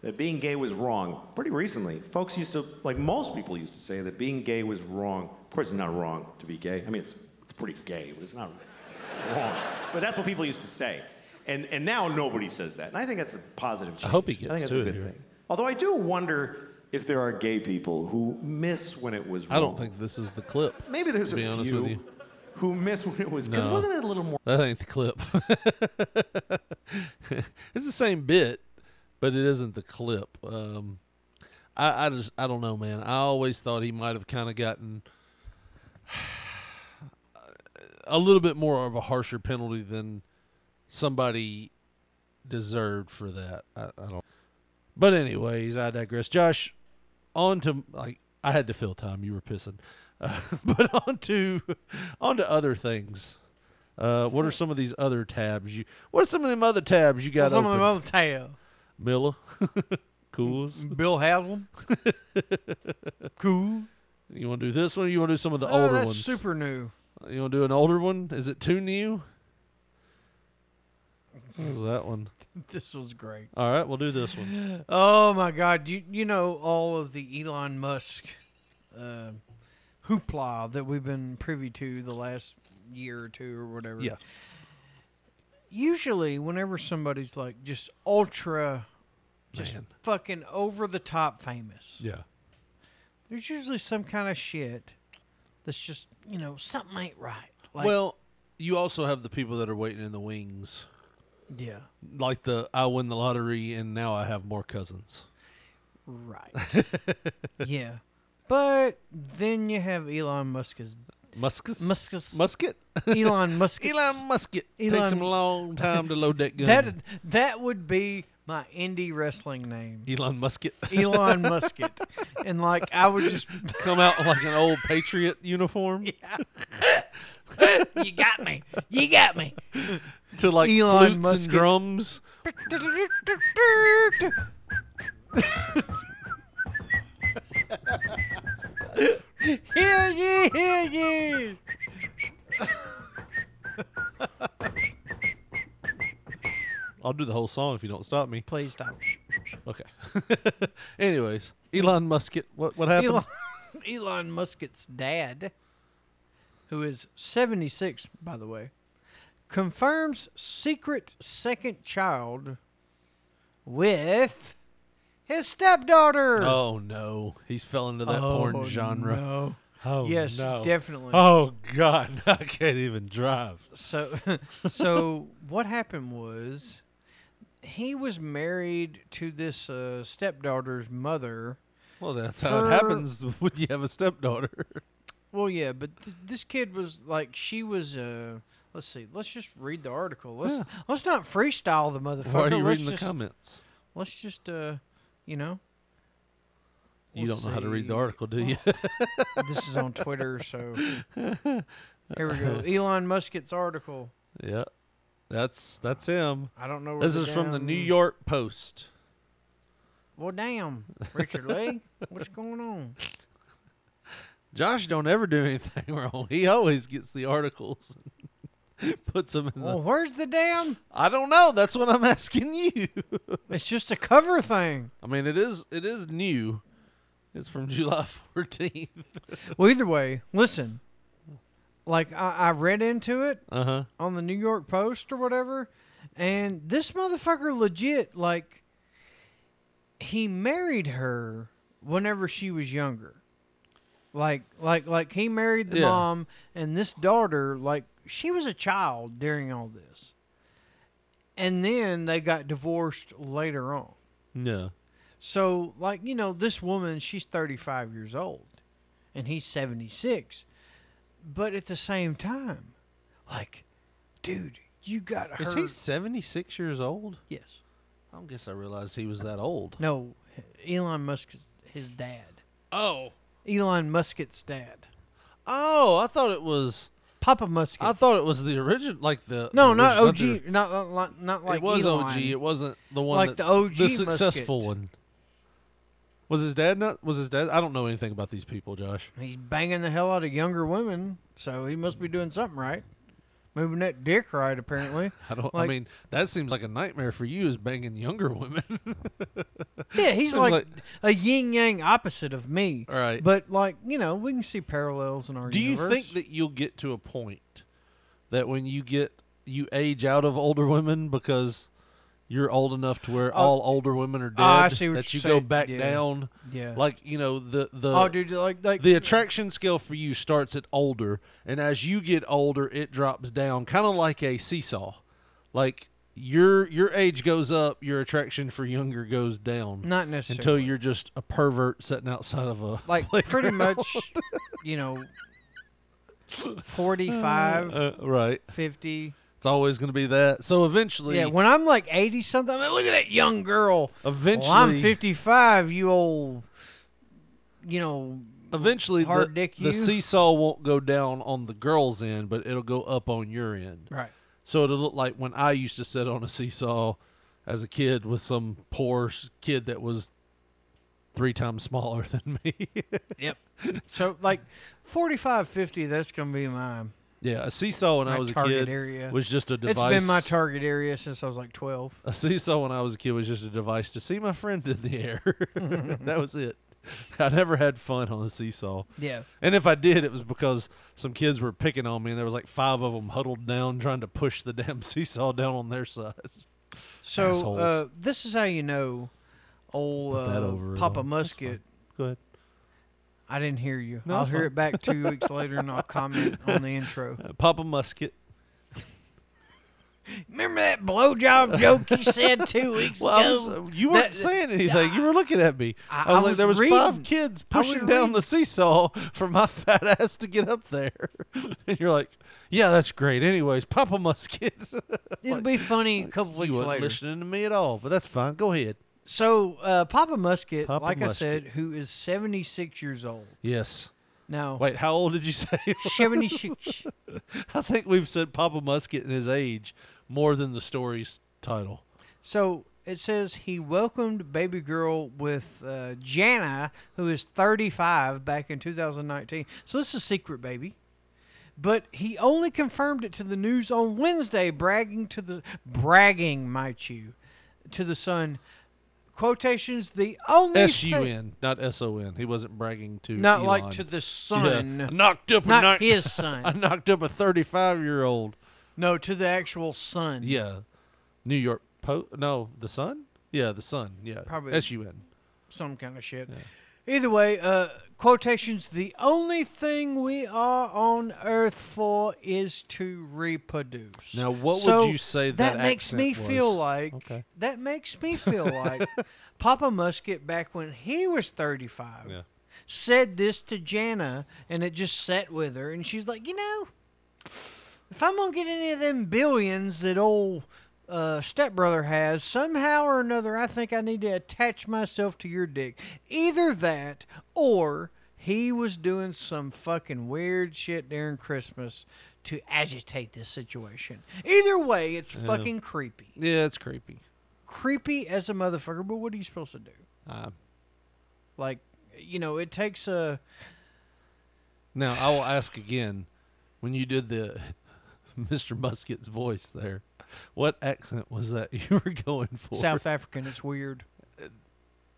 Speaker 23: that being gay was wrong. Pretty recently, folks used to, like most people used to say that being gay was wrong. Of course, it's not wrong to be gay. I mean, it's, it's pretty gay, but it's not wrong. But that's what people used to say. And, and now nobody says that. And I think that's a positive change.
Speaker 9: I hope he gets
Speaker 23: I think that's
Speaker 9: to
Speaker 23: a
Speaker 9: it
Speaker 23: good
Speaker 9: here.
Speaker 23: thing. Although I do wonder if there are gay people who miss when it was wrong.
Speaker 9: I don't think this is the clip.
Speaker 23: Maybe there's
Speaker 9: to
Speaker 23: a
Speaker 9: be honest
Speaker 23: few
Speaker 9: with you.
Speaker 23: who missed when it was. Because
Speaker 9: No.
Speaker 23: wasn't it a little more.
Speaker 9: That ain't the clip. it's the same bit, but it isn't the clip. Um, I, I just I don't know, man. I always thought he might have kind of gotten a little bit more of a harsher penalty than somebody deserved for that. I, I don't. But anyways, I digress. Josh, on to like I had to fill time. You were pissing, uh, but on to on to other things. Uh, what are some of these other tabs you? What are some of them other tabs you got?
Speaker 8: Some of
Speaker 9: open?
Speaker 8: them on the tail.
Speaker 9: Miller, Cool's,
Speaker 8: Bill Haslam.
Speaker 9: Cool. You want to do this one? or You want to do some of the
Speaker 8: Oh,
Speaker 9: older
Speaker 8: that's
Speaker 9: ones?
Speaker 8: super new.
Speaker 9: You want to do an older one? Is it too new? What was that one?
Speaker 8: This was great.
Speaker 9: All right, we'll do this one.
Speaker 8: Oh my God! You you know all of the Elon Musk uh, hoopla that we've been privy to the last year or two or whatever.
Speaker 9: Yeah.
Speaker 8: Usually, whenever somebody's like just ultra, just
Speaker 9: Man.
Speaker 8: fucking over the top famous,
Speaker 9: Yeah.
Speaker 8: there's usually some kind of shit that's just you know something ain't right. Like,
Speaker 9: well, you also have the people that are waiting in the wings,
Speaker 8: yeah,
Speaker 9: like the I win the lottery and now I have more cousins.
Speaker 8: right, yeah. But then you have Elon Musk's
Speaker 9: Muskus?
Speaker 8: Muskus.
Speaker 9: Musket?
Speaker 8: Elon Musk.
Speaker 9: Elon Musket. Takes him a long time to load that gun.
Speaker 8: That that would be my indie wrestling name,
Speaker 9: Elon Musket.
Speaker 8: Elon Musket, and like I would just
Speaker 9: Come out in like an old patriot uniform.
Speaker 8: you got me, you got me.
Speaker 9: To like
Speaker 8: Elon
Speaker 9: flutes and
Speaker 8: Musket.
Speaker 9: drums.
Speaker 8: Hear ye, hear ye.
Speaker 9: I'll do the whole song if you don't stop me.
Speaker 8: Please stop.
Speaker 9: Okay. Anyways, Elon Musket. What what happened?
Speaker 8: Elon, Elon Musk's dad, who is 76, by the way, confirms secret second child with his stepdaughter.
Speaker 9: Oh no, he's fell into that
Speaker 8: Oh,
Speaker 9: porn genre.
Speaker 8: no.
Speaker 9: Oh
Speaker 8: Yes,
Speaker 9: no.
Speaker 8: definitely.
Speaker 9: Oh god, I can't even drive.
Speaker 8: So, so what happened was he was married to this uh, stepdaughter's mother.
Speaker 9: Well, that's how it
Speaker 8: for-
Speaker 9: happens when you have a stepdaughter.
Speaker 8: Well, yeah, but th- this kid was like she was. Uh, let's see. Let's just read the article. Let's
Speaker 9: Yeah.
Speaker 8: let's not freestyle the motherfucker.
Speaker 9: Why are you
Speaker 8: let's
Speaker 9: reading the
Speaker 8: just-
Speaker 9: comments?
Speaker 8: Let's just, uh, you know.
Speaker 9: You
Speaker 8: we'll
Speaker 9: don't know how to read the
Speaker 8: see.
Speaker 9: article, do you?
Speaker 8: this is on Twitter, so here we go. Elon Musk's article.
Speaker 9: yeah, that's that's him.
Speaker 8: I don't know where
Speaker 9: This
Speaker 8: the
Speaker 9: is from the New
Speaker 8: damn-
Speaker 9: York Post.
Speaker 8: Well, damn, Richard Lee, what's going on?
Speaker 9: Josh don't ever do anything wrong. He always gets the articles, and puts them in the.
Speaker 8: Well, where's the damn?
Speaker 9: I don't know. That's what I'm asking you.
Speaker 8: It's just a cover thing.
Speaker 9: I mean, it is it is new. It's from July 14th.
Speaker 8: Well, either way, listen. Like I, I read into it
Speaker 9: Uh huh.
Speaker 8: on the New York Post or whatever, and this motherfucker legit like he married her whenever she was younger. Like like like he married the
Speaker 9: Yeah.
Speaker 8: mom and this daughter like she was a child during all this. And then they got divorced later on.
Speaker 9: Yeah.
Speaker 8: So, like, you know, this woman, she's 35 years old and he's 76. But at the same time, like, dude, you got her.
Speaker 9: Is he 76 years old?
Speaker 8: Yes.
Speaker 9: I don't guess I realized he was that old.
Speaker 8: No, Elon Musk is his dad.
Speaker 9: Oh.
Speaker 8: Elon Musk's dad.
Speaker 9: Oh, I thought it was
Speaker 8: Papa Musk.
Speaker 9: I thought it was the original, like the
Speaker 8: No,
Speaker 9: the
Speaker 8: not
Speaker 9: orig-
Speaker 8: OG.
Speaker 9: the-
Speaker 8: Not, not, not like
Speaker 9: it was
Speaker 8: Elon.
Speaker 9: OG. It wasn't the one
Speaker 8: Like the
Speaker 9: that's
Speaker 8: OG
Speaker 9: the successful
Speaker 8: Musket.
Speaker 9: one. Was his dad not? Was his dad? I don't know anything about these people, Josh.
Speaker 8: He's banging the hell out of younger women, so he must be doing something right. Moving that dick right, apparently.
Speaker 9: I don't. I
Speaker 8: Like-
Speaker 9: mean, that seems like a nightmare for you, is banging younger women.
Speaker 8: Yeah, he's
Speaker 9: Seems
Speaker 8: like,
Speaker 9: like-
Speaker 8: a yin yang opposite of me.
Speaker 9: Right.
Speaker 8: But like, you know, we can see parallels in our
Speaker 9: Do you
Speaker 8: universe.
Speaker 9: think that you'll get to a point that when you get you age out of older women because you're old enough to where
Speaker 8: Oh.
Speaker 9: all older women are dead,
Speaker 8: Oh, I see what
Speaker 9: that you
Speaker 8: you're
Speaker 9: go
Speaker 8: saying.
Speaker 9: back
Speaker 8: Yeah.
Speaker 9: down?
Speaker 8: Yeah.
Speaker 9: Like you know the the
Speaker 8: Oh, dude, like- like-
Speaker 9: uh, the attraction scale for you starts at older, and as you get older, it drops down, kind of like a seesaw. Like your your age goes up, your attraction for younger goes down.
Speaker 8: Not
Speaker 9: until
Speaker 8: necessarily.
Speaker 9: you're just a pervert sitting outside of a
Speaker 8: like pretty
Speaker 9: playground.
Speaker 8: much, you know, 45,
Speaker 9: Uh, right.
Speaker 8: 50.
Speaker 9: It's always going to be that. So eventually,
Speaker 8: Yeah, when I'm like 80 something, I'm like, look at that young girl.
Speaker 9: Eventually,
Speaker 8: Well, I'm 55, you old, you know,
Speaker 9: Eventually,
Speaker 8: hard
Speaker 9: the,
Speaker 8: dick
Speaker 9: the
Speaker 8: you.
Speaker 9: seesaw won't go down on the girls' end, but it'll go up on your end.
Speaker 8: Right.
Speaker 9: So it'll look like when I used to sit on a seesaw as a kid with some poor s- kid that was three times smaller than me.
Speaker 8: Yep. So like 45, 50, that's going to be my
Speaker 9: yeah, a seesaw when
Speaker 8: my
Speaker 9: I was a
Speaker 8: target
Speaker 9: kid
Speaker 8: area.
Speaker 9: was just a device.
Speaker 8: It's been my target area since I was like 12.
Speaker 9: a seesaw when I was a kid was just a device to see my friend in the air. that was it. I never had fun on the seesaw.
Speaker 8: Yeah.
Speaker 9: And if I did, it was because some kids were picking on me, and there was like five of them huddled down trying to push the damn seesaw down on their side.
Speaker 8: So
Speaker 9: Assholes.
Speaker 8: uh, this is how you know old
Speaker 9: Put that
Speaker 8: uh,
Speaker 9: over it
Speaker 8: Papa
Speaker 9: all.
Speaker 8: Musket.
Speaker 9: Go ahead.
Speaker 8: I didn't hear you.
Speaker 9: No,
Speaker 8: I'll
Speaker 9: it's
Speaker 8: hear
Speaker 9: fine.
Speaker 8: it back two weeks later and I'll comment on the intro.
Speaker 9: Uh, Papa Musket.
Speaker 8: Remember that blowjob joke you said two weeks
Speaker 9: Well, I
Speaker 8: ago?
Speaker 9: was- uh, you weren't
Speaker 8: That- uh,
Speaker 9: saying anything. You were looking at me.
Speaker 8: I-
Speaker 9: I, was
Speaker 8: I
Speaker 9: like,
Speaker 8: was
Speaker 9: there was
Speaker 8: reading.
Speaker 9: five kids
Speaker 8: I was
Speaker 9: pushing down the seesaw for my fat ass to get up there, and you're like, "Yeah, that's great." Anyways, Papa Musket.
Speaker 8: It'll be funny a couple
Speaker 9: you
Speaker 8: weeks
Speaker 9: weren't
Speaker 8: later.
Speaker 9: listening to me at all, but that's fine. Go ahead.
Speaker 8: So uh, Papa Musket,
Speaker 9: Papa
Speaker 8: like I
Speaker 9: Musket.
Speaker 8: said, who is 76 years old.
Speaker 9: Yes.
Speaker 8: Now,
Speaker 9: Wait, how old did you say? he was?
Speaker 8: 76.
Speaker 9: I think we've said Papa Musket and his age more than the story's title.
Speaker 8: So it says he welcomed baby girl with uh, Jana, who is 35, back in 2019. So this is secret, baby. But he only confirmed it to the news on Wednesday, bragging to the bragging, might you, to the Sun. Quotations the only
Speaker 9: S U
Speaker 8: thing-
Speaker 9: N, not S O N. He wasn't bragging to
Speaker 8: Not like
Speaker 9: Elon.
Speaker 8: to the
Speaker 9: Yeah.
Speaker 8: sun.
Speaker 9: I knocked up a
Speaker 8: Not
Speaker 9: knock-
Speaker 8: his son.
Speaker 9: I knocked up a thirty-five-year-old.
Speaker 8: No, to the actual Sun.
Speaker 9: Yeah, New York Post. No, the Sun. Yeah, the Sun. Yeah,
Speaker 8: Probably-
Speaker 9: S U N.
Speaker 8: some kind of shit. Either way, uh, quotations the only thing we are on earth for is to reproduce.
Speaker 9: Now, what would
Speaker 8: So
Speaker 9: you say
Speaker 8: that,
Speaker 9: that
Speaker 8: makes me
Speaker 9: accent
Speaker 8: feel
Speaker 9: was?
Speaker 8: like?
Speaker 9: Okay.
Speaker 8: That makes me feel like Papa Musket back when he was 35
Speaker 9: Yeah.
Speaker 8: said this to Jana and it just sat with her. And she's like, you know, if I'm going to get any of them billions that old uh, stepbrother has, somehow or another, I think I need to attach myself to your dick. Either that or he was doing some fucking weird shit during Christmas to agitate this situation. Either way, it's
Speaker 9: Yeah.
Speaker 8: fucking creepy.
Speaker 9: Yeah, it's creepy.
Speaker 8: Creepy as a motherfucker, but what are you supposed to do?
Speaker 9: Uh,
Speaker 8: Like, you know, it takes a.
Speaker 9: Now I will ask again, when you did the Mr. Musket's voice there, what accent was that you were going for?
Speaker 8: South African. It's weird.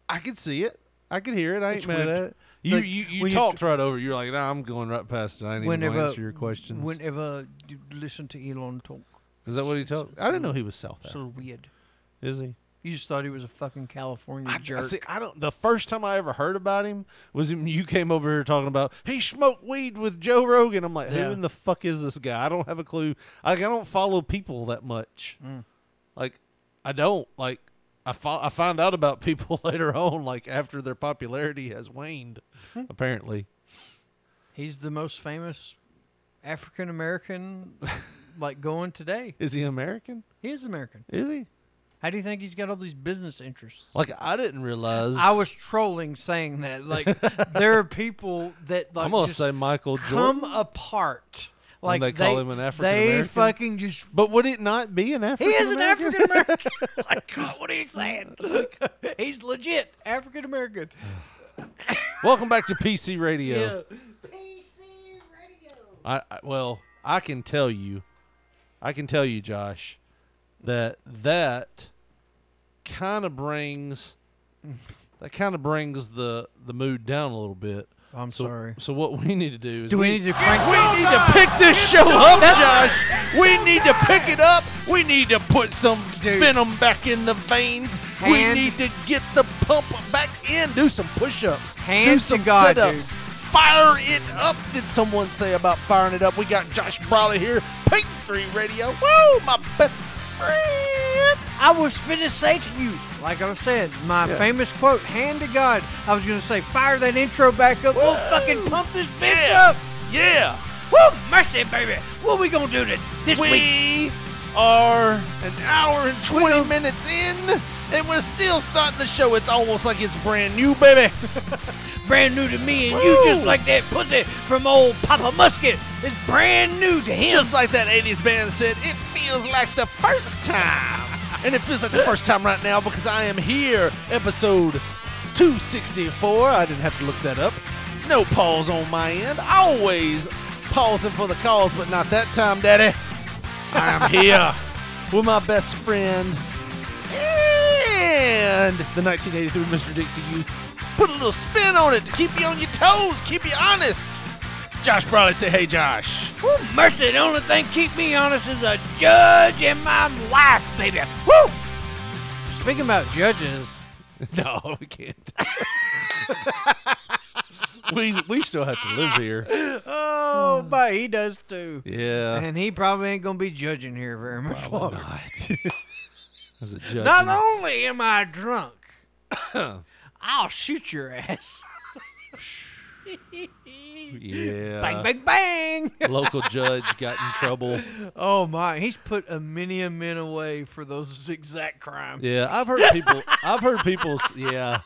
Speaker 9: I could see it. I could hear it. I ain't
Speaker 8: It's
Speaker 9: mad
Speaker 8: weird.
Speaker 9: at it. You
Speaker 8: Like,
Speaker 9: you, you
Speaker 8: when you-
Speaker 9: talked right over. it. You're like, nah, I'm going right past it. I ain't even gonna answer your questions.
Speaker 8: Whenever you listen to Elon talk.
Speaker 9: Is that what he
Speaker 8: It's-
Speaker 9: talked?
Speaker 8: it's
Speaker 9: I
Speaker 8: a
Speaker 9: didn't know
Speaker 8: little-
Speaker 9: he was South
Speaker 8: It's a
Speaker 9: African.
Speaker 8: little weird.
Speaker 9: Is he?
Speaker 8: You just thought he was a fucking California
Speaker 9: I
Speaker 8: jerk.
Speaker 9: see. I don't. The first time I ever heard about him was when you came over here talking about he smoked weed with Joe Rogan. I'm like,
Speaker 8: Yeah.
Speaker 9: who in the fuck is this guy? I don't have a clue. Like, I don't follow people that much.
Speaker 8: Mm.
Speaker 9: Like, I don't like. I fo- I find out about people later on, like after their popularity has waned,
Speaker 8: Hmm.
Speaker 9: apparently.
Speaker 8: He's the most famous African American, like going today.
Speaker 9: Is he American?
Speaker 8: He is American.
Speaker 9: Is he?
Speaker 8: How do you think he's got all these business interests?
Speaker 9: Like, I didn't realize.
Speaker 8: I was trolling saying that. Like there are people that like
Speaker 9: I'm gonna
Speaker 8: just
Speaker 9: say Michael
Speaker 8: come
Speaker 9: Jordan.
Speaker 8: apart.
Speaker 9: Like they call him an African
Speaker 8: They
Speaker 9: American.
Speaker 8: fucking just.
Speaker 9: But would it not be an
Speaker 8: He
Speaker 9: African?
Speaker 8: is an African American.
Speaker 9: like,
Speaker 8: God, what are you saying? Like, he's legit African American.
Speaker 9: Welcome back to PC Radio.
Speaker 8: Yeah.
Speaker 9: I, I well, I can tell you, I can tell you, Josh, that that kind of brings that kind of brings the the mood down a little bit.
Speaker 8: I'm
Speaker 9: so,
Speaker 8: sorry.
Speaker 9: So what we need to do is
Speaker 8: Do we need to crank-
Speaker 9: We need to pick this
Speaker 8: It's
Speaker 9: show up,
Speaker 8: That's-
Speaker 9: Josh. We need to pick it up. We need to put some venom back in the veins.
Speaker 8: Hand-
Speaker 9: We need to get the pump back in. Do some push-ups. do
Speaker 8: Hands to
Speaker 9: some
Speaker 8: God,
Speaker 9: sit-ups.
Speaker 8: dude.
Speaker 9: Fire it up, did someone say about firing it up? We got Josh Brawley here, Pink 3 Radio. Woo, my best friend.
Speaker 8: I was finna say to you, like I said, my
Speaker 9: Yeah.
Speaker 8: famous quote, hand to God. I was gonna say, fire that intro back up. We'll fucking pump this bitch up.
Speaker 9: Yeah.
Speaker 8: Woo, mercy, baby. What we gonna do to this
Speaker 9: we
Speaker 8: week?
Speaker 9: are an hour and 20 minutes in, and we're still starting the show. It's almost like it's brand new, baby.
Speaker 8: brand new to me, and you just like that pussy from old Papa Musket. It's brand new to him.
Speaker 9: Just like that 80s band said, it feels like the first time. and it feels like the first time right now because I am here, episode 264. I didn't have to look that up. No pause on my end. Always pausing for the calls, but not that time, Daddy. I am here with my best friend and the 1983 Mr. Dixie Youth. Put a little spin on it to keep you on your toes, keep you honest. Josh Brawley said, Hey, Josh.
Speaker 8: Woo, Oh, mercy, the only thing keep me honest is a judge and my wife, baby. Woo! Speaking about judges,
Speaker 9: No, we can't. we we still have to live here.
Speaker 8: oh, but he does too.
Speaker 9: Yeah.
Speaker 8: And he probably ain't gonna be judging here very much longer.
Speaker 9: As a judge,
Speaker 8: Not
Speaker 9: you-
Speaker 8: only am I drunk, I'll shoot your ass.
Speaker 9: yeah.
Speaker 8: Bang, bang, bang.
Speaker 9: Local judge got in trouble.
Speaker 8: Oh my, he's put a many a men away for those exact crimes.
Speaker 9: Yeah, I've heard people. I've heard people. s- Yeah,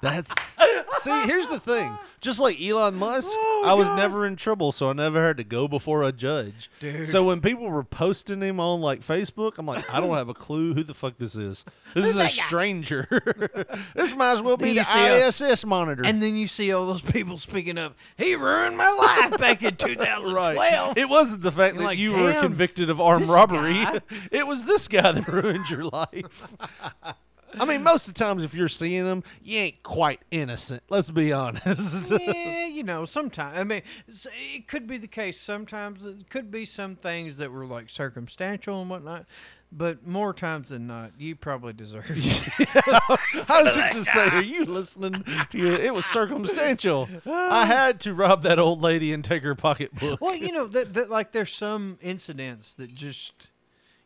Speaker 9: that's. See, here's the thing. Just like Elon Musk,
Speaker 8: Oh,
Speaker 9: I was never in trouble, so I never had to go before a judge.
Speaker 8: Dude.
Speaker 9: So when people were posting him on like Facebook, I'm like, I don't have a clue who the fuck this is. This
Speaker 8: Who's
Speaker 9: is
Speaker 8: that
Speaker 9: a
Speaker 8: guy?
Speaker 9: stranger. this might as well
Speaker 8: Then
Speaker 9: be
Speaker 8: you
Speaker 9: the
Speaker 8: see a-
Speaker 9: ISS monitor.
Speaker 8: And then you see all those people speaking up. He ruined my life back in 2012.
Speaker 9: It wasn't the fact
Speaker 8: You're
Speaker 9: that
Speaker 8: like,
Speaker 9: you were
Speaker 8: "Damn,
Speaker 9: convicted of armed
Speaker 8: this
Speaker 9: robbery.
Speaker 8: guy."
Speaker 9: It was this guy that ruined your life. I mean, most of the times if you're seeing him, you ain't quite innocent. Let's be honest.
Speaker 8: yeah, you know, sometimes. I mean, s- it could be the case. Sometimes it could be some things that were like circumstantial and whatnot. But more times than not, you probably deserve it.
Speaker 9: I was just gonna say, are you listening to your, it was circumstantial. I had to rob that old lady and take her pocketbook.
Speaker 8: well, you know, that, that like there's some incidents that just,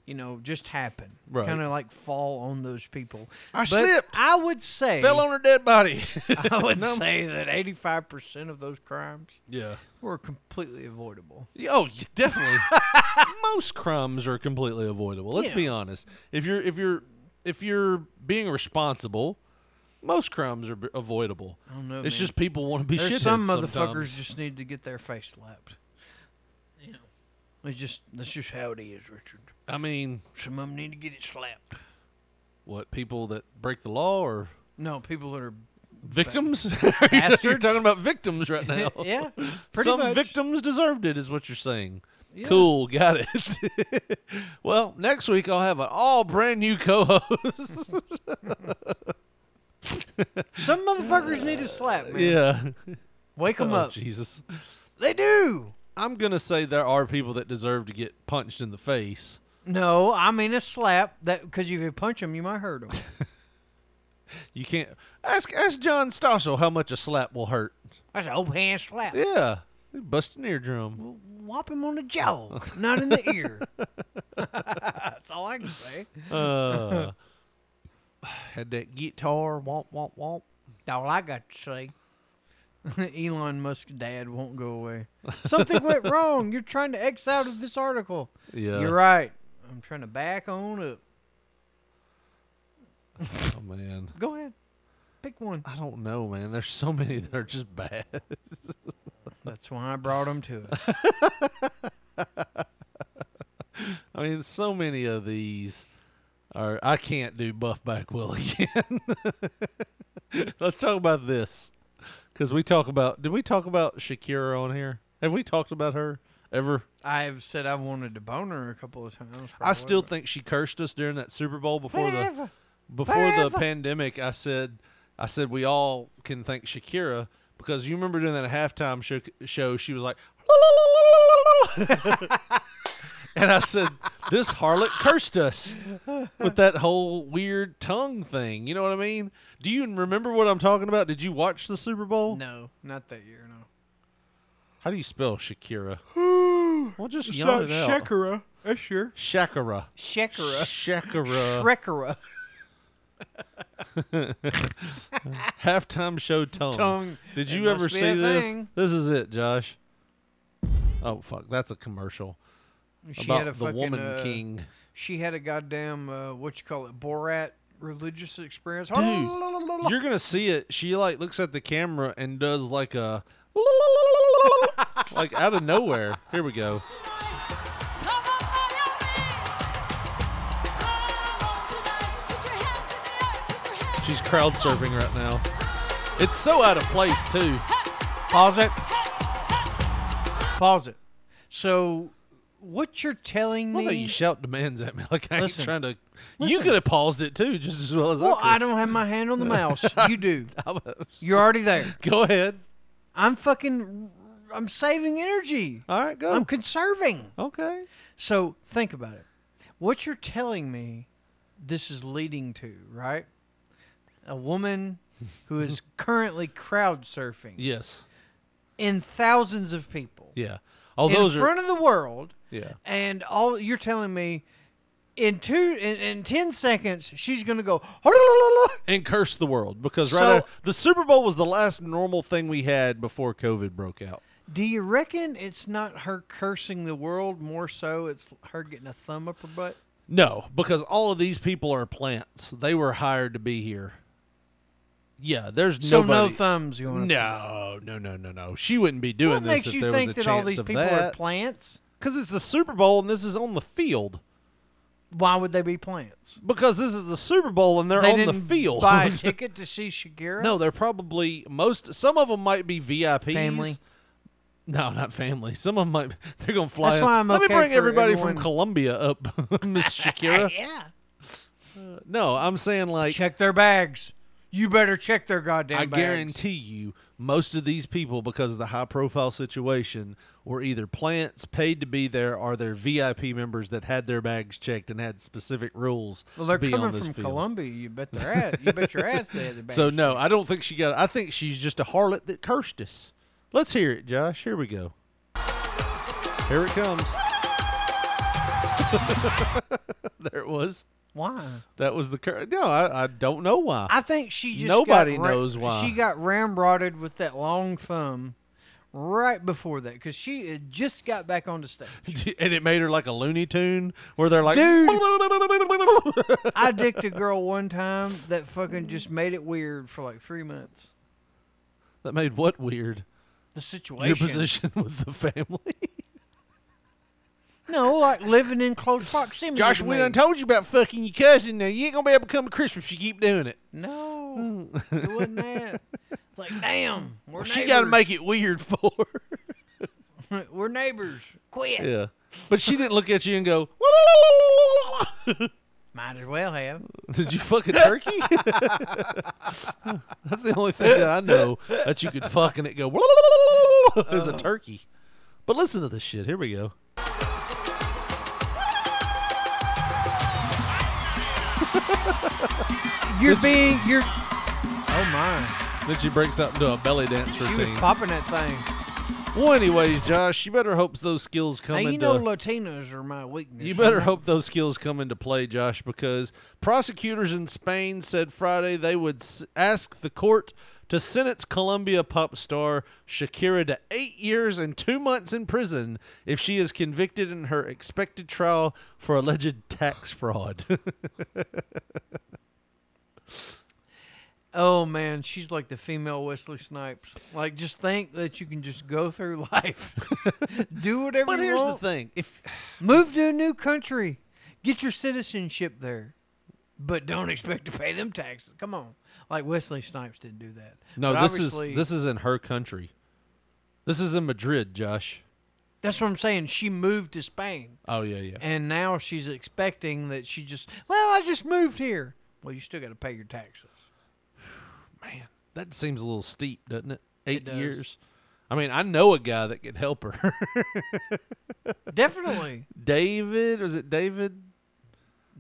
Speaker 8: you know, just happen.
Speaker 9: Right.
Speaker 8: Kind of like fall on those people.
Speaker 9: I
Speaker 8: But
Speaker 9: slipped.
Speaker 8: I would say.
Speaker 9: Fell on her dead body.
Speaker 8: I would
Speaker 9: No.
Speaker 8: say that 85% of those crimes
Speaker 9: Yeah.
Speaker 8: were completely avoidable.
Speaker 9: Oh, y- definitely. Most crumbs are completely avoidable. Let's be
Speaker 8: Yeah.
Speaker 9: honest. If you're if you're if you're being responsible, most crumbs are b- avoidable.
Speaker 8: I don't know.
Speaker 9: It's
Speaker 8: man.
Speaker 9: just people want to be
Speaker 8: There's
Speaker 9: shitheads
Speaker 8: Some motherfuckers
Speaker 9: sometimes.
Speaker 8: just need to get their face slapped. You know, it's just that's just how it is, Richard.
Speaker 9: I mean,
Speaker 8: Some of them need to get it slapped.
Speaker 9: what people that break the law or
Speaker 8: No, people that are
Speaker 9: victims? you're
Speaker 8: bastards.
Speaker 9: talking about victims right now.
Speaker 8: Yeah, pretty
Speaker 9: Some
Speaker 8: much.
Speaker 9: victims deserved it, is what you're saying.
Speaker 8: Yeah.
Speaker 9: Cool, got it. well, next week I'll have an all brand new co-host.
Speaker 8: some motherfuckers need a slap, man.
Speaker 9: yeah.
Speaker 8: wake them
Speaker 9: Oh,
Speaker 8: up.
Speaker 9: Jesus.
Speaker 8: They do.
Speaker 9: I'm gonna say there are people that deserve to get punched in the face.
Speaker 8: No, I mean a slap that because if you punch them, you might hurt them.
Speaker 9: You can't ask ask John Stossel how much a slap will hurt.
Speaker 8: That's an old hand slap.
Speaker 9: Yeah, bust an eardrum.
Speaker 8: Whop him on the jaw, not in the ear. That's all I can say.
Speaker 9: Uh, had that guitar womp womp womp.
Speaker 8: all I got to say. Elon Musk's dad won't go away. Something went wrong. You're trying to X out of this article.
Speaker 9: Yeah.
Speaker 8: You're right. I'm trying to back on up.
Speaker 9: Oh man,
Speaker 8: Go ahead. Pick one.
Speaker 9: I don't know, man. There's so many that are just bad.
Speaker 8: That's why I brought him to us.
Speaker 9: mean, so many of these are. I can't do Buffback Will again. Let's talk about this because we talk about. Did we talk about Shakira on here? Have we talked about her ever?
Speaker 8: I've said I wanted to bone her a couple of times.
Speaker 9: I
Speaker 8: probably,
Speaker 9: still
Speaker 8: but-
Speaker 9: think she cursed us during that Super Bowl before
Speaker 8: Forever.
Speaker 9: the before the
Speaker 8: Forever.
Speaker 9: pandemic. I said I said we all can thank Shakira because you remember doing that halftime show, show she was like and I said this harlot cursed us with that whole weird tongue thing. You know what I mean? Do you remember what I'm talking about? Did you watch the Super Bowl?
Speaker 8: No, not that year. No.
Speaker 9: How do you spell Shakira? well, just
Speaker 8: It's
Speaker 9: yawn
Speaker 8: not
Speaker 9: it out.
Speaker 8: Shakira. That's sure.
Speaker 9: Shakira.
Speaker 8: Shakira.
Speaker 9: Shakira.
Speaker 8: Shrekira.
Speaker 9: Halftime show tongue.
Speaker 8: Tongue.
Speaker 9: Did
Speaker 8: It
Speaker 9: you
Speaker 8: must
Speaker 9: ever
Speaker 8: be
Speaker 9: see
Speaker 8: a
Speaker 9: this?
Speaker 8: thing.
Speaker 9: This is it, Josh. Oh fuck, that's a commercial
Speaker 8: She
Speaker 9: about
Speaker 8: had a
Speaker 9: the
Speaker 8: fucking,
Speaker 9: woman
Speaker 8: uh,
Speaker 9: king.
Speaker 8: She had a goddamn uh, what you call it Borat religious experience.
Speaker 9: Dude, you're gonna see it. She like looks at the camera and does like a like out of nowhere. Here we go. She's crowd surfing right now. It's so out of place too.
Speaker 8: Pause it. Pause it. So, what you're telling
Speaker 9: Well, that
Speaker 8: me?
Speaker 9: you shout demands at me like I
Speaker 8: Listen.
Speaker 9: ain't trying to. You
Speaker 8: Listen.
Speaker 9: could have paused it too, just as well as
Speaker 8: well,
Speaker 9: I
Speaker 8: I
Speaker 9: could.
Speaker 8: don't have my hand on the mouse. You do. You're already there.
Speaker 9: Go ahead.
Speaker 8: I'm fucking. I'm saving energy.
Speaker 9: All right, go.
Speaker 8: I'm conserving.
Speaker 9: Okay.
Speaker 8: So think about it. What you're telling me, this is leading to right? A woman who is currently crowd surfing
Speaker 9: Yes.
Speaker 8: in thousands of people.
Speaker 9: Yeah. Oh, those
Speaker 8: in
Speaker 9: are.
Speaker 8: front of the world.
Speaker 9: yeah.
Speaker 8: and all you're telling me in two in, in 10 seconds she's gonna go
Speaker 9: and curse the world because right
Speaker 8: So-
Speaker 9: after, the Super Bowl was the last normal thing we had before COVID broke out.
Speaker 8: do you reckon it's not her cursing the world more so it's her getting a thumb up her butt
Speaker 9: No, because all of these people are plants. They were hired to be here. Yeah, there's
Speaker 8: so no
Speaker 9: nobody-
Speaker 8: thumbs you want
Speaker 9: No, no, no, no, no. She wouldn't be doing
Speaker 8: what
Speaker 9: this
Speaker 8: makes
Speaker 9: if
Speaker 8: you
Speaker 9: there
Speaker 8: think
Speaker 9: was a
Speaker 8: that all
Speaker 9: chance
Speaker 8: these
Speaker 9: of
Speaker 8: people are
Speaker 9: that.
Speaker 8: plants
Speaker 9: Because it's the Super Bowl and this is on the field.
Speaker 8: why would they be plants
Speaker 9: Because this is the Super Bowl and they're
Speaker 8: they
Speaker 9: on the
Speaker 8: didn't
Speaker 9: field.
Speaker 8: buy a ticket to see Shakira
Speaker 9: No, they're probably most. Some of them might be VIPs.
Speaker 8: Family.
Speaker 9: No, not family. Some of them might. They're gonna fly.
Speaker 8: That's
Speaker 9: in.
Speaker 8: why I'm
Speaker 9: Let
Speaker 8: okay
Speaker 9: me bring
Speaker 8: for
Speaker 9: everybody from
Speaker 8: everyone-
Speaker 9: Colombia up, Miss Shakira.
Speaker 8: yeah
Speaker 9: Uh, no, I'm saying like
Speaker 8: check their bags you better check their goddamn
Speaker 9: I
Speaker 8: bags
Speaker 9: guarantee you, most of these people, because of the high profile situation, were either plants paid to be there or they're VIP members that had their bags checked and had specific rules.
Speaker 8: well, they're
Speaker 9: to be on
Speaker 8: coming
Speaker 9: this
Speaker 8: from
Speaker 9: field.
Speaker 8: Colombia. You bet their ass. You bet your ass they had their bags.
Speaker 9: So no, I don't think she got. I think she's just a harlot that cursed us. Let's hear it, Josh. Here we go. Here it comes. there it was.
Speaker 8: Why?
Speaker 9: That was the cur- no. I, I don't know why.
Speaker 8: I think she just
Speaker 9: Nobody
Speaker 8: got ra-
Speaker 9: knows why.
Speaker 8: she got ramrodded with that long thumb right before that because she had just got back on the stage.
Speaker 9: and it made her like a Looney Tune, where they're like,
Speaker 8: Dude, I dicked a girl one time that fucking just made it weird for like three months.
Speaker 9: that made what weird?
Speaker 8: The situation,
Speaker 9: Your position with the family.
Speaker 8: no, like living in close proximity.
Speaker 9: Josh,
Speaker 8: to
Speaker 9: we
Speaker 8: me.
Speaker 9: done told you about fucking your cousin. Now you ain't gonna be able to come to Christmas if you keep doing it.
Speaker 8: No, it wasn't that. It's like, damn, we're
Speaker 9: she got to make it weird for her.
Speaker 8: neighbors. we're neighbors. Quit.
Speaker 9: Yeah. But she didn't look at you and go,
Speaker 8: Might as well have.
Speaker 9: Did you fuck a turkey? That's the only thing that I know that you could fuck and it go is
Speaker 8: Uh-huh.
Speaker 9: a turkey. But listen to this shit. Here we go.
Speaker 8: You're being you're. Oh my.
Speaker 9: Then she breaks out into a belly dance routine.
Speaker 8: She was popping that thing.
Speaker 9: well, anyways, Josh, you better hope those skills come
Speaker 8: Now, you
Speaker 9: into.
Speaker 8: know Latinos are my weakness.
Speaker 9: you better hope those skills come into play, Josh, because prosecutors in Spain said Friday they would s- ask the court to sentence Colombia pop star Shakira to eight years and two months in prison if she is convicted in her expected trial for alleged tax fraud.
Speaker 8: Oh man, she's like the female Wesley Snipes. Like, just think that you can just go through life, do whatever.
Speaker 9: But
Speaker 8: you
Speaker 9: here's the
Speaker 8: want.
Speaker 9: thing:
Speaker 8: if move to a new country, get your citizenship there, but don't expect to pay them taxes. Come on, like Wesley Snipes didn't do that.
Speaker 9: No,
Speaker 8: But
Speaker 9: this is
Speaker 8: obviously-
Speaker 9: this is in her country. This is in Madrid, Josh.
Speaker 8: That's what I'm saying. She moved to Spain,
Speaker 9: Oh yeah, yeah.
Speaker 8: and now she's expecting that she just. Well, I just moved here. Well, you still got to pay your taxes.
Speaker 9: That seems a little steep, doesn't it? Eight
Speaker 8: does.
Speaker 9: years. I mean, I know a guy that could help her.
Speaker 8: Definitely,
Speaker 9: David, was it David?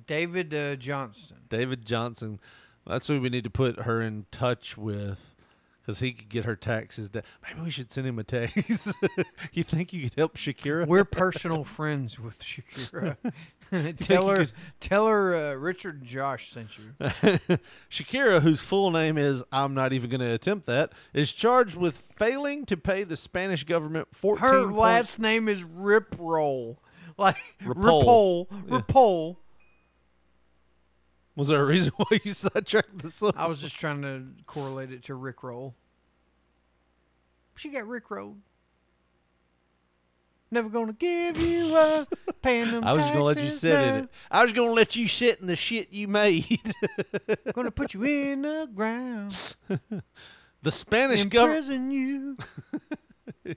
Speaker 8: David uh, Johnston.
Speaker 9: David Johnson. That's who we need to put her in touch with, because he could get her taxes. Da- Maybe we should send him a text. you think you could help Shakira?
Speaker 8: We're personal friends with Shakira.
Speaker 9: think
Speaker 8: tell
Speaker 9: you
Speaker 8: her,
Speaker 9: could-
Speaker 8: tell her, uh, Richard and Josh sent you.
Speaker 9: Shakira, whose full name is I'm not even going to attempt that, is charged with failing to pay the Spanish government 14
Speaker 8: Her
Speaker 9: point-
Speaker 8: last name is Rip Roll, like
Speaker 9: Rapol.
Speaker 8: Rapol.
Speaker 9: Yeah.
Speaker 8: Rapol.
Speaker 9: Was there a reason why you sidetracked this?
Speaker 8: I was just trying to correlate it to Rick Roll. She got Rick Roll. Never gonna give you up, paying them
Speaker 9: I was gonna let you
Speaker 8: taxes
Speaker 9: sit in
Speaker 8: now.
Speaker 9: it. I was gonna let you sit in the shit you made.
Speaker 8: Gonna put you in the ground,
Speaker 9: the Spanish government
Speaker 8: imprison you.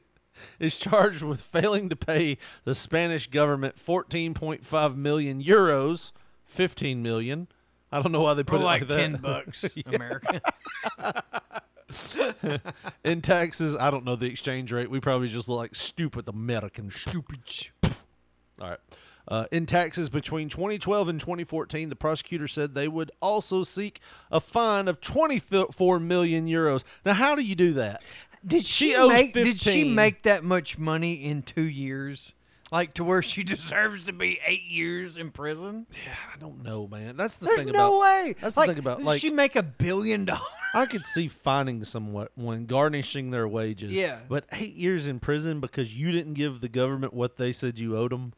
Speaker 9: is charged with failing to pay the Spanish government 14.5 million euros, 15 million. I don't know why they put
Speaker 8: Or
Speaker 9: it
Speaker 8: like
Speaker 9: like that.
Speaker 8: 10 bucks, American.
Speaker 9: in taxes, I don't know the exchange rate. We probably just look like stupid Americans. Stupid. All right. Uh, in taxes between 2012 and 2014, the prosecutor said they would also seek a fine of 24 million euros. Now, how do you do that?
Speaker 8: Did she, make, Did she make that much money in two years? Like to where she deserves to be eight years in prison?
Speaker 9: Yeah, I don't know, man. That's the
Speaker 8: There's
Speaker 9: thing.
Speaker 8: no
Speaker 9: about,
Speaker 8: way.
Speaker 9: That's
Speaker 8: Like,
Speaker 9: the thing about
Speaker 8: did
Speaker 9: like
Speaker 8: she make a billion dollars.
Speaker 9: I could see finding someone when garnishing their wages.
Speaker 8: Yeah.
Speaker 9: but eight years in prison because you didn't give the government what they said you owed them.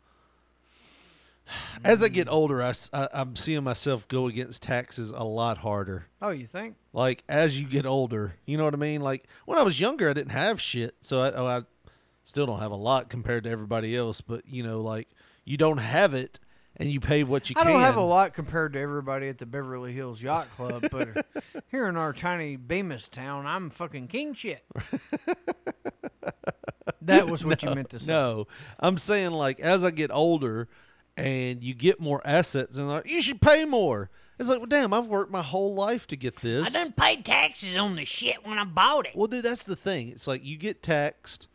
Speaker 9: As I get older, I, am seeing myself go against taxes a lot harder.
Speaker 8: Oh, you think?
Speaker 9: Like as you get older, you know what I mean. Like when I was younger, I didn't have shit, so I, oh, I still don't have a lot compared to everybody else. But you know, like you don't have it and you pay what you
Speaker 8: I
Speaker 9: can.
Speaker 8: don't have a lot compared to everybody at the Beverly Hills Yacht Club, but uh, here in our tiny Bemis town, I'm fucking king shit. That was what you meant to say.
Speaker 9: No, I'm saying like as I get older and you get more assets, and like you should pay more. It's like, well, damn, I've worked my whole life to get this.
Speaker 8: pay taxes on the shit when I bought it.
Speaker 9: Well, dude, that's the thing. It's like you get taxed,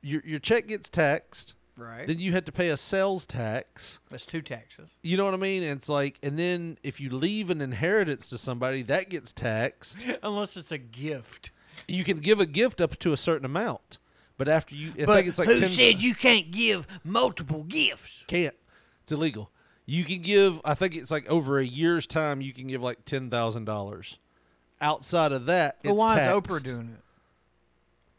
Speaker 9: your your check gets taxed,
Speaker 8: Right.
Speaker 9: Then you had to pay a sales tax.
Speaker 8: That's two taxes.
Speaker 9: You know what I mean? And it's like, and then if you leave an inheritance to somebody, that gets taxed.
Speaker 8: Unless it's a gift.
Speaker 9: You can give a gift up to a certain amount, but after you, I think it's like 10
Speaker 8: you can't give multiple gifts?
Speaker 9: Can't. It's illegal. You can give. I think it's like over a year's time. You can give like ten thousand dollars. Outside of that,
Speaker 8: But
Speaker 9: it's
Speaker 8: why is
Speaker 9: taxed.
Speaker 8: Oprah doing it?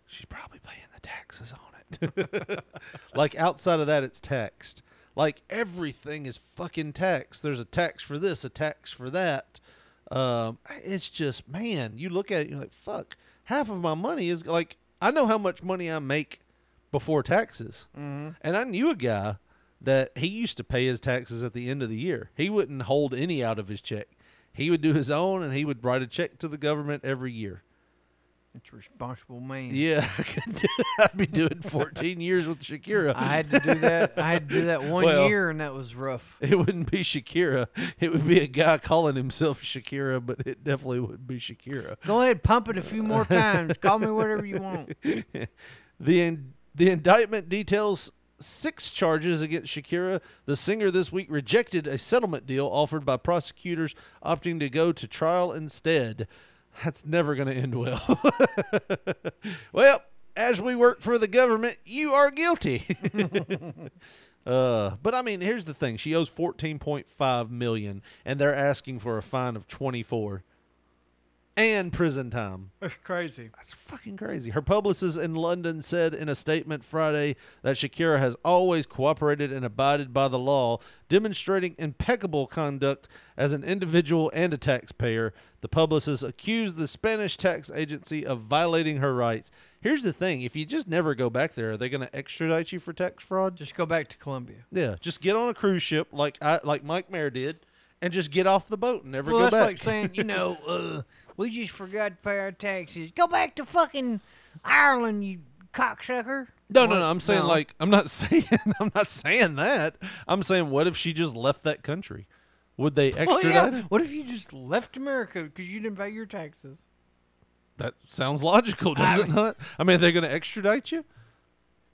Speaker 9: She's probably paying the taxes on it. like outside of that, it's taxed. Like everything is fucking taxed. There's a tax for this, a tax for that. Um, it's just man, you look at it, you're like, fuck. Half of my money is like I know how much money I make before taxes, and I knew a guy that he used to pay his taxes at the end of the year. He wouldn't hold any out of his check. He would do his own, and he would write a check to the government every year.
Speaker 8: It's responsible man.
Speaker 9: Yeah, I could do, I'd be doing 14 years with Shakira.
Speaker 8: I had to do that. I had to do that one
Speaker 9: Well,
Speaker 8: year, and that was rough.
Speaker 9: It wouldn't be Shakira. It would be a guy calling himself Shakira, but it definitely wouldn't be Shakira.
Speaker 8: Go ahead, pump it a few more times. Call me whatever you want.
Speaker 9: the in, the indictment details six charges against Shakira. The singer this week rejected a settlement deal offered by prosecutors, opting to go to trial instead. That's never going to end well. well, as we work for the government, you are guilty. uh, but I mean, here's the thing: she owes 14.5 million, and they're asking for a fine of 24 and prison time.
Speaker 8: Crazy.
Speaker 9: That's fucking crazy. Her publicist in London said in a statement Friday that Shakira has always cooperated and abided by the law, demonstrating impeccable conduct as an individual and a taxpayer. The publicist accused the Spanish tax agency of violating her rights. Here's the thing if you just never go back there, are they going to extradite you for tax fraud?
Speaker 8: Just go back to Colombia.
Speaker 9: Yeah, just get on a cruise ship like I, like Mike Mayer did and just get off the boat and never
Speaker 8: well,
Speaker 9: go
Speaker 8: that's
Speaker 9: back.
Speaker 8: like saying, you know, uh, we just forgot to pay our taxes. Go back to fucking Ireland, you cocksucker.
Speaker 9: No,
Speaker 8: What?
Speaker 9: no, no. I'm saying like I'm not saying I'm not saying that. I'm saying what if she just left that country? Would they
Speaker 8: Well,
Speaker 9: extradite?
Speaker 8: yeah.
Speaker 9: her?
Speaker 8: What if you just left America because you didn't pay your taxes?
Speaker 9: That sounds logical, does it not? I mean, are they going to extradite you?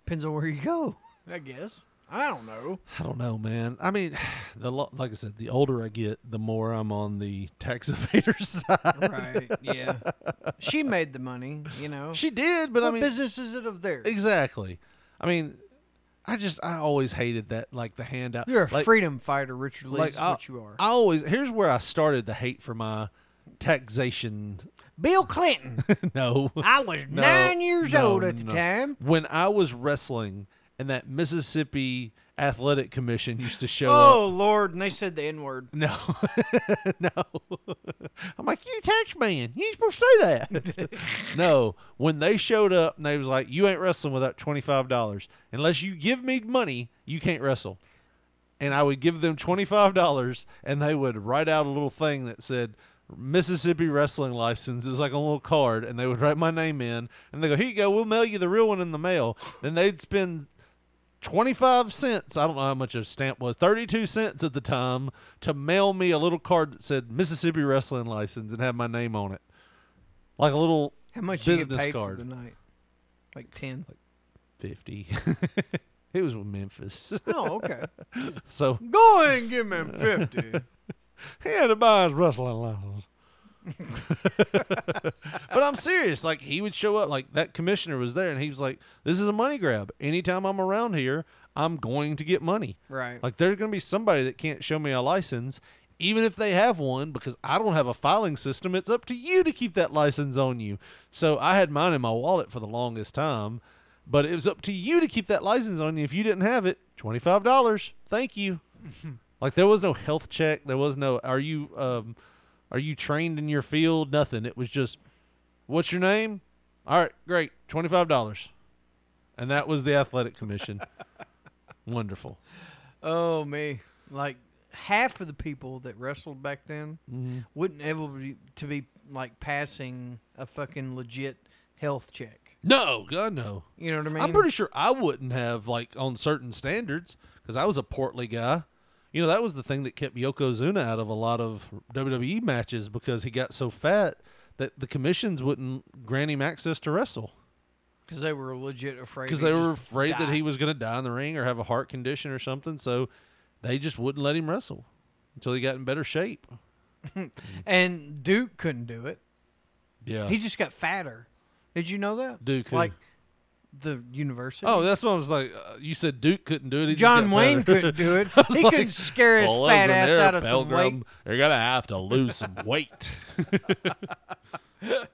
Speaker 8: Depends on where you go. I guess. I don't know.
Speaker 9: I don't know, man. I mean, the lo- like I said, the older I get, the more I'm on the tax evader side.
Speaker 8: Right. Yeah. she made the money, you know.
Speaker 9: She did, but I
Speaker 8: what
Speaker 9: mean-
Speaker 8: business is it of theirs?
Speaker 9: Exactly. I mean, I just I always hated that like the handout.
Speaker 8: You're a
Speaker 9: Like-
Speaker 8: freedom fighter, Richard Lee. is
Speaker 9: I-
Speaker 8: what you are.
Speaker 9: I always here's where I started the hate for my taxation.
Speaker 8: Bill Clinton.
Speaker 9: no,
Speaker 8: I was
Speaker 9: No,
Speaker 8: nine years
Speaker 9: no,
Speaker 8: old at the
Speaker 9: no.
Speaker 8: time.
Speaker 9: when I was wrestling, and that Mississippi Athletic Commission used to show
Speaker 8: Oh
Speaker 9: up.
Speaker 8: Lord, and they said the N word.
Speaker 9: No, no. I'm like, you tax man. You ain't supposed to say that. no, when they showed up, and they was like, you ain't wrestling without twenty five dollars. Unless you give me money, you can't wrestle. And I would give them twenty five dollars, and they would write out a little thing that said. Mississippi wrestling license. It was like a little card, and they would write my name in, and they go, "Here you go. We'll mail you the real one in the mail." Then they'd spend 25 cents. I don't know how much a stamp was. 32 cents at the time to mail me a little card that said Mississippi wrestling license and had my name on it. Like a little
Speaker 8: How much you
Speaker 9: business
Speaker 8: get paid
Speaker 9: card.
Speaker 8: for the night? Like ten.
Speaker 9: 50. it was with Memphis.
Speaker 8: Oh, okay.
Speaker 9: so
Speaker 8: Go ahead and give me 50.
Speaker 9: he had to buy his wrestling license. but I'm serious. Like he would show up. Like that commissioner was there, and he was like, "This is a money grab. Anytime I'm around here, I'm going to get money.
Speaker 8: Right.
Speaker 9: Like there's going to be somebody that can't show me a license, even if they have one, because I don't have a filing system. It's up to you to keep that license on you. So I had mine in my wallet for the longest time, but it was up to you to keep that license on you. If you didn't have it, twenty five dollars. Thank you. Like there was no health check. There was no are you um are you trained in your field? Nothing. It was just what's your name? All right, great. Twenty five dollars. And that was the athletic commission. Wonderful.
Speaker 8: Oh me, like half of the people that wrestled back then
Speaker 9: Mhm.
Speaker 8: wouldn't able to be, to be like passing a fucking legit health check.
Speaker 9: No, God no.
Speaker 8: You know what I mean?
Speaker 9: I'm pretty sure I wouldn't have like on certain standards because I was a portly guy. You know that was the thing that kept Yokozuna out of a lot of WWE matches because he got so fat that the commissions wouldn't grant him access to wrestle.
Speaker 8: because they were legit afraid.
Speaker 9: because
Speaker 8: he'd
Speaker 9: they were
Speaker 8: just
Speaker 9: afraid that
Speaker 8: die.
Speaker 9: he was going to die in the ring or have a heart condition or something. So they just wouldn't let him wrestle until he got in better shape.
Speaker 8: and Duke couldn't do it.
Speaker 9: Yeah.
Speaker 8: He just got fatter. Did you know that?
Speaker 9: Duke who?
Speaker 8: like the university.
Speaker 9: oh, that's what I was like. Uh, you said Duke couldn't do it. he just
Speaker 8: John
Speaker 9: got
Speaker 8: Wayne
Speaker 9: fatter.
Speaker 8: couldn't do it.
Speaker 9: I was
Speaker 8: He couldn't scare his
Speaker 9: "Well,
Speaker 8: fat
Speaker 9: listen
Speaker 8: ass
Speaker 9: there,
Speaker 8: out of some
Speaker 9: Pilgrim,
Speaker 8: weight."
Speaker 9: You're gonna have to lose some weight.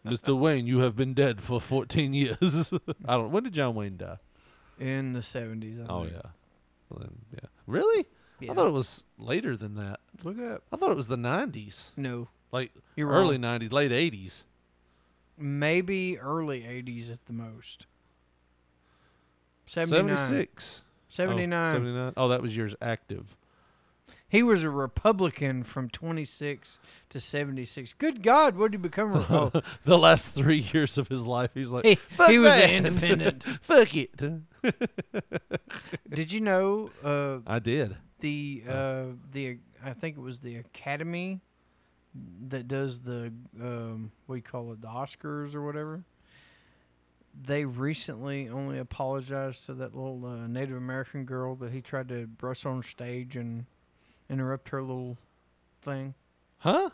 Speaker 9: Mr. Wayne, you have been dead for 14 years. I don't. When did John Wayne die?
Speaker 8: in the seventies.
Speaker 9: Oh yeah. Well, then, yeah. Really?
Speaker 8: Yeah.
Speaker 9: I thought it was later than that.
Speaker 8: Look it up.
Speaker 9: I thought it was the 90s.
Speaker 8: No.
Speaker 9: Like
Speaker 8: You're
Speaker 9: early
Speaker 8: wrong.
Speaker 9: 90s, late 80s.
Speaker 8: maybe early 80s at the most. 79.
Speaker 9: 76. Oh,
Speaker 8: 79.
Speaker 9: 79. Oh, that was yours active.
Speaker 8: He was a Republican from 26 to 76. Good God, what did he become? a- Oh,
Speaker 9: the last three years of his life, he was like,
Speaker 8: He-
Speaker 9: "Fuck
Speaker 8: he was
Speaker 9: that."
Speaker 8: independent.
Speaker 9: Fuck it.
Speaker 8: did you know uh,
Speaker 9: I did.
Speaker 8: the uh, the I think it was the Academy that does the um, what do you call it the Oscars or whatever. They recently only apologized to that little uh, Native American girl that he tried to brush on stage and interrupt her little thing.
Speaker 9: Huh?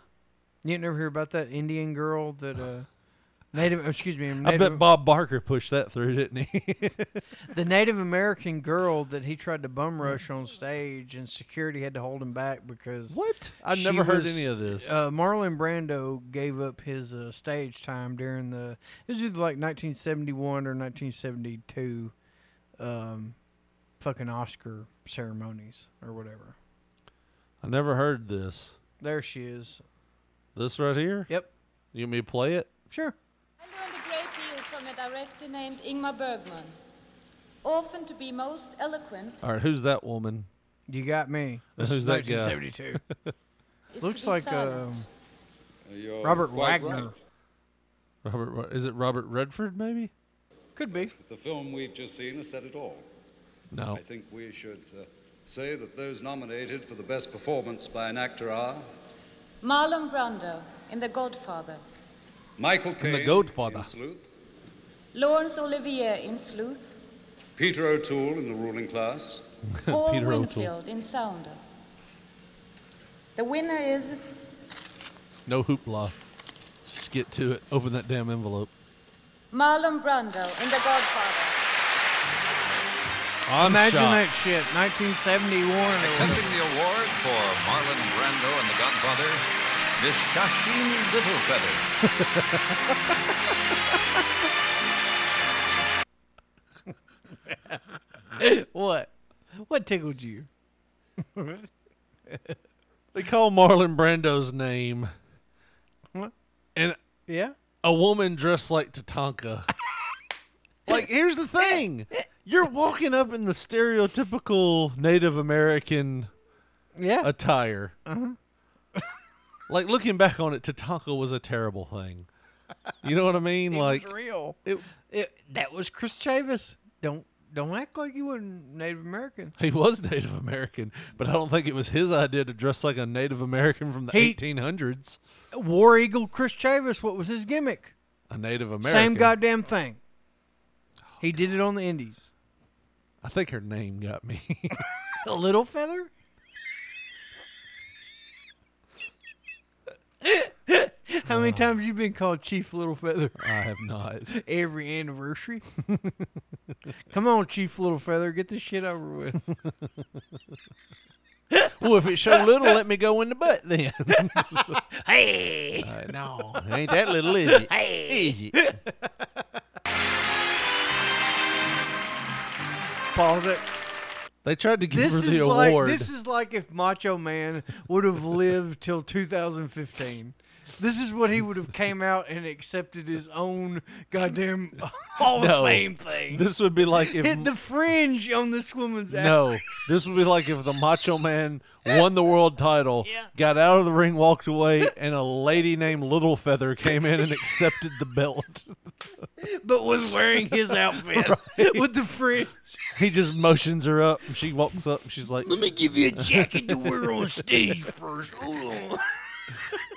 Speaker 8: You never hear about that Indian girl that uh, Native excuse me Native,
Speaker 9: I bet Bob Barker pushed that through, didn't he?
Speaker 8: the Native American girl that he tried to bum rush on stage, and security had to hold him back because
Speaker 9: What? I
Speaker 8: she
Speaker 9: never heard
Speaker 8: was-
Speaker 9: any of this.
Speaker 8: Uh, Marlon Brando gave up his uh, stage time during the it was either like 1971 or 1972, um, fucking Oscar ceremonies or whatever.
Speaker 9: I never heard this.
Speaker 8: There she is.
Speaker 9: This right here?
Speaker 8: Yep.
Speaker 9: You want me to play it?
Speaker 8: Sure.
Speaker 24: I learned a great deal from a director named Ingmar Bergman, often to be most eloquent.
Speaker 9: All right, who's that woman?
Speaker 8: You got me.
Speaker 9: Who's that guy?
Speaker 8: 1972.
Speaker 24: Is to
Speaker 8: Looks
Speaker 24: be
Speaker 8: like um,
Speaker 24: silent.
Speaker 8: Robert
Speaker 25: quite
Speaker 8: Wagner.
Speaker 25: right.
Speaker 9: Robert, Wa- is it Robert Redford? Maybe.
Speaker 8: Could be.
Speaker 25: The film we've just seen has said it all.
Speaker 9: No.
Speaker 25: I think we should uh, say that those nominated for the best performance by an actor are
Speaker 24: Marlon Brando in The Godfather,
Speaker 25: Michael
Speaker 9: the
Speaker 25: Caine
Speaker 9: Godfather.
Speaker 25: in Sleuth,
Speaker 24: Laurence Olivier in Sleuth,
Speaker 25: Peter O'Toole in The Ruling Class,
Speaker 24: Paul Winfield in Sounder. The winner is
Speaker 9: No hoopla. Just get to it. Open that damn envelope.
Speaker 24: Marlon Brando in The Godfather.
Speaker 9: I'm
Speaker 8: Imagine
Speaker 9: shocked.
Speaker 8: that shit. 1971.
Speaker 26: Accepting the award for Marlon Brando and the Godfather, Miss Shasheen Littlefeather.
Speaker 8: what? What tickled you?
Speaker 9: They call Marlon Brando's name. And
Speaker 8: yeah,
Speaker 9: a woman dressed like Tatanka. like, here's the thing: you're walking up in the stereotypical Native American,
Speaker 8: yeah,
Speaker 9: attire.
Speaker 8: Uh-huh.
Speaker 9: Like looking back on it, Tatanka was a terrible thing. You know what I mean?
Speaker 8: It
Speaker 9: like,
Speaker 8: was real. It- that was Chris Chavis. Don't don't act like you were Native American.
Speaker 9: he was Native American, but I don't think it was his idea to dress like a Native American from the
Speaker 8: He-
Speaker 9: 1800s.
Speaker 8: War Eagle Chris Chavis. What was his gimmick?
Speaker 9: A Native American.
Speaker 8: Same goddamn thing. He did it on the Indies.
Speaker 9: I think her name got me.
Speaker 8: A little feather. How
Speaker 9: Oh.
Speaker 8: many times you been called Chief Little Feather?
Speaker 9: I have not.
Speaker 8: Every anniversary. Come on, Chief Little Feather, get this shit over with.
Speaker 9: well, if it's so little, let me go in the butt then.
Speaker 8: hey.
Speaker 9: Uh, no, it ain't that little, is it?
Speaker 8: Hey.
Speaker 9: Is it?
Speaker 8: Pause it.
Speaker 9: They tried to give
Speaker 8: This
Speaker 9: her the
Speaker 8: is
Speaker 9: award.
Speaker 8: like this is like if Macho Man would have lived till 2015. This is what he would have came out and accepted his own goddamn Hall
Speaker 9: No.
Speaker 8: of Fame thing.
Speaker 9: This would be like if
Speaker 8: hit the fringe on this woman's ass.
Speaker 9: No, this would be like if the Macho Man won the world title, got out of the ring, walked away, and a lady named Little Feather came in and accepted the belt.
Speaker 8: but was wearing his outfit
Speaker 9: Right.
Speaker 8: with the fringe.
Speaker 9: He just motions her up. and She walks up. and She's like,
Speaker 8: Let me give you a jacket to wear on stage first.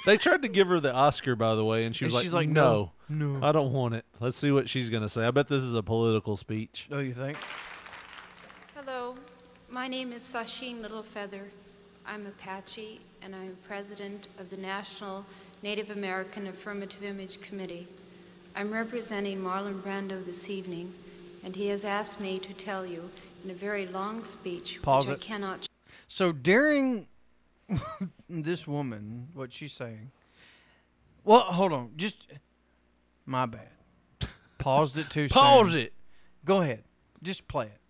Speaker 9: They tried to give her the Oscar, by the way, and she
Speaker 8: And
Speaker 9: was like,
Speaker 8: she's like,
Speaker 9: no,
Speaker 8: "No, no."
Speaker 9: I don't want it. Let's see what she's gonna say. I bet this is a political speech.
Speaker 8: Oh, you think?
Speaker 12: Hello, my name is Sasheen Littlefeather. I'm Apache, and I'm president of the National Native American Affirmative Image Committee. I'm representing Marlon Brando this evening, and he has asked me to tell you in a very long speech,
Speaker 8: Pause
Speaker 12: which
Speaker 8: it.
Speaker 12: I cannot
Speaker 8: So during this woman, what she's saying. Well, hold on. Just my bad. Paused it too soon.
Speaker 12: Pause
Speaker 9: it.
Speaker 8: Go ahead. Just play it.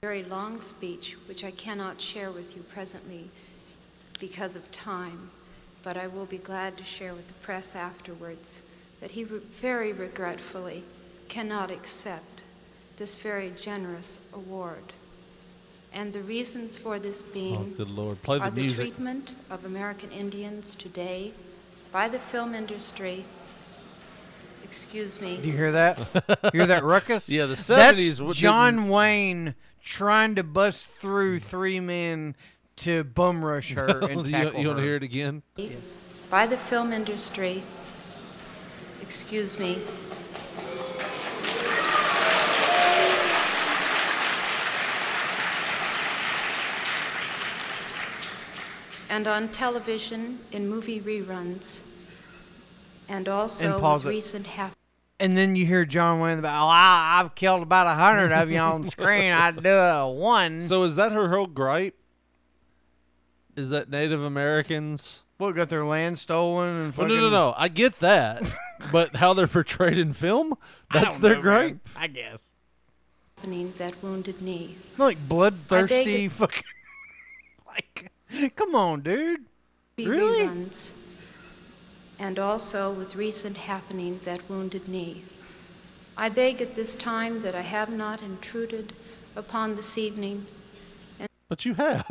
Speaker 12: very long speech, which I cannot share with you presently because of time, but I will be glad to share with the press afterwards that he re- very regretfully cannot accept this very generous award. And the reasons for this being
Speaker 9: Oh, good Lord. Play the
Speaker 12: are
Speaker 9: music.
Speaker 12: the treatment of American Indians today by the film industry. Excuse me.
Speaker 8: Do you hear that? hear that ruckus?
Speaker 9: Yeah, the
Speaker 8: That's
Speaker 9: 70s w-
Speaker 8: John Wayne trying to bust through three men to bum rush her
Speaker 9: you,
Speaker 8: and tackle
Speaker 9: you wanna
Speaker 8: her.
Speaker 9: hear it again?
Speaker 12: by the film industry. Excuse me. And on television, in movie reruns, and also
Speaker 8: And pause
Speaker 12: with
Speaker 8: it.
Speaker 12: recent hap-
Speaker 8: And then you hear John Wayne about, oh, I, I've killed about a hundred of you on screen. I do a one.
Speaker 9: So is that her whole gripe? Is that Native Americans?
Speaker 8: Well, got their land stolen and
Speaker 9: Well,
Speaker 8: fucking.
Speaker 9: no, no, no. I get that, but how they're portrayed in
Speaker 12: I
Speaker 9: film—that's
Speaker 12: don't
Speaker 9: their
Speaker 12: know,
Speaker 9: gripe.
Speaker 12: man.
Speaker 8: I guess.
Speaker 12: happenings at Wounded Knee.
Speaker 8: Like bloodthirsty
Speaker 12: it-
Speaker 8: fucking. like, come on, dude.
Speaker 12: TV
Speaker 8: Really?
Speaker 12: runs. and also with recent happenings at Wounded Knee. I beg at this time that I have not intruded upon this evening.
Speaker 9: But you have.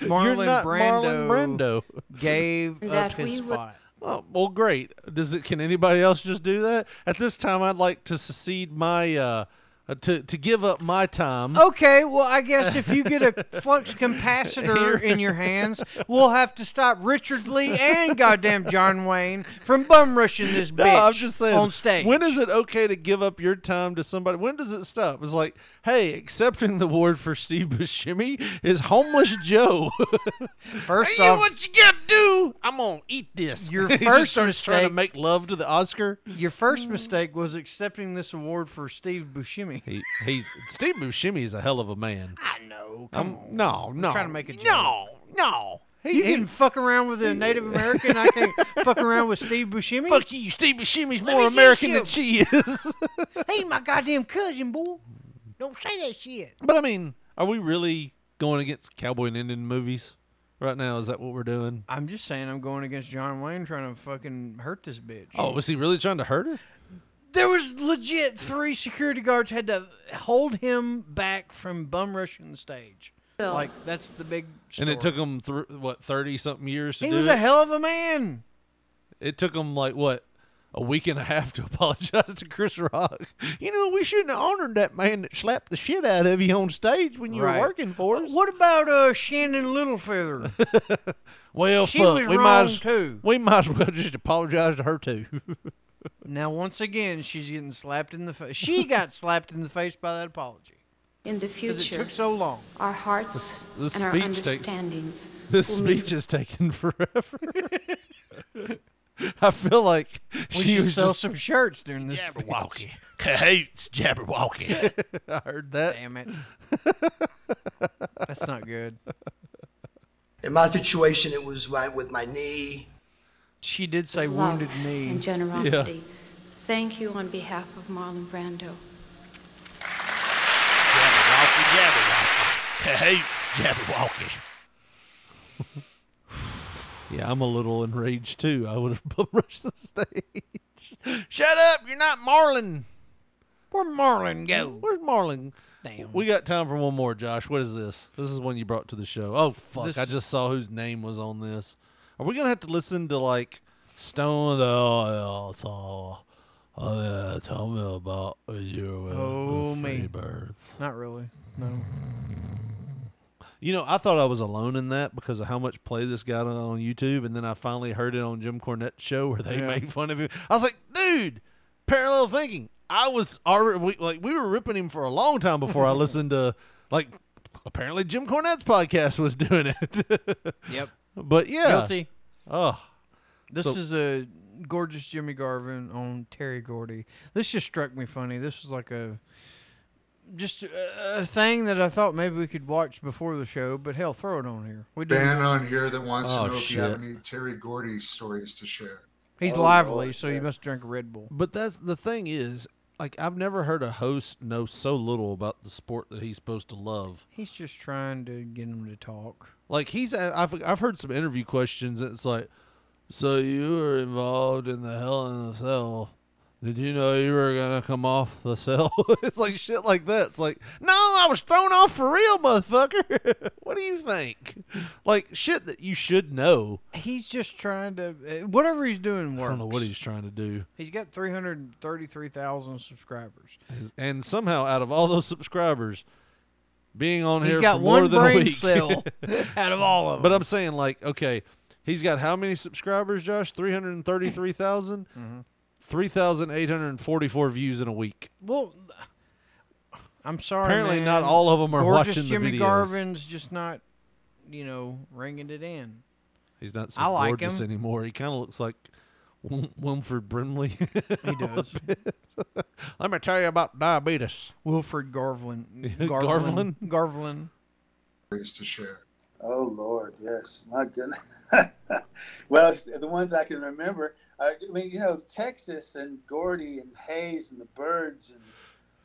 Speaker 8: Marlon
Speaker 9: You're not
Speaker 8: Brando
Speaker 9: Marlon Brando
Speaker 8: gave And up that his we would- spot.
Speaker 9: Well, well, great. Does it? Can anybody else just do that? At this time, I'd like to secede my uh, uh, to to give up my
Speaker 8: Oh,
Speaker 9: time.
Speaker 8: Okay, well, I guess if you get a flux capacitor in your hands, we'll have to stop Richard Lee and goddamn John Wayne from bum rushing this bitch
Speaker 9: No, I'm just saying.
Speaker 8: on stage.
Speaker 9: When is it okay to give up your time to somebody? When does it stop? It's like, hey, accepting the award for Steve Buscemi is homeless Joe.
Speaker 8: First
Speaker 9: hey,
Speaker 8: off-
Speaker 9: what you gotta do? I'm gonna eat this.
Speaker 8: Your
Speaker 9: He just
Speaker 8: first
Speaker 9: starts trying to
Speaker 8: mistake-
Speaker 9: make love to the Oscar.
Speaker 8: Your first mistake was accepting this award for Steve Buscemi.
Speaker 9: He, he's Steve Buscemi is a hell of a man.
Speaker 8: I know.
Speaker 9: I'm- no,
Speaker 8: I'm
Speaker 9: no.
Speaker 8: trying to make a joke.
Speaker 9: No, no.
Speaker 8: you can fuck around with a Native American. I can't fuck around with Steve Buscemi. Fuck
Speaker 9: you, Steve Buscemi's
Speaker 18: more American than she
Speaker 9: is.
Speaker 8: He's my goddamn cousin, boy. Don't say that shit.
Speaker 9: But I mean, are we really going against cowboy and Indian movies right now? Is that what we're doing?
Speaker 8: I'm just saying I'm going against John Wayne trying to fucking hurt this bitch.
Speaker 9: Oh, was he really trying to hurt her?
Speaker 8: There was legit three security guards had to hold him back from bum rushing the stage.
Speaker 12: Bill.
Speaker 8: Like that's the big.
Speaker 9: And it took him thr what thirty something years to
Speaker 8: He
Speaker 9: do
Speaker 8: was
Speaker 9: it.
Speaker 8: a hell of a man.
Speaker 9: it took him like what a week and a half to apologize to Chris Rock. You know, we shouldn't have honored that man that slapped the shit out of you on stage when you
Speaker 8: Right.
Speaker 9: were working for us.
Speaker 8: What about uh, Shannon Littlefeather?
Speaker 9: Well,
Speaker 8: She
Speaker 9: fuck,
Speaker 8: was
Speaker 9: we might
Speaker 8: wrong,
Speaker 9: as,
Speaker 8: too.
Speaker 9: We might as well just apologize to her too.
Speaker 8: now, once again, she's getting slapped in the face. She got slapped in the face by that apology.
Speaker 12: In the
Speaker 8: Because
Speaker 12: future,
Speaker 8: it took so long.
Speaker 12: our hearts
Speaker 9: This
Speaker 12: and our
Speaker 9: speech takes-
Speaker 12: understandings.
Speaker 9: this
Speaker 12: will meet
Speaker 9: speech is taking forever. I feel like
Speaker 8: We
Speaker 9: she
Speaker 8: should
Speaker 9: was
Speaker 8: sell
Speaker 9: just,
Speaker 8: some shirts during this. speech.
Speaker 9: Jabberwocky. Cahoots, Jabberwocky. I heard that.
Speaker 8: Damn it. That's not good.
Speaker 1: In my situation, it was my, with my knee.
Speaker 8: She did say
Speaker 12: love
Speaker 8: wounded knee.
Speaker 12: and generosity. Thank you on behalf of Marlon Brando.
Speaker 9: Cahoots, Jabberwocky. Yeah, I'm a little enraged too. I would have bum rushed the stage. Shut up! You're not Mm. Marlon.
Speaker 8: Where Marlon go?
Speaker 9: Where's Marlon?
Speaker 8: Damn.
Speaker 9: We got time for one more, Josh. What is this? This is one you brought to the show. Oh fuck!
Speaker 8: This-
Speaker 9: I just saw whose name was on this. Are we gonna have to listen to like Stone? Oh, yeah, so, oh yeah, tell me about you and
Speaker 8: Oh,
Speaker 9: the
Speaker 8: me.
Speaker 9: Freebirds.
Speaker 8: Not really. No.
Speaker 9: You know, I thought I was alone in that because of how much play this got on YouTube, and then I finally heard it on Jim Cornette's show where they
Speaker 18: Yeah.
Speaker 9: made fun of him. I was like, dude, parallel thinking. I was already we, like we were ripping him for a long time before I listened to like apparently Jim Cornette's podcast was doing it.
Speaker 8: Yep.
Speaker 9: But yeah,
Speaker 8: Guilty.
Speaker 9: Oh,
Speaker 8: This
Speaker 9: So-
Speaker 8: is a gorgeous Jimmy Garvin on Terry Gordy. This just struck me funny. This was like a just a, a thing that I thought maybe we could watch before the show, but hell, throw it on here. We
Speaker 4: Ben
Speaker 8: didn't-
Speaker 4: on here that wants
Speaker 9: Oh,
Speaker 4: to know if you have
Speaker 9: shit.
Speaker 4: any Terry Gordy stories to share.
Speaker 8: He's lively, so he must drink a Red Bull.
Speaker 9: But that's the thing is, like, I've never heard a host know so little about the sport that he's supposed to love.
Speaker 8: He's just trying to get him to talk.
Speaker 9: Like he's, a- I've I've heard some interview questions. and It's like, so you were involved in the Hell in the Cell. Did you know you were gonna come off the cell? it's like shit like that. It's like, no, I was thrown off for real, motherfucker. what do you think? Like shit that you should know.
Speaker 8: He's just trying to uh, whatever he's doing
Speaker 9: I
Speaker 8: works.
Speaker 9: don't know what he's trying to do.
Speaker 8: He's got 333,000 subscribers.
Speaker 9: And somehow, out of all those subscribers, being on
Speaker 8: He's
Speaker 9: here
Speaker 8: got
Speaker 9: for more
Speaker 8: one
Speaker 9: than a
Speaker 8: brain
Speaker 9: week.
Speaker 8: cell out of all of
Speaker 9: But I'm saying, like, okay, he's got how many subscribers, Josh? 333,000? 3,844 views in a week.
Speaker 8: Well, I'm sorry.
Speaker 9: Apparently
Speaker 8: man.
Speaker 9: not all of 'em are
Speaker 8: Gorgeous
Speaker 9: watching the
Speaker 8: Jimmy
Speaker 9: videos.
Speaker 8: Garvin's just not, you know, ringing it in.
Speaker 9: He's not
Speaker 8: I
Speaker 9: so
Speaker 8: like
Speaker 9: gorgeous
Speaker 8: him.
Speaker 9: anymore. He kind of looks like Wil- Wilford Brimley.
Speaker 8: He does.
Speaker 9: Let me tell you about diabetes.
Speaker 8: Wilfred Garvlin.
Speaker 9: Garvlin?
Speaker 8: Garvlin.
Speaker 4: Stories to share.
Speaker 11: Oh Lord, yes, my goodness. well, it's the ones I can remember. I, I mean, you know, Texas and Gordy and Hayes and the Birds and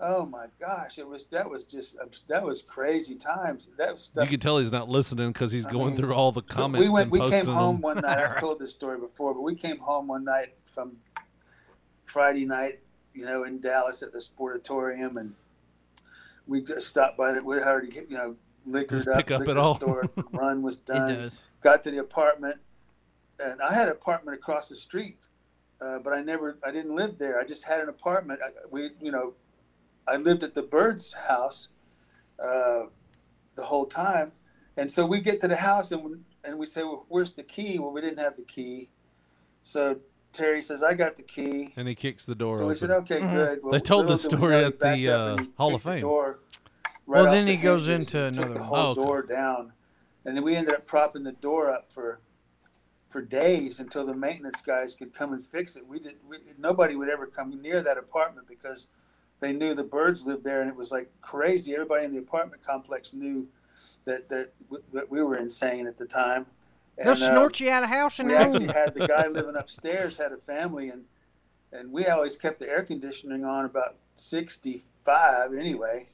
Speaker 11: Oh my gosh, it was that was just that was crazy times. That was
Speaker 9: You
Speaker 11: stuff.
Speaker 9: can tell he's not listening because he's
Speaker 11: I
Speaker 9: going
Speaker 11: mean,
Speaker 9: through all the
Speaker 11: we-
Speaker 9: comments
Speaker 11: We went.
Speaker 9: and
Speaker 11: We
Speaker 9: posting
Speaker 11: came home
Speaker 9: them.
Speaker 11: one night. I've told this story before, but we came home one night from Friday night, you know, in Dallas at the Sportatorium, and we just stopped by. The, we already, get, you know, liquored
Speaker 9: Just
Speaker 11: up.
Speaker 9: pick up at
Speaker 11: liquor
Speaker 9: all.
Speaker 11: Store run was done.
Speaker 8: does.
Speaker 11: Got to the apartment, and I had an apartment across the street, uh, but I never, I didn't live there. I just had an apartment. I, we, you know, I lived at the Bird's house uh, the whole time, and so we get to the house and we, and we say, well, "Where's the key?" Well, we didn't have the key, so Terry says, "I got the key."
Speaker 9: and he kicks the door
Speaker 11: So
Speaker 9: open.
Speaker 11: we said, "Okay, good." Well,
Speaker 9: they told
Speaker 11: little
Speaker 9: the
Speaker 11: did we
Speaker 9: story
Speaker 11: know he
Speaker 9: at
Speaker 11: backed
Speaker 9: the
Speaker 11: up and
Speaker 9: uh,
Speaker 11: he
Speaker 9: Hall of
Speaker 11: kicked the
Speaker 9: Fame.
Speaker 11: door
Speaker 8: Well,
Speaker 11: off
Speaker 8: then
Speaker 11: the
Speaker 8: he goes
Speaker 11: hinges
Speaker 8: into
Speaker 11: and took
Speaker 8: another
Speaker 11: the
Speaker 8: one.
Speaker 11: whole
Speaker 8: Oh, okay.
Speaker 11: door down, and then we ended up propping the door up for for days until the maintenance guys could come and fix it. We did. We, nobody would ever come near that apartment because they knew the birds lived there, and it was like crazy. Everybody in the apartment complex knew that that, w- that we were insane at the time.
Speaker 8: They'll
Speaker 11: And, uh,
Speaker 8: snort you out of house and
Speaker 11: we actually
Speaker 8: home.
Speaker 11: had the guy living upstairs had a family, and and we always kept the air conditioning on about sixty five anyway,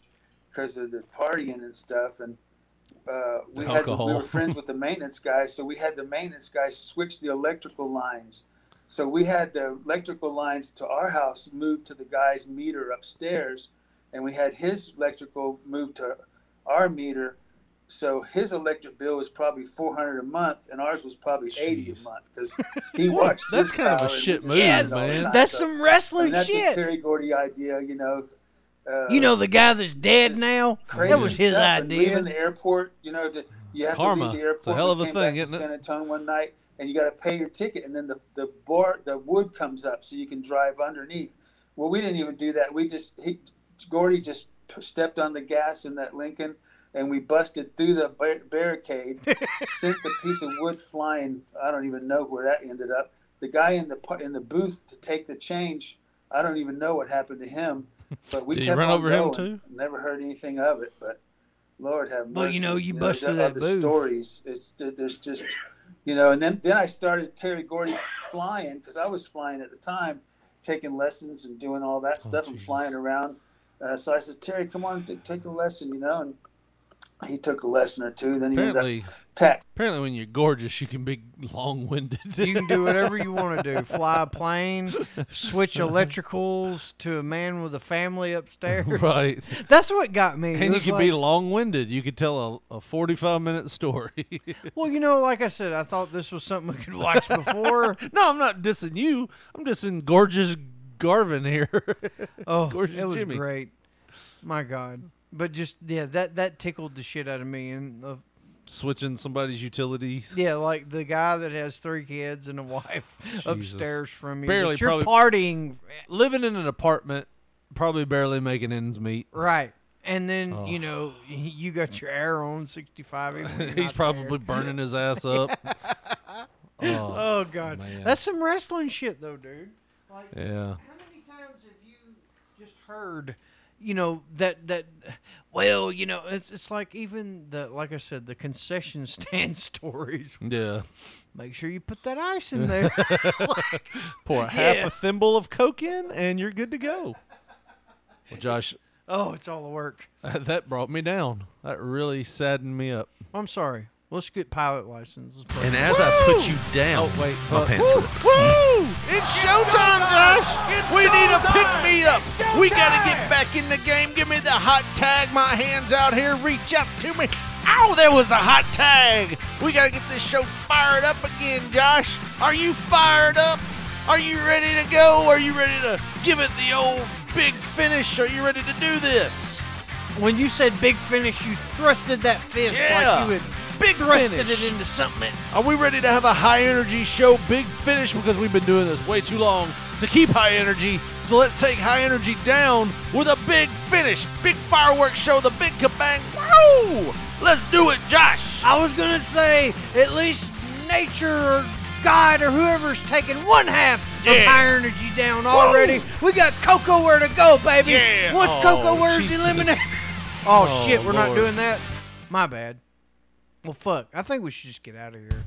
Speaker 11: because of the partying and stuff, and. Uh,
Speaker 9: The
Speaker 11: we, had the, we
Speaker 9: alcohol.
Speaker 11: were friends with the maintenance guy, so we had the maintenance guy switch the electrical lines. So we had the electrical lines to our house moved to the guy's meter upstairs, and we had his electrical moved to our meter. So his electric bill was probably four hundred a month, and ours was probably eighty a month because he
Speaker 9: What a-
Speaker 11: watched.
Speaker 9: that's
Speaker 11: his
Speaker 9: kind of a
Speaker 11: power and we
Speaker 9: shit
Speaker 11: just
Speaker 9: move,
Speaker 11: had it all the
Speaker 9: man.
Speaker 11: time.
Speaker 8: That's
Speaker 11: So,
Speaker 8: some
Speaker 11: I mean,
Speaker 8: wrestling
Speaker 11: that's the
Speaker 8: shit.
Speaker 11: Terry Gordy idea, you know. Uh,
Speaker 8: You know the guy that's dead now?
Speaker 11: crazy
Speaker 8: That was his
Speaker 11: stuff. And
Speaker 8: idea.
Speaker 11: Leaving the airport, you know, to, you have
Speaker 9: Karma.
Speaker 11: to leave the airport.
Speaker 9: It's a hell
Speaker 11: We
Speaker 9: of a
Speaker 11: came
Speaker 9: thing,
Speaker 11: back
Speaker 9: isn't it?
Speaker 11: to San Antonio one night, and you got to pay your ticket, and then the the bar the wood comes up so you can drive underneath. Well, we didn't even do that. We just he Gordy just p- stepped on the gas in that Lincoln, and we busted through the bar- barricade, sent the piece of wood flying. I don't even know where that ended up. The guy in the par- in the booth to take the change. I don't even know what happened to him. But we
Speaker 9: Did he
Speaker 11: kept
Speaker 9: run
Speaker 11: on
Speaker 9: over him,
Speaker 11: going. Never heard anything of it, but Lord have mercy.
Speaker 8: Well, you know, you
Speaker 11: the
Speaker 8: bust through that
Speaker 11: other
Speaker 8: booth.
Speaker 11: Stories. It's there's just, you know, and then then I started Terry Gordy flying because I was flying at the time, taking lessons and doing all
Speaker 9: Oh,
Speaker 11: that stuff and flying around. Uh, so I said, Terry, come on, t- take a lesson, you know. And he took a lesson or two. Then he ended up
Speaker 9: apparently,
Speaker 11: tech.
Speaker 9: apparently, when you're gorgeous, you can be long-winded.
Speaker 8: You can do whatever you want to do. Fly a plane, switch electricals to a man with a family upstairs.
Speaker 9: Right.
Speaker 8: That's what got me. It
Speaker 9: and you
Speaker 8: was
Speaker 9: can be
Speaker 8: like-
Speaker 9: long-winded. You could tell a, a 45-minute story.
Speaker 8: Well, you know, like I said, I thought this was something we could watch before.
Speaker 9: no, I'm not dissing you. I'm dissing gorgeous Garvin here.
Speaker 8: Oh,
Speaker 9: Gorgeous
Speaker 8: it was
Speaker 9: Jimmy.
Speaker 8: great. My God. But just yeah, that that tickled the shit out of me. And uh,
Speaker 9: Switching somebody's utilities.
Speaker 8: yeah, like the guy that has three kids and a wife upstairs from you.
Speaker 9: Barely
Speaker 8: that you're
Speaker 9: probably-
Speaker 8: partying,
Speaker 9: Living in an apartment, probably barely making ends meet.
Speaker 8: right? And then
Speaker 9: Oh.
Speaker 8: you know you got your air on sixty five.
Speaker 9: He's probably burning his ass up.
Speaker 8: Oh, God,
Speaker 9: man.
Speaker 8: that's some wrestling shit though, dude. Like,
Speaker 9: Yeah.
Speaker 8: How many times have you just heard, you know, that that well, you know, it's it's like even the like I said, the concession stand stories.
Speaker 9: Yeah.
Speaker 8: Make sure you put that ice in there. Like,
Speaker 9: Pour half
Speaker 8: yeah.
Speaker 9: a thimble of Coke in, and you're good to go. Well, Josh,
Speaker 8: Oh, it's all the work.
Speaker 9: that brought me down. That really saddened me up.
Speaker 8: I'm sorry. Let's get pilot license. Let's play.
Speaker 19: And as I put you down,
Speaker 9: oh, wait,
Speaker 19: my
Speaker 9: uh,
Speaker 19: pants
Speaker 9: woo!
Speaker 19: ripped.
Speaker 9: Woo!
Speaker 18: It's showtime, Josh. we need a pick me up. We gotta get back in the game. Give me the hot tag. My hands out here. Reach up to me. Ow, there was the hot tag. We gotta get this show fired up again, Josh. Are you fired up? Are you ready to go? Are you ready to give it the old big finish? Are you ready to do this?
Speaker 8: When you said big finish, you thrusted that fist
Speaker 18: Yeah.
Speaker 8: like you had
Speaker 18: Big
Speaker 8: thrusted
Speaker 18: finish.
Speaker 8: it into something.
Speaker 9: Are we ready to have a high energy show, big finish? Because we've been doing this way too long to keep high energy. So let's take high energy down with a big finish, big fireworks show, the big kabang. Woo! Let's do it, Josh.
Speaker 8: I was gonna say at least nature or God or whoever's taking one half of
Speaker 18: Yeah.
Speaker 8: high energy down already. We got Coco where to go, baby.
Speaker 18: Yeah.
Speaker 8: Once Coco
Speaker 18: Oh,
Speaker 8: wears
Speaker 18: Jesus.
Speaker 8: eliminated. Oh,
Speaker 18: Oh,
Speaker 8: shit, we're not
Speaker 18: Lord.
Speaker 8: doing that. My bad. Well, fuck. I think we should just get out of here.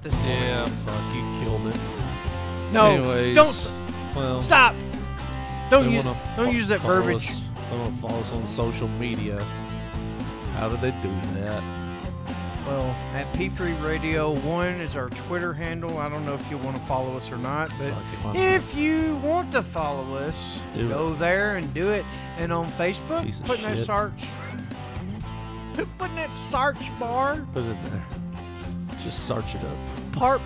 Speaker 8: This
Speaker 9: Yeah, fuck, you killed it.
Speaker 8: No,
Speaker 9: Anyways,
Speaker 8: don't s-
Speaker 9: well,
Speaker 8: stop. Don't
Speaker 9: they
Speaker 8: use
Speaker 9: wanna
Speaker 8: don't
Speaker 9: fo-
Speaker 8: use that
Speaker 9: follow
Speaker 8: verbiage.
Speaker 9: us. They want to follow us on social media. How do they do that?
Speaker 8: Well, at P3 Radio 1 is our Twitter handle. I don't know if you want to follow us or not, but
Speaker 9: Fuck it.
Speaker 8: if you want to follow us,
Speaker 9: Do it.
Speaker 8: go there and do it. And on Facebook,
Speaker 9: Piece of
Speaker 8: putting that
Speaker 9: shit.
Speaker 8: search. putting that search bar.
Speaker 9: Put it there. Just search it up.
Speaker 8: Parp.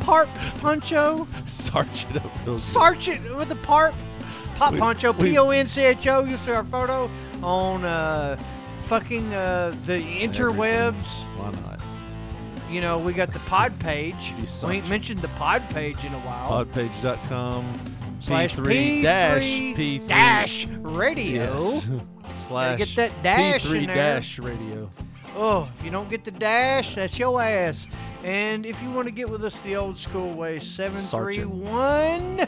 Speaker 8: Parp Puncho.
Speaker 9: Search it up. real good.
Speaker 8: Search it with the parp. Pop
Speaker 9: We-
Speaker 8: Poncho.
Speaker 9: we-
Speaker 8: P O N C H O. You see our photo on uh, fucking uh, the interwebs.
Speaker 9: Why not?
Speaker 8: You know, we got the pod page. We ain't mentioned the pod page in a while.
Speaker 9: Podpage.com
Speaker 8: Slash
Speaker 9: P3 dash P3
Speaker 8: dash radio.
Speaker 9: Yes. slash
Speaker 8: get that dash in
Speaker 9: P3
Speaker 8: there.
Speaker 9: dash radio.
Speaker 8: Oh, if you don't get the dash, that's your ass. And if you want to get with us the old school way, 731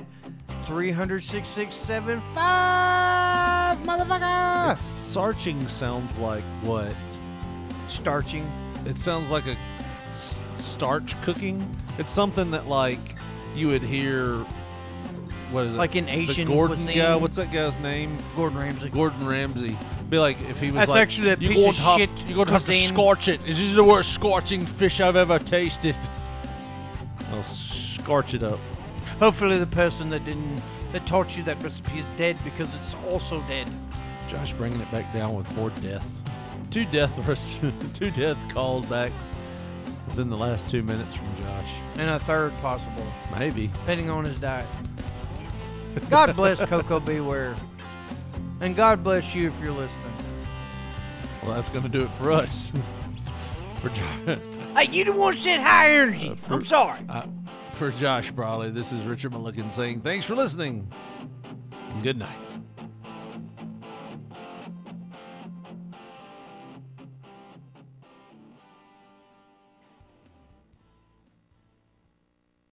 Speaker 8: 300 6675. Motherfucker!
Speaker 9: Sarching sounds like what?
Speaker 8: Starching.
Speaker 9: It sounds like a s- starch cooking. It's something that like you would hear. What is it?
Speaker 8: Like in
Speaker 9: The
Speaker 8: Asian
Speaker 9: Gordon
Speaker 8: cuisine.
Speaker 9: guy. What's that guy's name?
Speaker 8: Gordon Ramsay.
Speaker 9: Gordon Ramsay. Be like if he was.
Speaker 8: That's
Speaker 9: like,
Speaker 8: actually a
Speaker 9: "You're
Speaker 8: piece
Speaker 9: gonna
Speaker 8: of
Speaker 9: have-
Speaker 8: shit
Speaker 9: You're gonna have to
Speaker 8: cuisine."
Speaker 9: scorch it. This is the worst scorching fish I've ever tasted. I'll scorch it up.
Speaker 8: Hopefully, the person that didn't that taught you that recipe is dead because it's also dead.
Speaker 9: Josh bringing it back down with more death. Two death, two death callbacks within the last two minutes from Josh.
Speaker 8: And a third possible,
Speaker 9: Maybe.
Speaker 8: depending on his diet. God bless Coco Beware. And God bless you if you're listening.
Speaker 9: Well, that's gonna do it for us. for Josh,
Speaker 8: Hey, you the one said high energy. I'm sorry.
Speaker 9: uh, for Josh Brawley, this is Richard Mulligan saying thanks for listening. And good night.